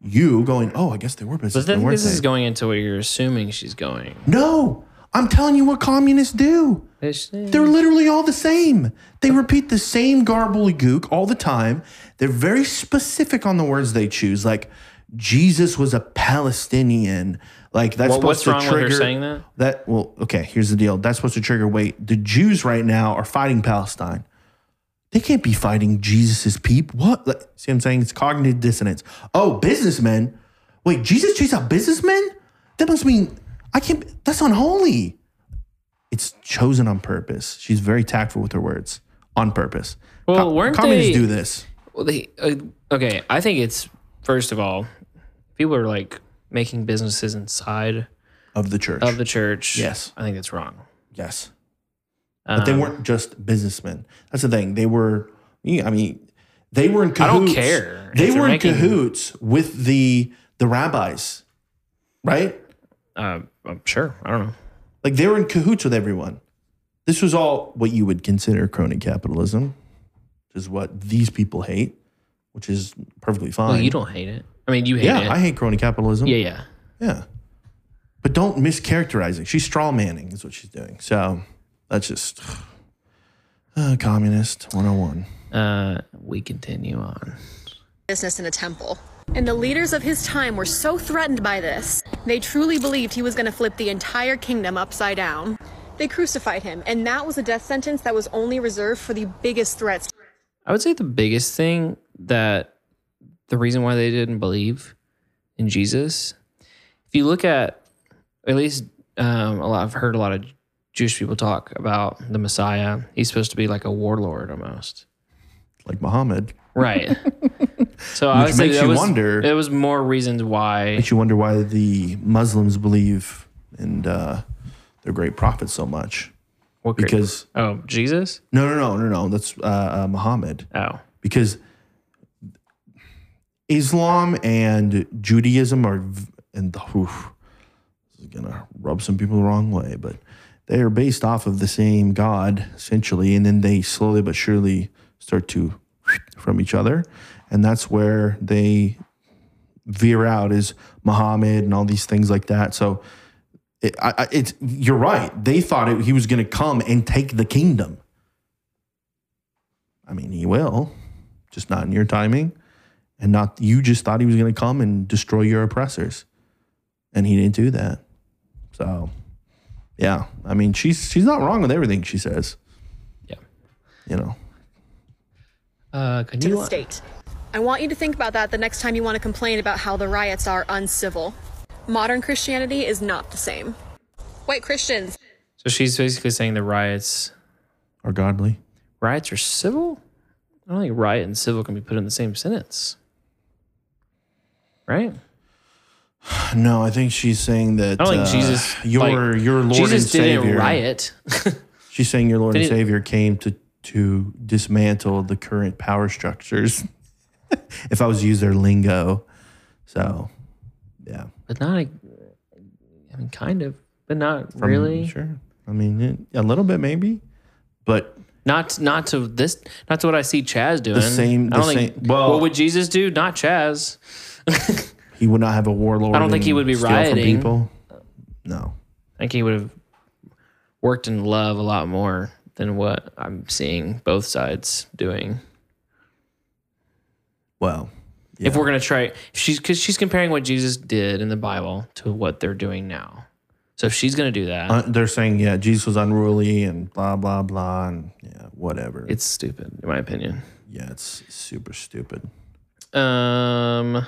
B: you. Going, oh, I guess they were
C: But
B: businessmen.
C: then
B: weren't
C: this is
B: they?"
C: going into what you're assuming she's going.
B: no. I'm telling you what communists do.
C: It's-
B: They're literally all the same. They repeat the same gobbledygook all the time. They're very specific on the words they choose. Like Jesus was a Palestinian. Like that's
C: Well,
B: supposed
C: what's
B: to
C: wrong with her
B: trigger
C: saying that?
B: That well, okay. Here's the deal. That's supposed to trigger. Wait, the Jews right now are fighting Palestine. They can't be fighting Jesus's people. What? Like, see, what I'm saying it's cognitive dissonance. Oh, businessmen. Wait, Jesus chased out businessmen? That must mean I can't. That's unholy it's chosen on purpose. She's very tactful with her words on purpose.
C: Well,
B: Co-
C: weren't
B: communists
C: they-
B: do this?
C: Well, they, uh, okay, I think it's first of all, people are like making businesses inside
B: Of the church.
C: of the church.
B: Yes.
C: I think it's wrong.
B: yes. But they
C: Um,
B: weren't just businessmen. That's the thing. They were, I mean, they were in cahoots.
C: don't care if
B: They
C: they're
B: were in
C: making-
B: cahoots with the the rabbis, right?
C: Uh, I'm sure. I don't know.
B: Like they were in cahoots with everyone. This was all what you would consider crony capitalism, which is what these people hate, which is perfectly fine.
C: Well, you don't hate it. I mean, you hate
B: yeah,
C: it.
B: I hate crony capitalism.
C: yeah, yeah.
B: Yeah. But don't mischaracterize it. She's straw manning, is what she's doing. So that's just uh, communist 101.
C: Uh, we continue on.
G: business in a temple. And the leaders of his time were so threatened by this, they truly believed he was going to flip the entire kingdom upside down. They crucified him, and that was a death sentence that was only reserved for the biggest threats
C: I would say the biggest thing that the reason why they didn't believe in Jesus, if you look at at least um, a lot, I've heard a lot of Jewish people talk about the Messiah. He's supposed to be like a warlord almost,
B: like Muhammad.
C: right? so I
B: Which
C: would say
B: makes
C: that
B: you
C: was,
B: wonder-
C: It was more reasons why.
B: Makes you wonder why the Muslims believe in uh, their great prophet so much.
C: What great-
B: Because
C: oh Jesus,
B: no, no, no, no, no. That's uh, uh, Muhammad.
C: oh
B: because Islam and Judaism are v- and the oof, this is gonna rub some people the wrong way, but they are based off of the same God essentially, and then they slowly but surely start to from each other, and that's where they veer out is Muhammad and all these things like that. So. It, I, I, it's you're right. They thought it, he was going to come and take the kingdom. I mean, he will, just not in your timing. And not you just thought he was going to come and destroy your oppressors. And he didn't do that. So, yeah. I mean, she's she's not wrong with everything she says.
C: Yeah.
B: You know.
C: Uh, can
G: to
C: you
G: the state. I want you to think about that the next time you want to complain about how the riots are uncivil. Modern Christianity is not the same. White Christians,
C: So she's basically saying the riots
B: Or godly.
C: riots are civil? I don't think riot and civil can be put in the same sentence. Right?
B: No, I think she's saying that
C: I don't
B: uh,
C: think Jesus
B: your
C: like,
B: your Lord
C: Jesus
B: and Savior.
C: didn't riot.
B: She's saying your Lord and
C: Didn't-
B: Savior came to to dismantle the current power structures. if I was to use their lingo. So, yeah.
C: but not I mean kind of. But not
B: From-
C: really.
B: Sure. I mean, it, a little bit maybe, but
C: Not not to this not to what I see Chaz doing.
B: same-
C: I don't
B: the
C: think
B: same- well-
C: what would Jesus do? Not Chaz.
B: he would not have a warlord.
C: I don't think he
B: and
C: would be
B: steal from
C: rioting.
B: people. No.
C: I think he would have worked in love a lot more than what I'm seeing both sides doing.
B: Well,
C: if we're gonna try if she's because she's comparing what jesus did in the bible to what they're doing now so if she's gonna do that
B: uh, they're saying yeah, Jesus was unruly and blah blah blah and yeah, whatever.
C: it's stupid in my opinion
B: yeah, it's super stupid.
C: um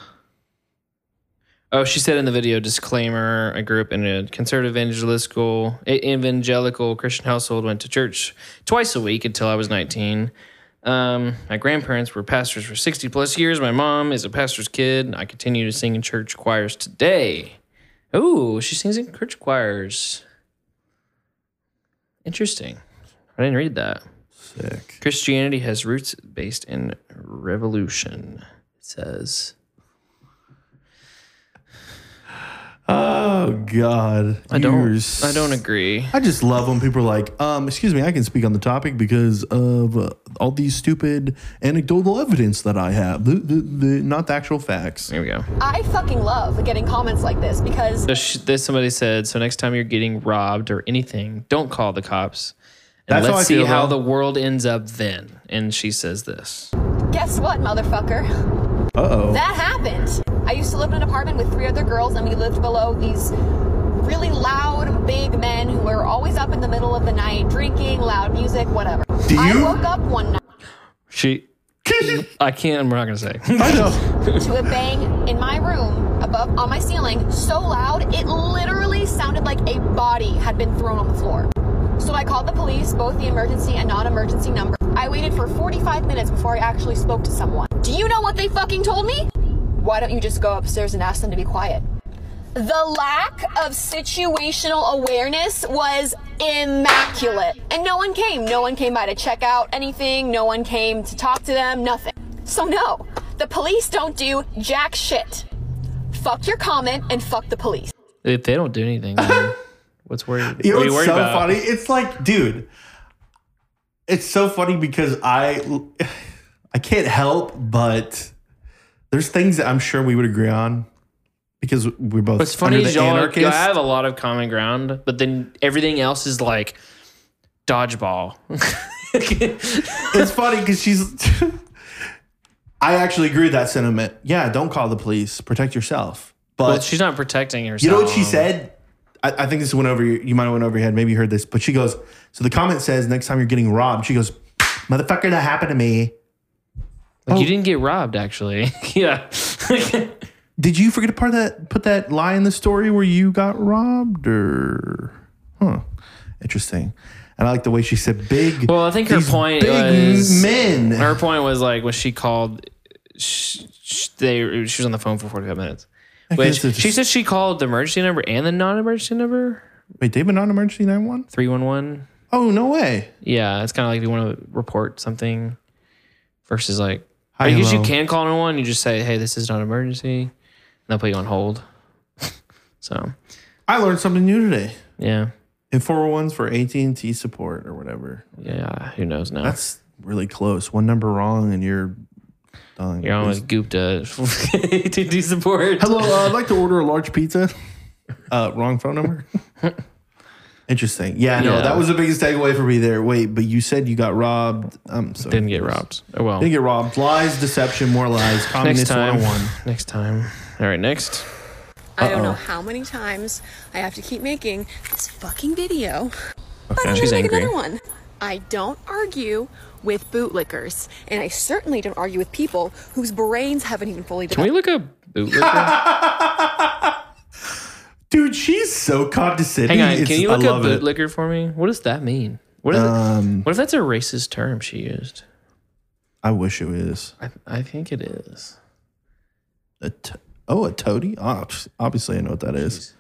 C: oh she said in the video disclaimer i grew up in a conservative evangelical e-, evangelical christian household went to church twice a week until i was 19 um, my grandparents were pastors for 60 plus years. My mom is a pastor's kid. I continue to sing in church choirs today. Oh, she sings in church choirs. Interesting. I didn't read that.
B: Sick.
C: Christianity has roots based in revolution, it says.
B: Oh God.
C: I don't
B: Yours.
C: I don't agree.
B: I just love when people are like, um, excuse me, I can speak on the topic because of uh, all these stupid anecdotal evidence that I have, the, the, the, not the actual facts.
C: Here we go.
G: I fucking love getting comments like this because
C: So sh- This somebody said, so next time you're getting robbed or anything, don't call the cops. And
B: That's how
C: let's
B: I
C: see
B: feel,
C: how
B: though.
C: the world ends up then. And she says this.
G: guess what, motherfucker?
B: Uh oh.
G: That happened. I used to live in an apartment with three other girls and we lived below these really loud, big men who were always up in the middle of the night drinking, loud music, whatever.
B: Do
G: I
B: you?
G: woke up one night.
C: She I can't. We're not gonna say.
B: I know.
G: to a bang in my room above on my ceiling so loud it literally sounded like a body had been thrown on the floor. So I called the police, both the emergency and non-emergency number. I waited for 45 minutes before I actually spoke to someone. Do you know what they fucking told me? Why don't you just go upstairs and ask them to be quiet? The lack of situational awareness was immaculate. And no one came. No one came by to check out anything. No one came to talk to them. Nothing. So, no, the police don't do jack shit. Fuck your comment and fuck the police.
C: If they don't do anything, then what's worried?
B: You know
C: what are
B: what's
C: you worried
B: so
C: about?
B: funny? It's like, dude, it's so funny because I I can't help but there's things that I'm sure we would agree on because we're both
C: What's funny
B: under
C: is
B: the
C: y'all are, y'all
B: anarchists.
C: have a lot of common ground, but then everything else is like dodgeball.
B: it's funny because she's I actually agree with that sentiment. Yeah, don't call the police. Protect yourself. But
C: but she's not protecting herself.
B: You know what she said? I, I think this went over your, you might have went over your head. Maybe you heard this, but she goes, so the comment says next time you're getting robbed, she goes, motherfucker, that happened to me.
C: Like
B: Oh.
C: you didn't get robbed, actually. yeah.
B: Did you forget to part of that put that lie in the story where you got robbed or huh. Interesting. And I like the way she said big
C: well, I think her
B: these
C: point
B: big
C: was
B: men.
C: Her point was like when she called, she, she, they she was on the phone for forty five minutes. Which
B: guess it's-
C: she said she called the emergency number and the non emergency number
B: Wait, they have a non emergency nine one?
C: three one one.
B: Oh no way.
C: Yeah, it's kind of like if you want to report something versus like
B: Hi,
C: I guess you
B: hello.
C: can call 911. You just say, "Hey, this is not an emergency," and they'll put you on hold. so
B: I learned something new today.
C: yeah,
B: And 401s for AT&T support or whatever.
C: yeah. Who knows now?
B: That's really close. One number wrong and you're done.
C: You're almost gooped up to do support.
B: Hello, uh, I'd like to order a large pizza. Uh, wrong phone number. Interesting. Yeah, no,
C: Yeah.
B: that was the biggest takeaway for me there. Wait, but you said you got robbed. I'm sorry.
C: Didn't get robbed. Oh well.
B: Didn't get robbed. Lies, deception, more lies.
C: next
B: Communist
C: time.
B: 101.
C: Next time. All right. Next.
G: I don't know how many times I have to keep making this fucking video. But I'm
C: She's
G: gonna make
C: angry.
G: another one. I don't argue with bootlickers, and I certainly don't argue with people whose brains haven't even fully
C: Can we
G: developed.
C: look up bootlicker?
B: Dude, she's so condescending.
C: Hang on.
B: It's-
C: Can you
B: I
C: look up
B: love it.
C: bootlicker for me? What does that mean? What if,
B: Um,
C: what if that's a racist term she used?
B: I wish it was.
C: I, I think it is.
B: A to- oh, a toady? Oh, pff, obviously, I know what that is.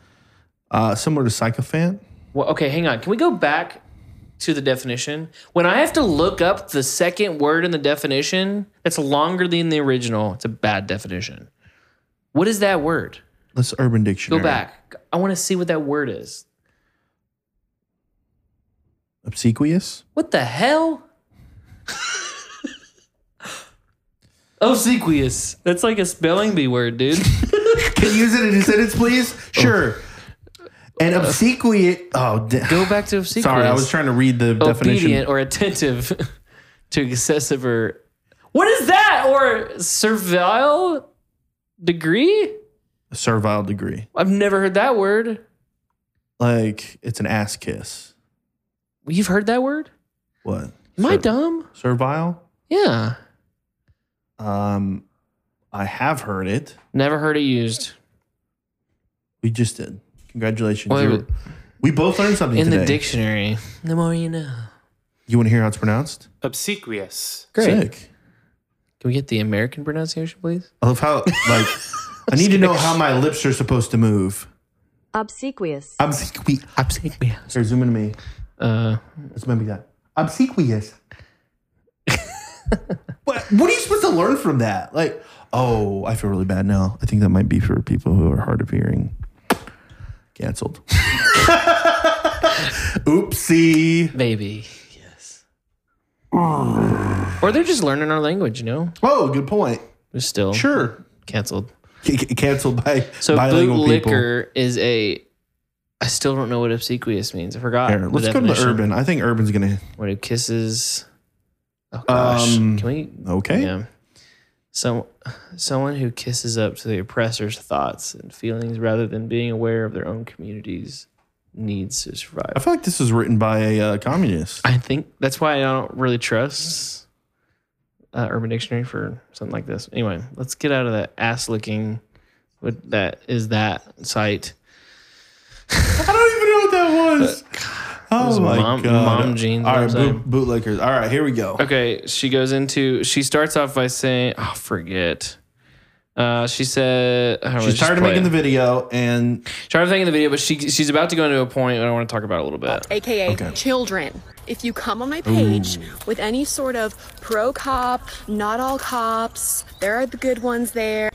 B: Uh, similar to sycophant.
C: Well, okay, hang on. Can we go back to the definition? When I have to look up the second word in the definition that's longer than the original, it's a bad definition. What is that word?
B: Let's Urban
C: Go
B: Dictionary.
C: back. I want to see what that word is.
B: Obsequious.
C: What the hell? Obsequious. That's like a spelling bee word, dude.
B: Can you use it in a sentence, please? Sure. And Oh. obsequious. Oh, da-
C: Go back to obsequious.
B: Sorry, I was trying to read the definition.
C: obedient or attentive to excessive or what is that or servile degree
B: Servile degree.
C: i've never heard that word
B: Like it's an ass kiss.
C: you've heard that word
B: What?
C: am i
B: Ser-
C: dumb
B: Servile?
C: yeah
B: Um, I have heard it.
C: never heard it used
B: We just did. Congratulations.
C: Wait,
B: You're-
C: wait.
B: we both learned something
C: in the
B: today.
C: dictionary the more you know
B: You want to hear how it's pronounced?
E: Obsequious.
C: great
B: Sick.
C: can we get the american pronunciation please
B: I love how like I need to know how my lips are supposed to move.
J: Obsequious.
B: Obsequious.
C: obsequious
B: Here, zoom into me.
C: uh
B: Let's maybe that. Obsequious. what, what are you supposed to learn from that? Like, oh, I feel really bad now. I think that might be for people who are hard of hearing. Cancelled. Oopsie.
C: baby yes or they're just learning our language you know
B: Oh, good point.
C: they're still
B: Sure.
C: canceled
B: C- c- canceled by
C: So
B: bilingual people.
C: bootlicker is a. I still don't know what obsequious means. I forgot.
B: Here,
C: the
B: let's go to the
C: definition.
B: urban. I think urban's gonna.
C: One who kisses. Oh gosh,
B: Um,
C: can we?
B: Okay.
C: Yeah. So, someone who kisses up to the oppressor's thoughts and feelings rather than being aware of their own community's needs to
B: I
C: survive.
B: feel like this was written by a uh, communist.
C: I think that's why I don't really trust uh, Urban Dictionary for something like this. Anyway, let's get out of that ass licking. What that is that site?
B: I don't even know what that was. Oh
C: was
B: my
C: mom-
B: god!
C: mom jeans,
B: All
C: I'm
B: right,
C: saying.
B: boot, bootlickers. All right, here we go.
C: Okay, she goes into. She starts off by saying, "I forget." Uh, she said oh,
B: She's tired of making the video, and
C: video. tired of making the video, but she she's about to go into a point that I want to talk about a little bit.
G: AKA
B: Okay.
G: children. If you come on my page with any sort of pro cop, not all cops, there are the good ones there,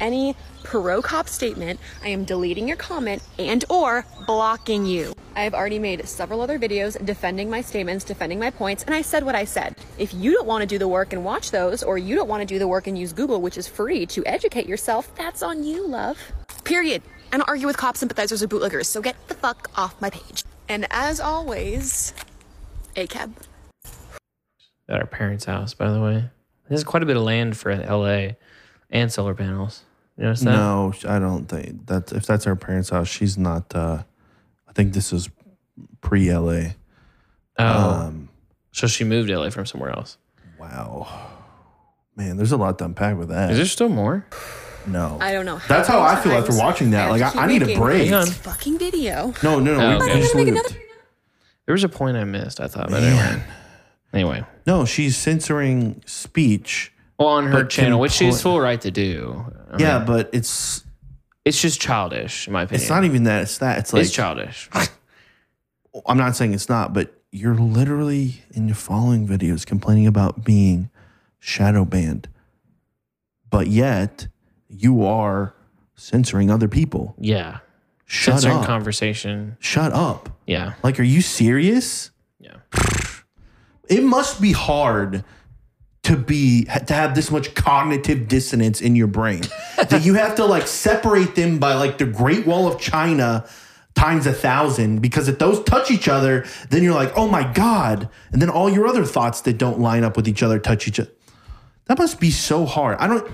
G: any pro cop statement, I am deleting your comment and or blocking you. I have already made several other videos defending my statements, defending my points, and I said what I said. If you don't want to do the work and watch those, or you don't want to do the work and use Google, which is free to educate yourself, that's on you, love. Period. I don't argue with cop sympathizers or bootlickers, so get the fuck off my page. And as always, ACAB.
C: At our parents' house, by the way, there's quite a bit of land for L.A. and solar panels. You notice that?
B: no, I don't think that if that's her parents' house, she's not. Uh, I think this is pre LA.
C: Oh,
B: Um,
C: so she moved to L.A. from somewhere else.
B: wow, Man, there's a lot to unpack with that.
C: Is there still more?
B: no.
G: I don't know.
B: That's how I feel
G: many
B: after
G: times
B: watching that.
G: have
B: Like,
G: to
B: I-
G: keep
B: I need a
G: making
B: break.
G: this
C: Hang on.
G: Fucking video.
B: No, no, no. we,
C: Oh, okay.
B: we just
G: Gotta make
B: looped.
C: There was a point I missed, I thought, but anyway. Anyway.
B: No, she's censoring speech.
C: Well, on her
B: But
C: channel, which she's
B: compl-
C: full right to do. I
B: Yeah,
C: mean,
B: but it's
C: it's just childish, in my opinion.
B: it's not even that. It's that. It's like
C: it's childish.
B: I'm not saying it's not, but you're literally in your following videos complaining about being shadow banned, but yet you are censoring other people.
C: Yeah.
B: Shut
C: Censoring
B: up!
C: conversation.
B: Shut up!
C: Yeah.
B: Like, are you serious?
C: Yeah.
B: It must be hard to be to have this much cognitive dissonance in your brain that you have to like separate them by like the Great Wall of China times a thousand because if those touch each other, then you're like, oh my god, and then all your other thoughts that don't line up with each other touch each other. That must be so hard. I don't.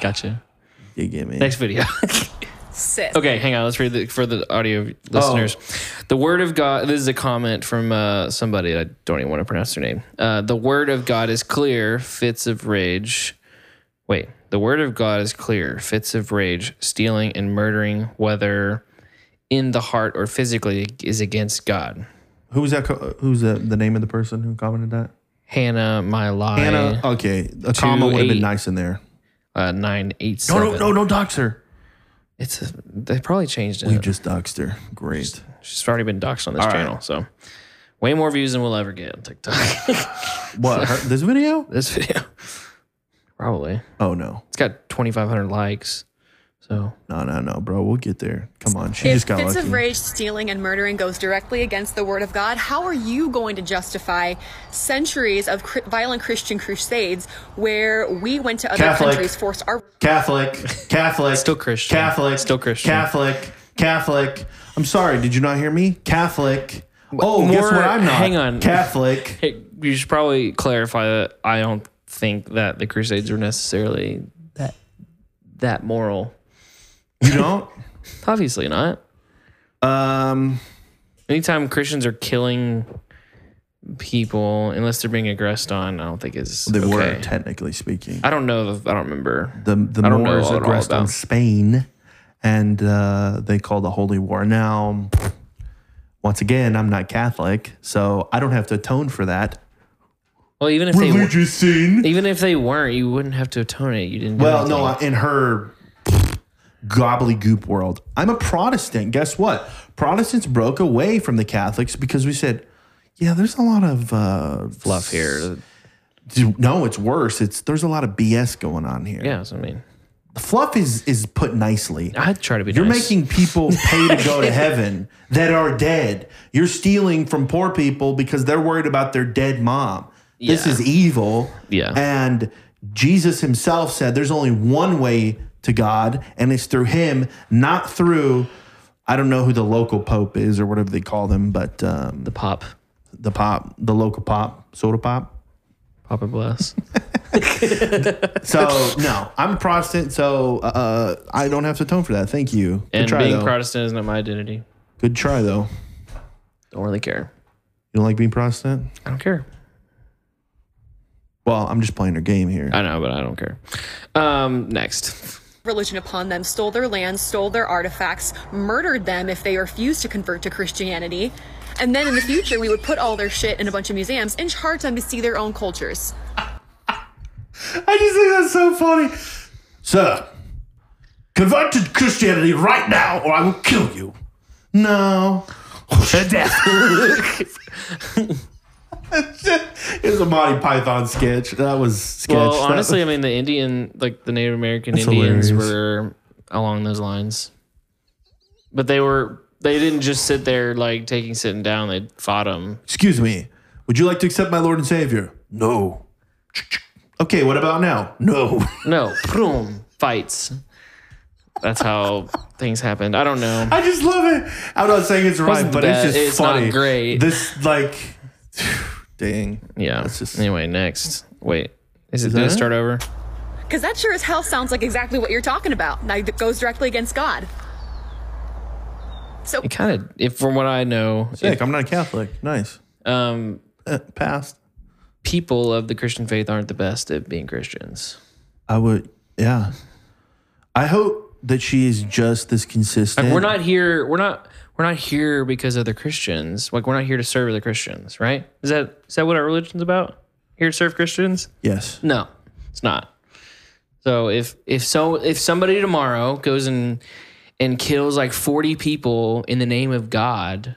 C: Gotcha.
B: You get me.
C: Next video. Okay, hang on. Let's read the, for the audio listeners.
B: Oh.
C: The word of God. This is a comment from uh, somebody. I don't even want to pronounce their name. Uh, the word of God is clear. Fits of rage. Wait. The word of God is clear. Fits of rage, stealing and murdering, whether in the heart or physically, is against God.
B: Who's that? co- Who's the, the name of the person who commented that?
C: Hannah, my lie.
B: Hannah. Okay, a comma would have been
C: eight.
B: nice in there.
C: uh, nine eight
B: No,
C: seven.
B: no, no, no, dox her.
C: It's a, they probably changed it.
B: We just doxed her. Great.
C: She's already been doxxed on this channel, so way more views than we'll ever get on TikTok.
B: What? Her, this video?
C: this video. Probably.
B: Oh no.
C: It's got 2,500 likes. So,
B: No, no, no, bro. We'll get there. Come on. She
G: If
B: just got
G: fits
B: lucky.
G: of rage, stealing, and murdering goes directly against the word of God, how are you going to justify centuries of cr- violent Christian crusades where we went to other
B: Catholic.
G: countries, forced our
B: Catholic, Catholic,
C: Still Christian.
B: Catholic,
C: Still Christian.
B: Catholic, Catholic. I'm sorry. Did you not hear me? Catholic. Oh, guess
C: more-
B: what? I'm not.
C: hang on.
B: Catholic.
C: hey, you should probably clarify that I don't think that the Crusades were necessarily that that moral.
B: You don't.
C: Obviously not.
B: Um.
C: Anytime Christians are killing people, unless they're being aggressed on, I don't think is
B: They
C: okay.
B: were technically speaking.
C: I don't know. If, I don't remember.
B: The the
C: I don't know
B: Moors
C: all- all
B: aggressed on
C: about-
B: Spain, and uh, they called a holy war. Now, once again, I'm not Catholic, so I don't have to atone for that
C: Well, even if they were-
B: sin.
C: even if they weren't, you wouldn't have to atone it. You didn't. do
B: Well, no,
C: anything.
B: in her gobbledygook world, I'm a Protestant. Guess what? Protestants broke away from the Catholics because we said, yeah, there's a lot of uh,
C: fluff here.
B: No, it's worse. It's there's a lot of BS going on here.
C: Yeah, that's what I mean,
B: The fluff is is put nicely.
C: I'd try to be.
B: You're
C: nice.
B: making people pay to go to heaven that are dead. You're stealing from poor people because they're worried about their dead mom. This
C: Yeah.
B: is evil.
C: Yeah.
B: And Jesus himself said there's only one way to God, and it's through him, not through, I don't know who the local pope is or whatever they call them, but um, the,
C: pop,
B: the pop, the local pop, soda pop.
C: pop and bless.
B: So, no, I'm a Protestant, so uh, I don't have to atone for that. Thank you. Good
C: and
B: try,
C: being
B: though.
C: Protestant is not my identity.
B: Good try, though.
C: Don't really care.
B: You don't like being Protestant?
C: I don't care.
B: Well, I'm just playing her game here.
C: I know, but I don't care. Um, next,
G: religion upon them, stole their lands, stole their artifacts, murdered them if they refused to convert to Christianity. And then in the future, we would put all their shit in a bunch of museums and charge them to see their own cultures.
B: I just think that's so funny. Sir, convert to Christianity right now or I will kill you. No. To death. it was a Monty Python sketch. That was sketch.
C: well,
B: That-
C: honestly, I mean the Indian, like the Native American
B: That's
C: Indians,
B: hilarious.
C: were along those lines, but they were they didn't just sit there like taking sitting down. They fought them.
B: excuse me. Would you like to accept my Lord and Savior? No. Okay, what about now? No.
C: No, boom, fights. That's how things happened. I don't know.
B: I just love it. I'm not saying it's right,
C: Wasn't
B: but
C: bad.
B: it's just
C: It's not
B: funny.
C: great.
B: This like, dang.
C: Yeah.
B: That's just-
C: anyway, next. Wait. Is it gonna
B: that it?
C: start over?
G: Because that sure as hell sounds like exactly what you're talking about. Now that goes directly against God.
C: It kind of, if from what I know,
B: Sick. I'm not a Catholic. Nice.
C: um,
B: uh, past.
C: people of the Christian faith aren't the best at being Christians.
B: I would, yeah. I hope that she is just this consistent.
C: Like, we're not here. We're not. We're not here because other Christians. Like we're not here to serve other Christians, right? Is that is that what our religion's about? Here to serve Christians?
B: Yes.
C: No, it's not. So if if so if somebody tomorrow goes and and kills like forty people in the name of God,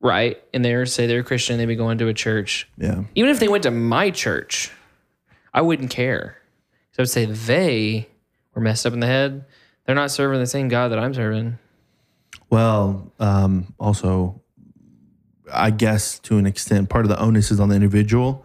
C: right? And they are say they're Christian, they be going to a church.
B: Yeah.
C: Even if they went to my church, I wouldn't care. So I would say they were messed up in the head. They're not serving the same God that I'm serving.
B: Well, um, also, I guess to an extent, part of the onus is on the individual,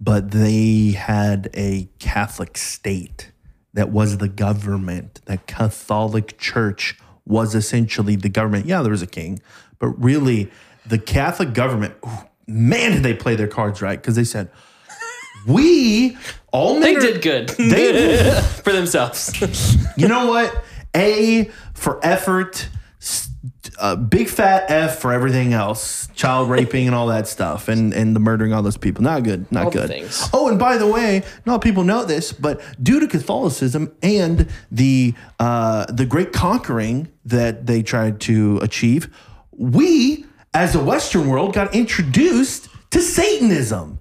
B: but they had a Catholic state that was the government. That Catholic Church was essentially the government. Yeah, there was a king, but really, the Catholic government, ooh, man, did they play their cards right because they said, we all men
C: They
B: are-
C: did good
B: They,
C: for themselves.
B: you know what? A for effort, s- uh, big fat F for everything else, child raping and all that stuff, and and the murdering all those people. Not good. Not
C: All the
B: good.
C: things.
B: Oh, and by the way, not people know this, but due to Catholicism and the uh, the great conquering that they tried to achieve, we as the Western world got introduced to Satanism.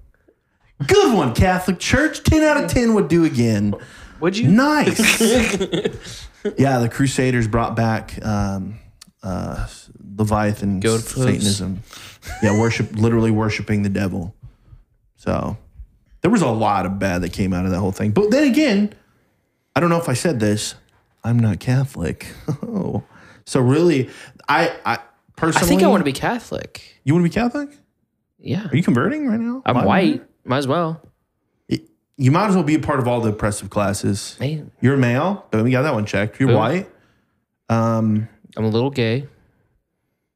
B: Good one, Catholic Church. Ten out of ten would do again.
C: Would you?
B: Nice. yeah, the Crusaders brought back um, uh, Leviathan
C: Goat
B: s-
C: hooves.
B: Satanism. Yeah, worship literally worshiping the devil. So there was a lot of bad that came out of that whole thing. But then again, I don't know if I said this. I'm not Catholic. Oh. So really, I I
C: I
B: personally
C: think I want to be Catholic.
B: You want to be Catholic?
C: Yeah.
B: Are you converting right now?
C: I'm
B: Why-
C: white. Might as well.
B: You might as well be a part of all the oppressive classes.
C: Man,
B: You're male, but we got that one checked. You're
C: Who?
B: white. Um,
C: I'm a little gay.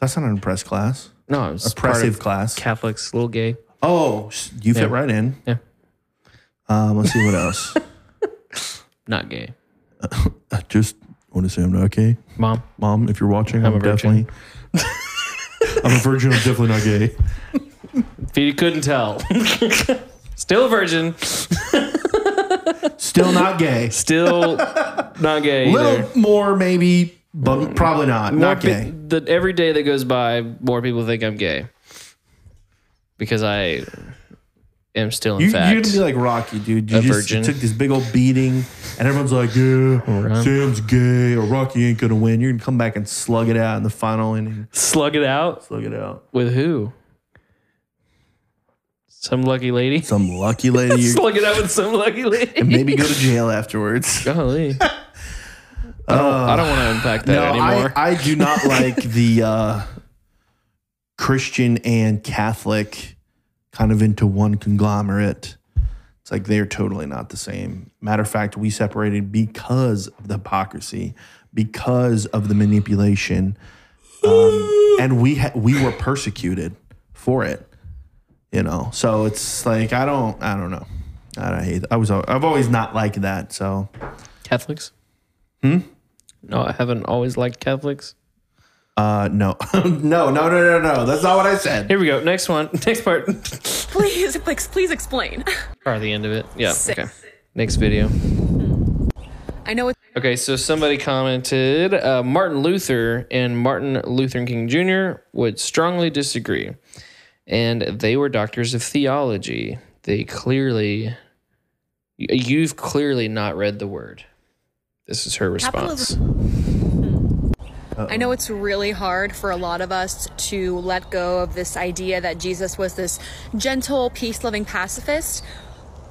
B: that's not an oppressed class.
C: No, I'm just part
B: Oppressive
C: of
B: class.
C: Catholics, a little gay.
B: oh, s- you fit
C: Yeah.
B: right in.
C: Yeah.
B: Um, let's see what else.
C: Not gay.
B: I just want to say I'm not okay,
C: Mom.
B: mom. If you're watching, I'm,
C: I'm a virgin.
B: definitely. I'm a virgin. I'm definitely not gay.
C: If you couldn't tell. Still a virgin.
B: Still not gay.
C: Still not gay. either.
B: Little more maybe, but probably not.
C: Mm. More
B: Not
C: pe-
B: gay.
C: the, every day that goes by, more people think I'm gay because I am still in
B: You,
C: fact.
B: you're gonna be like Rocky, dude. You
C: a
B: just
C: virgin.
B: took this big old beating, and everyone's like, "Yeah,
C: on.
B: Sam's gay, or Rocky ain't gonna win." You're gonna come back and slug it out in the final inning.
C: Slug it out
B: Slug it out.
C: with who? Some lucky lady.
B: Some lucky lady, you,
C: Slug it out with some lucky lady.
B: and maybe go to jail afterwards.
C: Golly. I don't, I don't want to unpack that
B: No, I,
C: anymore.
B: I do not like the uh, Christian and Catholic kind of into one conglomerate. It's like they're totally not the same. Matter of fact, we separated because of the hypocrisy, because of the manipulation, um, and we ha- we were persecuted for it. You know, so it's like I don't, I don't know. I don't hate. I was, al- I've always not liked that. So
C: Catholics? Hmm? No, I haven't always liked Catholics.
B: Uh, no, no, no, no, no, no. That's not what I said.
C: Here we go. Next one. Next part.
G: Please, please, please explain.
C: Or the end of it. Yeah. Okay. Next video.
G: I know it's
C: Okay, so somebody commented uh, Martin Luther and Martin Luther King Jr. would strongly disagree, and they were doctors of theology. They clearly, y- you've clearly not read the word. This is her response.
G: Capitalism. I know it's really hard for a lot of us to let go of this idea that Jesus was this gentle, peace-loving pacifist,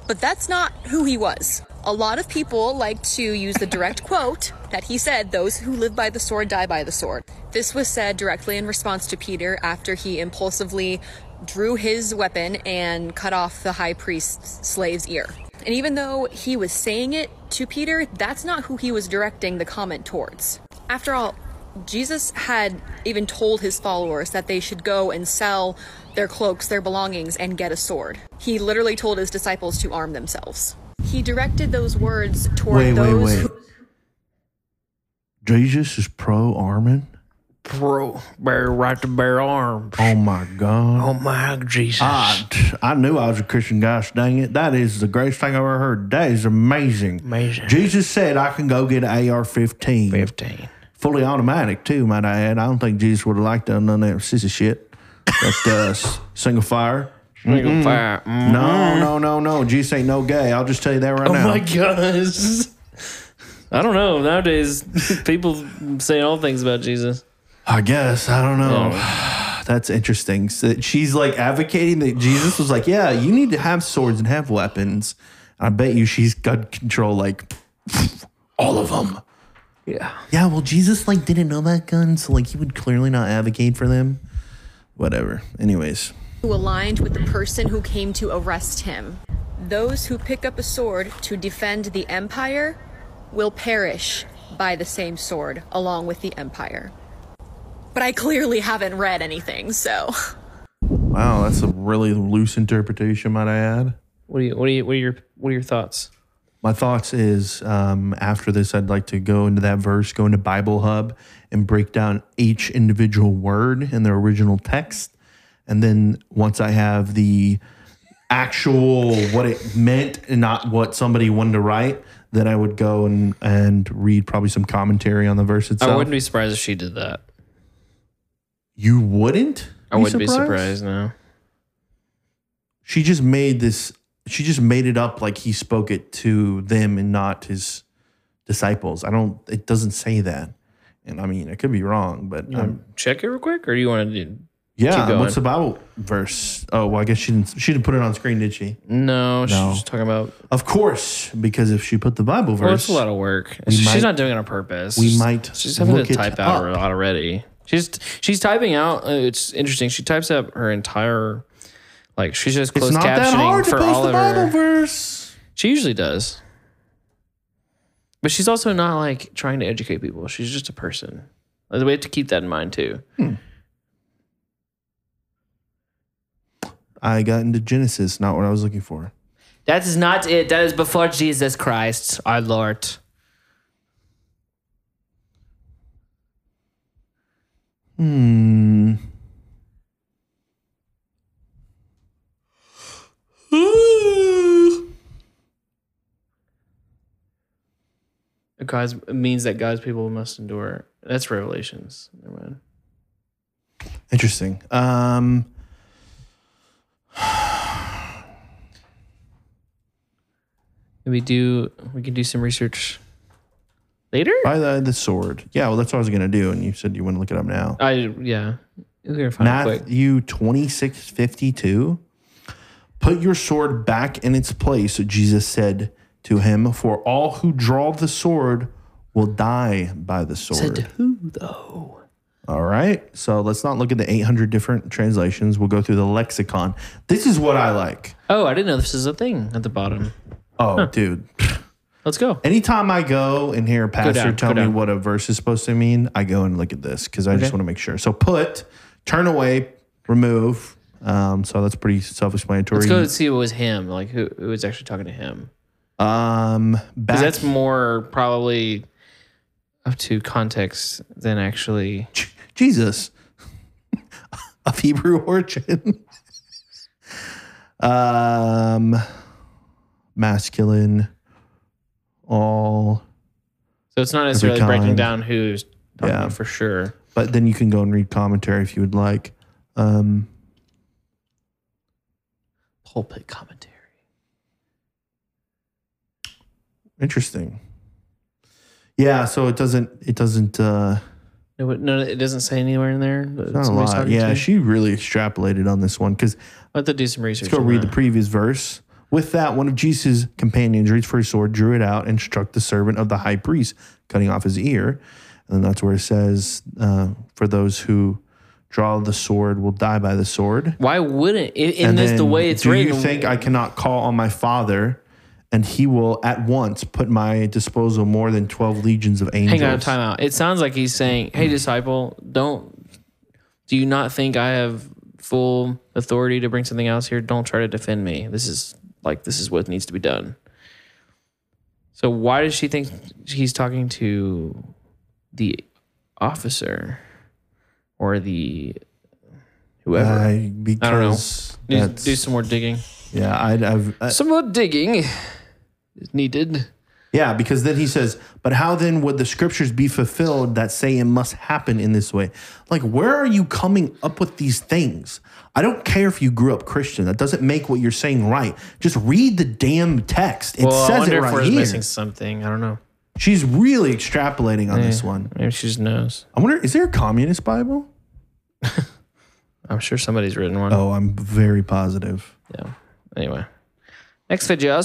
G: but that's not who he was. A lot of people like to use the direct quote that he said, Those who live by the sword die by the sword. This was said directly in response to Peter after he impulsively drew his weapon and cut off the high priest's slave's ear. And even though he was saying it to Peter, that's not who he was directing the comment towards. After all, Jesus had even told his followers that they should go and sell their cloaks, their belongings, and get a sword. He literally told his disciples to arm themselves. He directed those words toward
B: Wait, wait,
G: those
B: wait.
G: who
B: Jesus is pro Armin.
C: Bro, bare right to bare arm.
B: Oh my God.
C: Oh my Jesus.
B: I, I knew I was a Christian, gosh dang it. That is the greatest thing I've ever heard. That is amazing.
C: Amazing.
B: Jesus said I can go get an AR 15.
C: 15.
B: Fully automatic, too, might I add. I don't think Jesus would have liked that, none of that sissy shit. That's uh, s- single fire.
C: Single fire. Mm.
B: No, no, no, no. Jesus ain't no gay. I'll just tell you that right
C: Oh
B: now.
C: my gosh. I don't know. Nowadays, people say all things about Jesus.
B: I guess. I don't know. That's interesting. So she's like advocating that Jesus was like, yeah, you need to have swords and have weapons. I bet you she's got control like all of them.
C: Yeah.
B: Yeah, well, Jesus like didn't know that gun, so like he would clearly not advocate for them. Whatever. Anyways,
G: who aligned with the person who came to arrest him. Those who pick up a sword to defend the empire will perish by the same sword along with the empire. But I clearly haven't read anything, so.
B: wow, that's a really loose interpretation, might I add.
C: What do you? What do you? What are your? What are your thoughts?
B: My thoughts is um, after this, I'd like to go into that verse, go into Bible Hub, and break down each individual word in their original text. And then once I have the actual what it meant and not what somebody wanted to write, then I would go and, and read probably some commentary on the verse itself.
C: I wouldn't be surprised if she did that.
B: you wouldn't?
C: I wouldn't be surprised now.
B: She just made this. She just made it up like he spoke it to them and not his disciples. I don't. It doesn't say that. And I mean, I could be wrong, but I'm,
C: Check it real quick, or do you want to do? keep
B: yeah.
C: going.
B: What's the Bible verse? Oh well, I guess she didn't. She didn't put it on screen, did she?
C: No, she's
B: No.
C: just talking about.
B: Of course, because if she put the Bible
C: Well,
B: verse,
C: it's a lot of work. She-
B: might-
C: she's not doing it on purpose.
B: we
C: She's-
B: might
C: She's having
B: look
C: to
B: it
C: type out a
B: up.
C: lot already. She's she's typing out. Uh, it's interesting. She types up her entire. Like she's just
B: it's
C: closed
B: not
C: captioning
B: that hard to
C: for
B: post
C: all
B: the
C: of her.
B: Bible verse.
C: She usually does. But she's also not like trying to educate people. She's just a person. Like, We have to keep that in mind too.
B: I got into Genesis, not what I was looking for.
C: That is not it. That is before Jesus Christ, our Lord.
B: Hmm.
C: God's it means that God's people must endure. That's Revelations. Never mind.
B: Interesting. Um,
C: We do. We can do some research later.
B: By the, the sword. Yeah, well, that's what I was gonna do, and you said you wouldn't look it up now.
C: I yeah. We're gonna find out quick.
B: Matthew twenty six fifty two. Put your sword back in its place, Jesus said to him, for all who draw the sword will die by the sword.
C: who though?
B: All right. So let's not look at the 800 different translations. We'll go through the lexicon. This is what I like.
C: Oh, I didn't know this is a thing at the bottom.
B: Oh, dude.
C: Let's go.
B: Anytime I go and hear a pastor
C: down,
B: tell
C: go
B: me
C: down.
B: what a verse is supposed to mean, I go and look at this because I just want to make sure. So put, turn away, remove. Um, so that's pretty self-explanatory.
C: Let's go and see what was him. Like who, who was actually talking to him.
B: Um, back,
C: Because that's more probably up to context than actually.
B: Jesus of Hebrew origin. um, masculine, all.
C: So it's not necessarily breaking
B: kind.
C: down who's talking
B: Yeah.
C: for sure.
B: But then you can go and read commentary if you would like. Um,
C: Pulpit commentary.
B: Interesting. Yeah, so it doesn't it doesn't uh
C: No, but no, it doesn't say anywhere in there. that
B: not a
C: somebody's
B: lot.
C: talking
B: Yeah,
C: to.
B: she really extrapolated on this one cuz
C: I'll have to do some research.
B: let's go
C: on
B: read the
C: that.
B: previous verse. With that, one of Jesus' companions reached for his sword, drew it out, and struck the servant of the high priest, cutting off his ear. And that's where it says, uh, "For those who draw the sword will die by the sword."
C: Why wouldn't? In, in
B: And
C: this, the
B: then,
C: way it's
B: do
C: written.
B: you think I cannot call on my father, and he will at once put my disposal more than twelve legions of angels?
C: Hang on, time out. It sounds like he's saying,
B: Mm-hmm.
C: "Hey, disciple, don't. Do you not think I have full authority to bring something else here? Don't try to defend me. This is like this is what needs to be done." So why does she think he's talking to the officer? or the whoever.
B: Uh,
C: I don't know.
B: because
C: Need to
B: that's-
C: do some more digging.
B: yeah, I'd, I've, I-
C: Some more digging is needed.
B: yeah, because then he says, but how then would the scriptures be fulfilled that say it must happen in this way? Like, where are you coming up with these things? I don't care if you grew up Christian. That doesn't make what you're saying right. Just read the damn text. It
C: well, I
B: says
C: wonder
B: it
C: if we're
B: right here.
C: missing something. I don't know.
B: She's really extrapolating on this one.
C: Maybe she just knows.
B: I wonder, is there a communist Bible?
C: I'm sure somebody's written one.
B: Oh, I'm very positive.
C: Yeah. Anyway, next video.